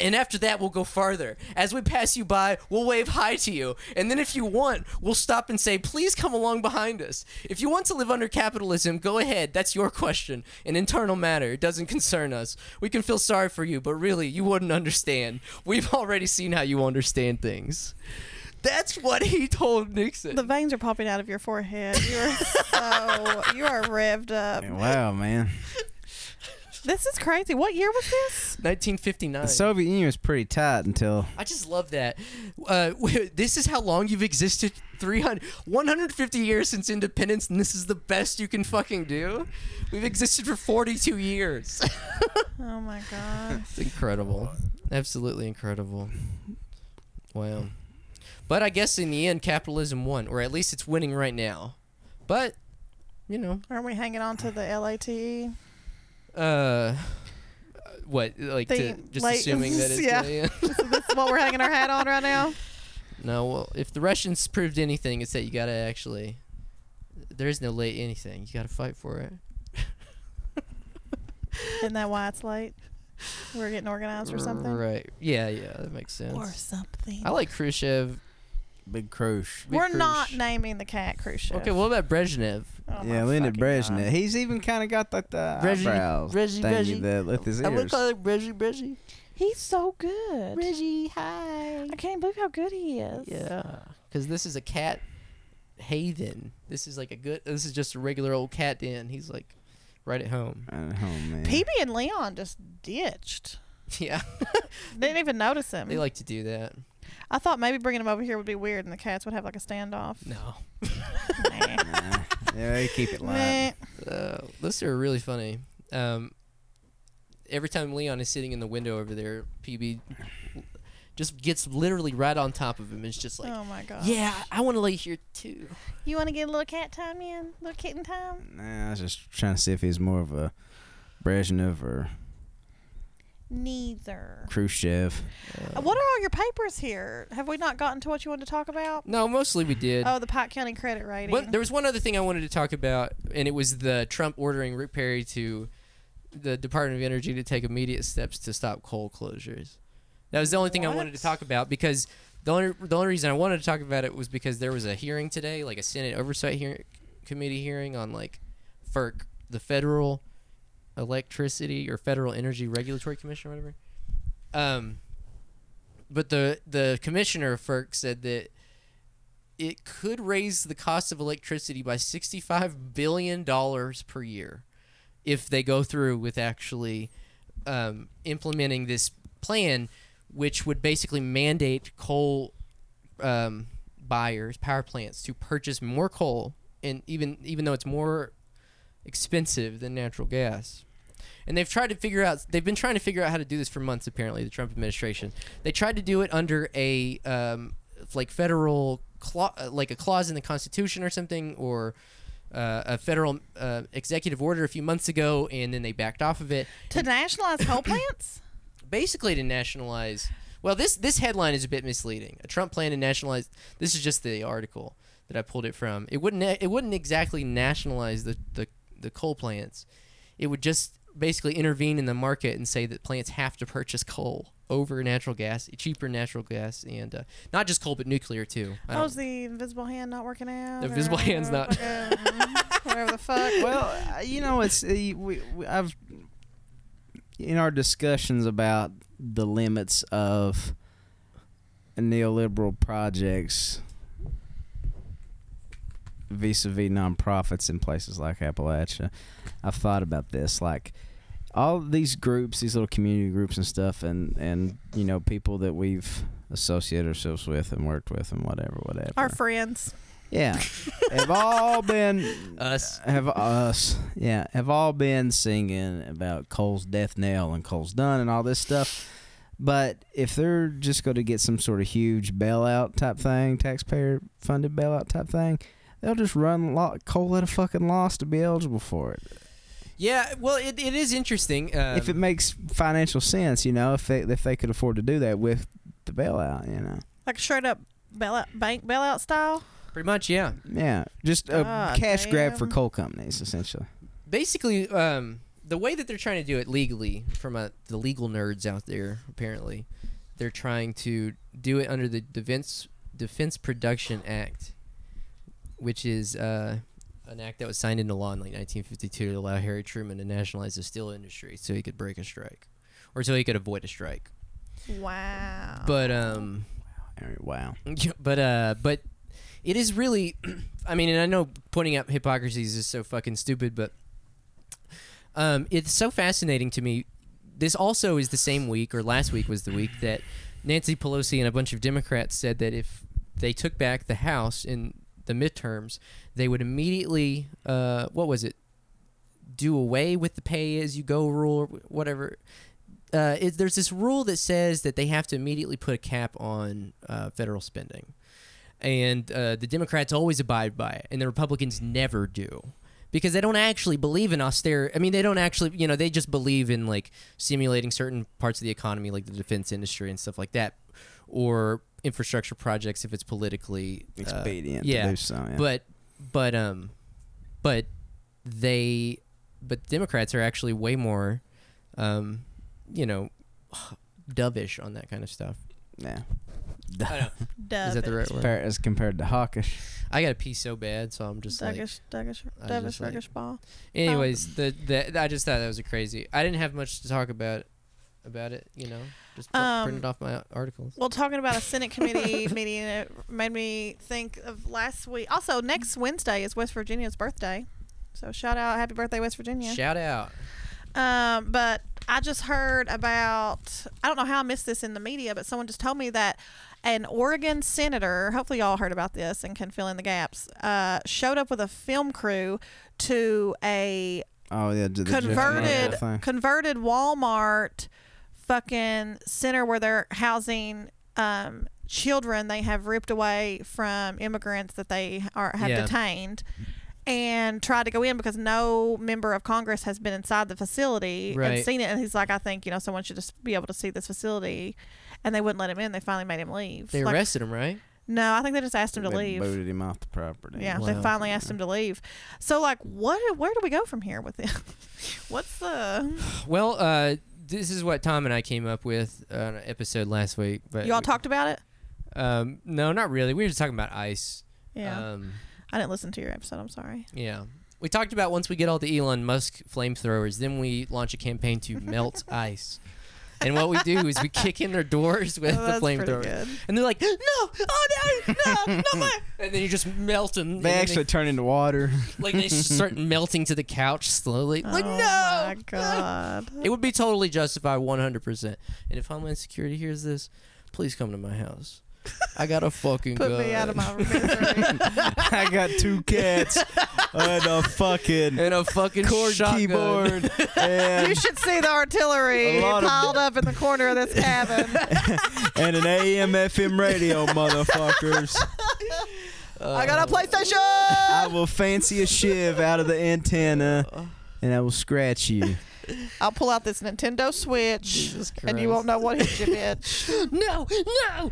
Speaker 1: And after that, we'll go farther. As we pass you by, we'll wave hi to you. And then, if you want, we'll stop and say, please come along behind us. If you want to live under capitalism, go ahead. That's your question. An internal matter. It doesn't concern us. We can feel sorry for you, but really, you wouldn't understand. We've already seen how you understand things. That's what he told Nixon.
Speaker 2: The veins are popping out of your forehead. You're so
Speaker 1: [LAUGHS]
Speaker 2: you are revved up.
Speaker 4: Wow, man.
Speaker 2: This is crazy. What year was this?
Speaker 1: 1959.
Speaker 4: The Soviet Union was pretty tight until
Speaker 1: I just love that. Uh, [LAUGHS] this is how long you've existed 300, 150 years since independence, and this is the best you can fucking do. We've existed for 42 years. [LAUGHS]
Speaker 2: Oh my god.
Speaker 1: it's incredible. Absolutely incredible. Wow. But I guess in the end, capitalism won, or at least it's winning right now. But, you know,
Speaker 2: Aren't we hanging on to the LAT?
Speaker 1: uh, what, like, to,
Speaker 2: Think-
Speaker 1: just
Speaker 2: like- [LAUGHS]
Speaker 1: assuming that it's
Speaker 2: yeah.
Speaker 1: gonna-
Speaker 2: That's what we're hanging our hat on right now.
Speaker 1: No, well, if the Russians proved anything, it's that you gotta actually. There is no late anything. You gotta fight for it.
Speaker 2: Isn't that why it's late? We're getting organized or something.
Speaker 1: Right. Yeah, yeah, that makes sense.
Speaker 2: Or something.
Speaker 1: I like Khrushchev.
Speaker 4: Big Crush.
Speaker 1: we
Speaker 2: We're not
Speaker 1: Khrush-
Speaker 2: naming the cat Khrushchev.
Speaker 1: Okay, what about Brezhnev?
Speaker 2: Oh my
Speaker 4: yeah, Leonid
Speaker 2: fucking God.
Speaker 4: Brezhnev. He's even kind of got like the
Speaker 1: Brezhnev-
Speaker 4: eyebrows
Speaker 1: Brezhnev-
Speaker 4: thingy
Speaker 1: Brezhnev.
Speaker 4: that with his ears.
Speaker 1: it Brezhnev, Brezhnev.
Speaker 2: He's so good.
Speaker 5: Reggie, hi.
Speaker 2: I can't believe how good he is.
Speaker 1: Yeah, because this is a cat haven. This is like a good. This is just a regular old cat den. He's like right at home. [LAUGHS]
Speaker 4: oh man.
Speaker 2: PB and Leon just ditched.
Speaker 1: Yeah,
Speaker 2: Didn't even notice him.
Speaker 1: they like to do that.
Speaker 2: I thought maybe bringing him over here would be weird, and the cats would have like a standoff.
Speaker 1: [LAUGHS] No,
Speaker 2: [LAUGHS] Nah.
Speaker 4: Nah. yeah, they
Speaker 2: [LAUGHS]
Speaker 4: keep it
Speaker 2: Meh.
Speaker 4: light.
Speaker 1: Uh, those two are really funny. Um, every time Leon is sitting in the window over there, PB just gets literally right on top of him and is just like,
Speaker 2: oh my god.
Speaker 1: "Yeah, I want to lay here too."
Speaker 2: You want to get a little cat time in, little kitten time?
Speaker 4: Nah, I was just trying to see if he's more of a Brezhnev or
Speaker 2: Neither.
Speaker 4: Khrushchev.
Speaker 2: Uh, what are all your papers here? Have we not gotten to what you wanted to talk about?
Speaker 1: No, mostly we did.
Speaker 2: Oh, the Pike County credit rating.
Speaker 1: One- there was one other thing I wanted to talk about, and it was the Trump ordering Rick Perry to the Department of Energy to take immediate steps to stop coal closures. That was the only thing I wanted to
Speaker 2: What?
Speaker 1: talk about because the only the only reason I wanted to talk about it was because there was a hearing today, like a Senate Oversight hearing, Committee hearing on like FERC, the Federal Electricity or Federal Energy Regulatory Commission, or whatever. Um, but the the commissioner of FERC said that it could raise the cost of electricity by $65 billion per year if they go through with actually um, implementing this plan, which would basically mandate coal um, buyers, power plants, to purchase more coal, and even even though it's more expensive than natural gas. And they've tried to figure out. They've been trying to figure out how to do this for months. Apparently, the Trump administration. They tried to do it under a um, like federal cla- uh, like a clause in the Constitution or something, or uh, a federal uh, executive order a few months ago, and then they backed off of it
Speaker 2: to nationalize
Speaker 1: [COUGHS]
Speaker 2: coal plants?
Speaker 1: basically to nationalize. Well, this this headline is a bit misleading. A Trump plan to nationalize. This is just the article that I pulled it from. It wouldn't it wouldn't exactly nationalize the the, the coal plants. It would just basically intervene in the market and say that plants have to purchase coal over natural gas, cheaper natural gas, and uh, not just coal but nuclear too. I
Speaker 2: Oh,
Speaker 1: don't-
Speaker 2: is the invisible hand not working out?
Speaker 1: The invisible
Speaker 2: Or
Speaker 1: hand's not- [LAUGHS]
Speaker 2: fucking- Whatever the fuck.
Speaker 4: well, uh, you know, it's uh, we, we, I've in our discussions about the limits of neoliberal projects vis-a-vis nonprofits in places like Appalachia. I've thought about this, like all these groups, these little community groups and stuff, and and you know, people that we've associated ourselves with and worked with and whatever, whatever.
Speaker 2: Our friends.
Speaker 4: Yeah, [LAUGHS] have all been
Speaker 1: Us.
Speaker 4: Have us? Yeah, have all been singing about Cole's death knell and Cole's done and all this stuff. But if they're just going to get some sort of huge bailout type thing, taxpayer funded bailout type thing, they'll just run lo- Cole at a fucking loss to be eligible for it.
Speaker 1: Yeah, well, it, it is interesting. Um,
Speaker 4: if it makes financial sense, you know, if they if they could afford to do that with the bailout, you know,
Speaker 2: Like straight up bailout, bank bailout style.
Speaker 1: pretty much, yeah.
Speaker 4: yeah, just a
Speaker 2: God
Speaker 4: cash grab for
Speaker 2: damn.
Speaker 4: coal companies, essentially.
Speaker 1: Basically, um, the way that they're trying to do it legally, from uh, the legal nerds out there, apparently, they're trying to do it under the Defense Defense Production Act, which is uh, an act that was signed into law in like 1952 to allow Harry Truman to nationalize the steel industry so he could break a strike, or so he could avoid a strike.
Speaker 2: Wow.
Speaker 1: But um.
Speaker 4: All right, Wow.
Speaker 1: Yeah, but uh, but it is really, [CLEARS THROAT] I mean, and I know pointing out hypocrisy is just so fucking stupid, but um, it's so fascinating to me. This also is the same week, or last week was the week that Nancy Pelosi and a bunch of Democrats said that if they took back the House in the midterms, they would immediately, uh, what was it, do away with the pay as you go rule or wh- whatever. Uh, it, there's this rule that says that they have to immediately put a cap on uh, federal spending, and uh, the Democrats always abide by it, and the Republicans never do. Because they don't actually believe in austerity. I mean, they don't actually, you know, they just believe in like simulating certain parts of the economy, like the defense industry and stuff like that, or infrastructure projects if it's politically uh,
Speaker 4: Expedient
Speaker 1: yeah,
Speaker 4: to do so. Yeah.
Speaker 1: but but um but they but democrats are actually way more um you know [SIGHS] dovish on that kind of stuff
Speaker 4: yeah.
Speaker 2: Dub
Speaker 1: is that the
Speaker 2: it.
Speaker 1: right word
Speaker 4: Compar- as compared to hawkish.
Speaker 1: i got a pee so bad so i'm just like
Speaker 2: Duggish, Duggish,
Speaker 1: I was
Speaker 2: Duggish,
Speaker 1: just like-
Speaker 2: Duggish ball.
Speaker 1: anyways the, the i just thought that was a crazy i didn't have much to talk about about it you know just pr-
Speaker 2: Um,
Speaker 1: printed off my articles
Speaker 2: Well, talking about a Senate committee meeting, it made me think of last week. Also, next Wednesday is West Virginia's birthday. So shout out, happy birthday, West Virginia.
Speaker 1: shout out
Speaker 2: Um, but I just heard about, I don't know how I missed this in the media, but someone just told me that an Oregon senator, hopefully y'all heard about this and can fill in the gaps, uh, showed up with a film crew to a
Speaker 4: Oh yeah, to the Jeff
Speaker 2: converted
Speaker 4: Merkel thing.
Speaker 2: converted Walmart fucking center where they're housing um, children they have ripped away from immigrants that they are have
Speaker 1: Yeah.
Speaker 2: detained and tried to go in because no member of Congress has been inside the facility and
Speaker 1: Right.
Speaker 2: seen it and he's like I think you know someone should just be able to see this facility and they wouldn't let him in they finally made him leave
Speaker 1: they
Speaker 2: Like,
Speaker 1: arrested him right
Speaker 2: no I think they just asked him to
Speaker 4: They
Speaker 2: leave
Speaker 4: Booted him off the property.
Speaker 2: yeah,
Speaker 1: Wow.
Speaker 2: they finally asked him to leave. So like, what? Where do we go from here with this? [LAUGHS] What's the?
Speaker 1: well uh this is what tom and i came up with uh, on an episode last week but
Speaker 2: You all
Speaker 1: we-
Speaker 2: talked about it?
Speaker 1: um no not really we were just talking about ice
Speaker 2: Yeah,
Speaker 1: Um,
Speaker 2: I didn't listen to your episode. I'm sorry.
Speaker 1: yeah. We talked about once we get all the Elon Musk flamethrowers, then we launch a campaign
Speaker 2: [LAUGHS]
Speaker 1: to melt ice. And what we do is we kick in their doors with
Speaker 2: Oh,
Speaker 1: [LAUGHS] the
Speaker 2: that's pretty
Speaker 1: flamethrowers.
Speaker 2: good.
Speaker 1: And they're like, no, oh no, no,
Speaker 2: [LAUGHS]
Speaker 1: not my. And then you just melt them. and
Speaker 4: They
Speaker 1: then
Speaker 4: actually turn into water.
Speaker 2: [LAUGHS]
Speaker 4: [LAUGHS]
Speaker 1: like, they start melting to the couch slowly. Like,
Speaker 2: oh
Speaker 1: no.
Speaker 2: my
Speaker 1: no." [LAUGHS]
Speaker 2: god.
Speaker 1: It would be totally justified 100%. And if Homeland Security hears this, please come to my house. I got a fucking
Speaker 2: Put
Speaker 1: gun.
Speaker 2: me out of
Speaker 1: [LAUGHS]
Speaker 2: my misery.
Speaker 4: I got two cats and a fucking
Speaker 1: [LAUGHS]
Speaker 4: [LAUGHS]
Speaker 1: And a fucking
Speaker 4: chord
Speaker 1: shotgun.
Speaker 4: keyboard
Speaker 2: you
Speaker 4: and,
Speaker 2: [LAUGHS] should see the artillery
Speaker 4: A lot of-
Speaker 2: piled up in the corner of this
Speaker 1: [LAUGHS]
Speaker 2: cabin.
Speaker 4: and an AM FM
Speaker 2: [LAUGHS]
Speaker 4: radio, motherfuckers.
Speaker 2: I
Speaker 1: Uh,
Speaker 2: got a PlayStation.
Speaker 4: I will fancy a shiv out of the antenna and I will scratch you.
Speaker 2: I'll pull out this Nintendo Switch,
Speaker 1: Jesus Christ.
Speaker 2: and you won't know what hit you, bitch.
Speaker 1: [LAUGHS] No, no.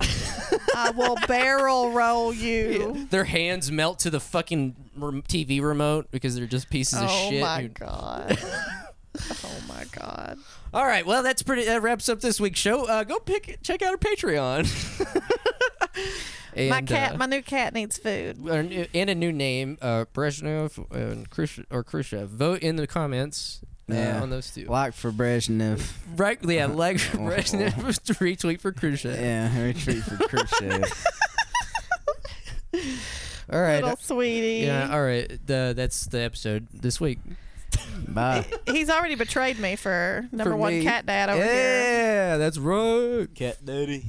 Speaker 2: I will barrel roll
Speaker 1: [LAUGHS]
Speaker 2: you.
Speaker 1: Their hands melt to the fucking rem- TV remote because they're just pieces of
Speaker 2: oh
Speaker 1: shit.
Speaker 2: my
Speaker 1: dude. [LAUGHS]
Speaker 2: god. [LAUGHS] oh my god.
Speaker 1: All right, well that's pretty. That wraps up this week's show. Uh, go pick check out our Patreon. [LAUGHS] and,
Speaker 2: my cat,
Speaker 1: uh,
Speaker 2: my new cat needs food.
Speaker 1: our new- and a new name, uh, Brezhnev and Khrush- or Khrushchev. Vote in the comments uh,
Speaker 4: Yeah.
Speaker 1: on those two.
Speaker 4: Like for Brezhnev.
Speaker 1: Right, yeah,
Speaker 4: [LAUGHS]
Speaker 1: like for
Speaker 4: Wow.
Speaker 1: Brezhnev, [LAUGHS] retweet for Khrushchev.
Speaker 4: Yeah, retreat for Khrushchev.
Speaker 1: All right,
Speaker 2: Little sweetie.
Speaker 1: uh, yeah, all right. The, that's the episode this week.
Speaker 4: Bye.
Speaker 2: He's already betrayed me for number
Speaker 1: For
Speaker 2: one
Speaker 1: me.
Speaker 2: cat dad over here.
Speaker 1: yeah, that's right.
Speaker 4: Cat daddy.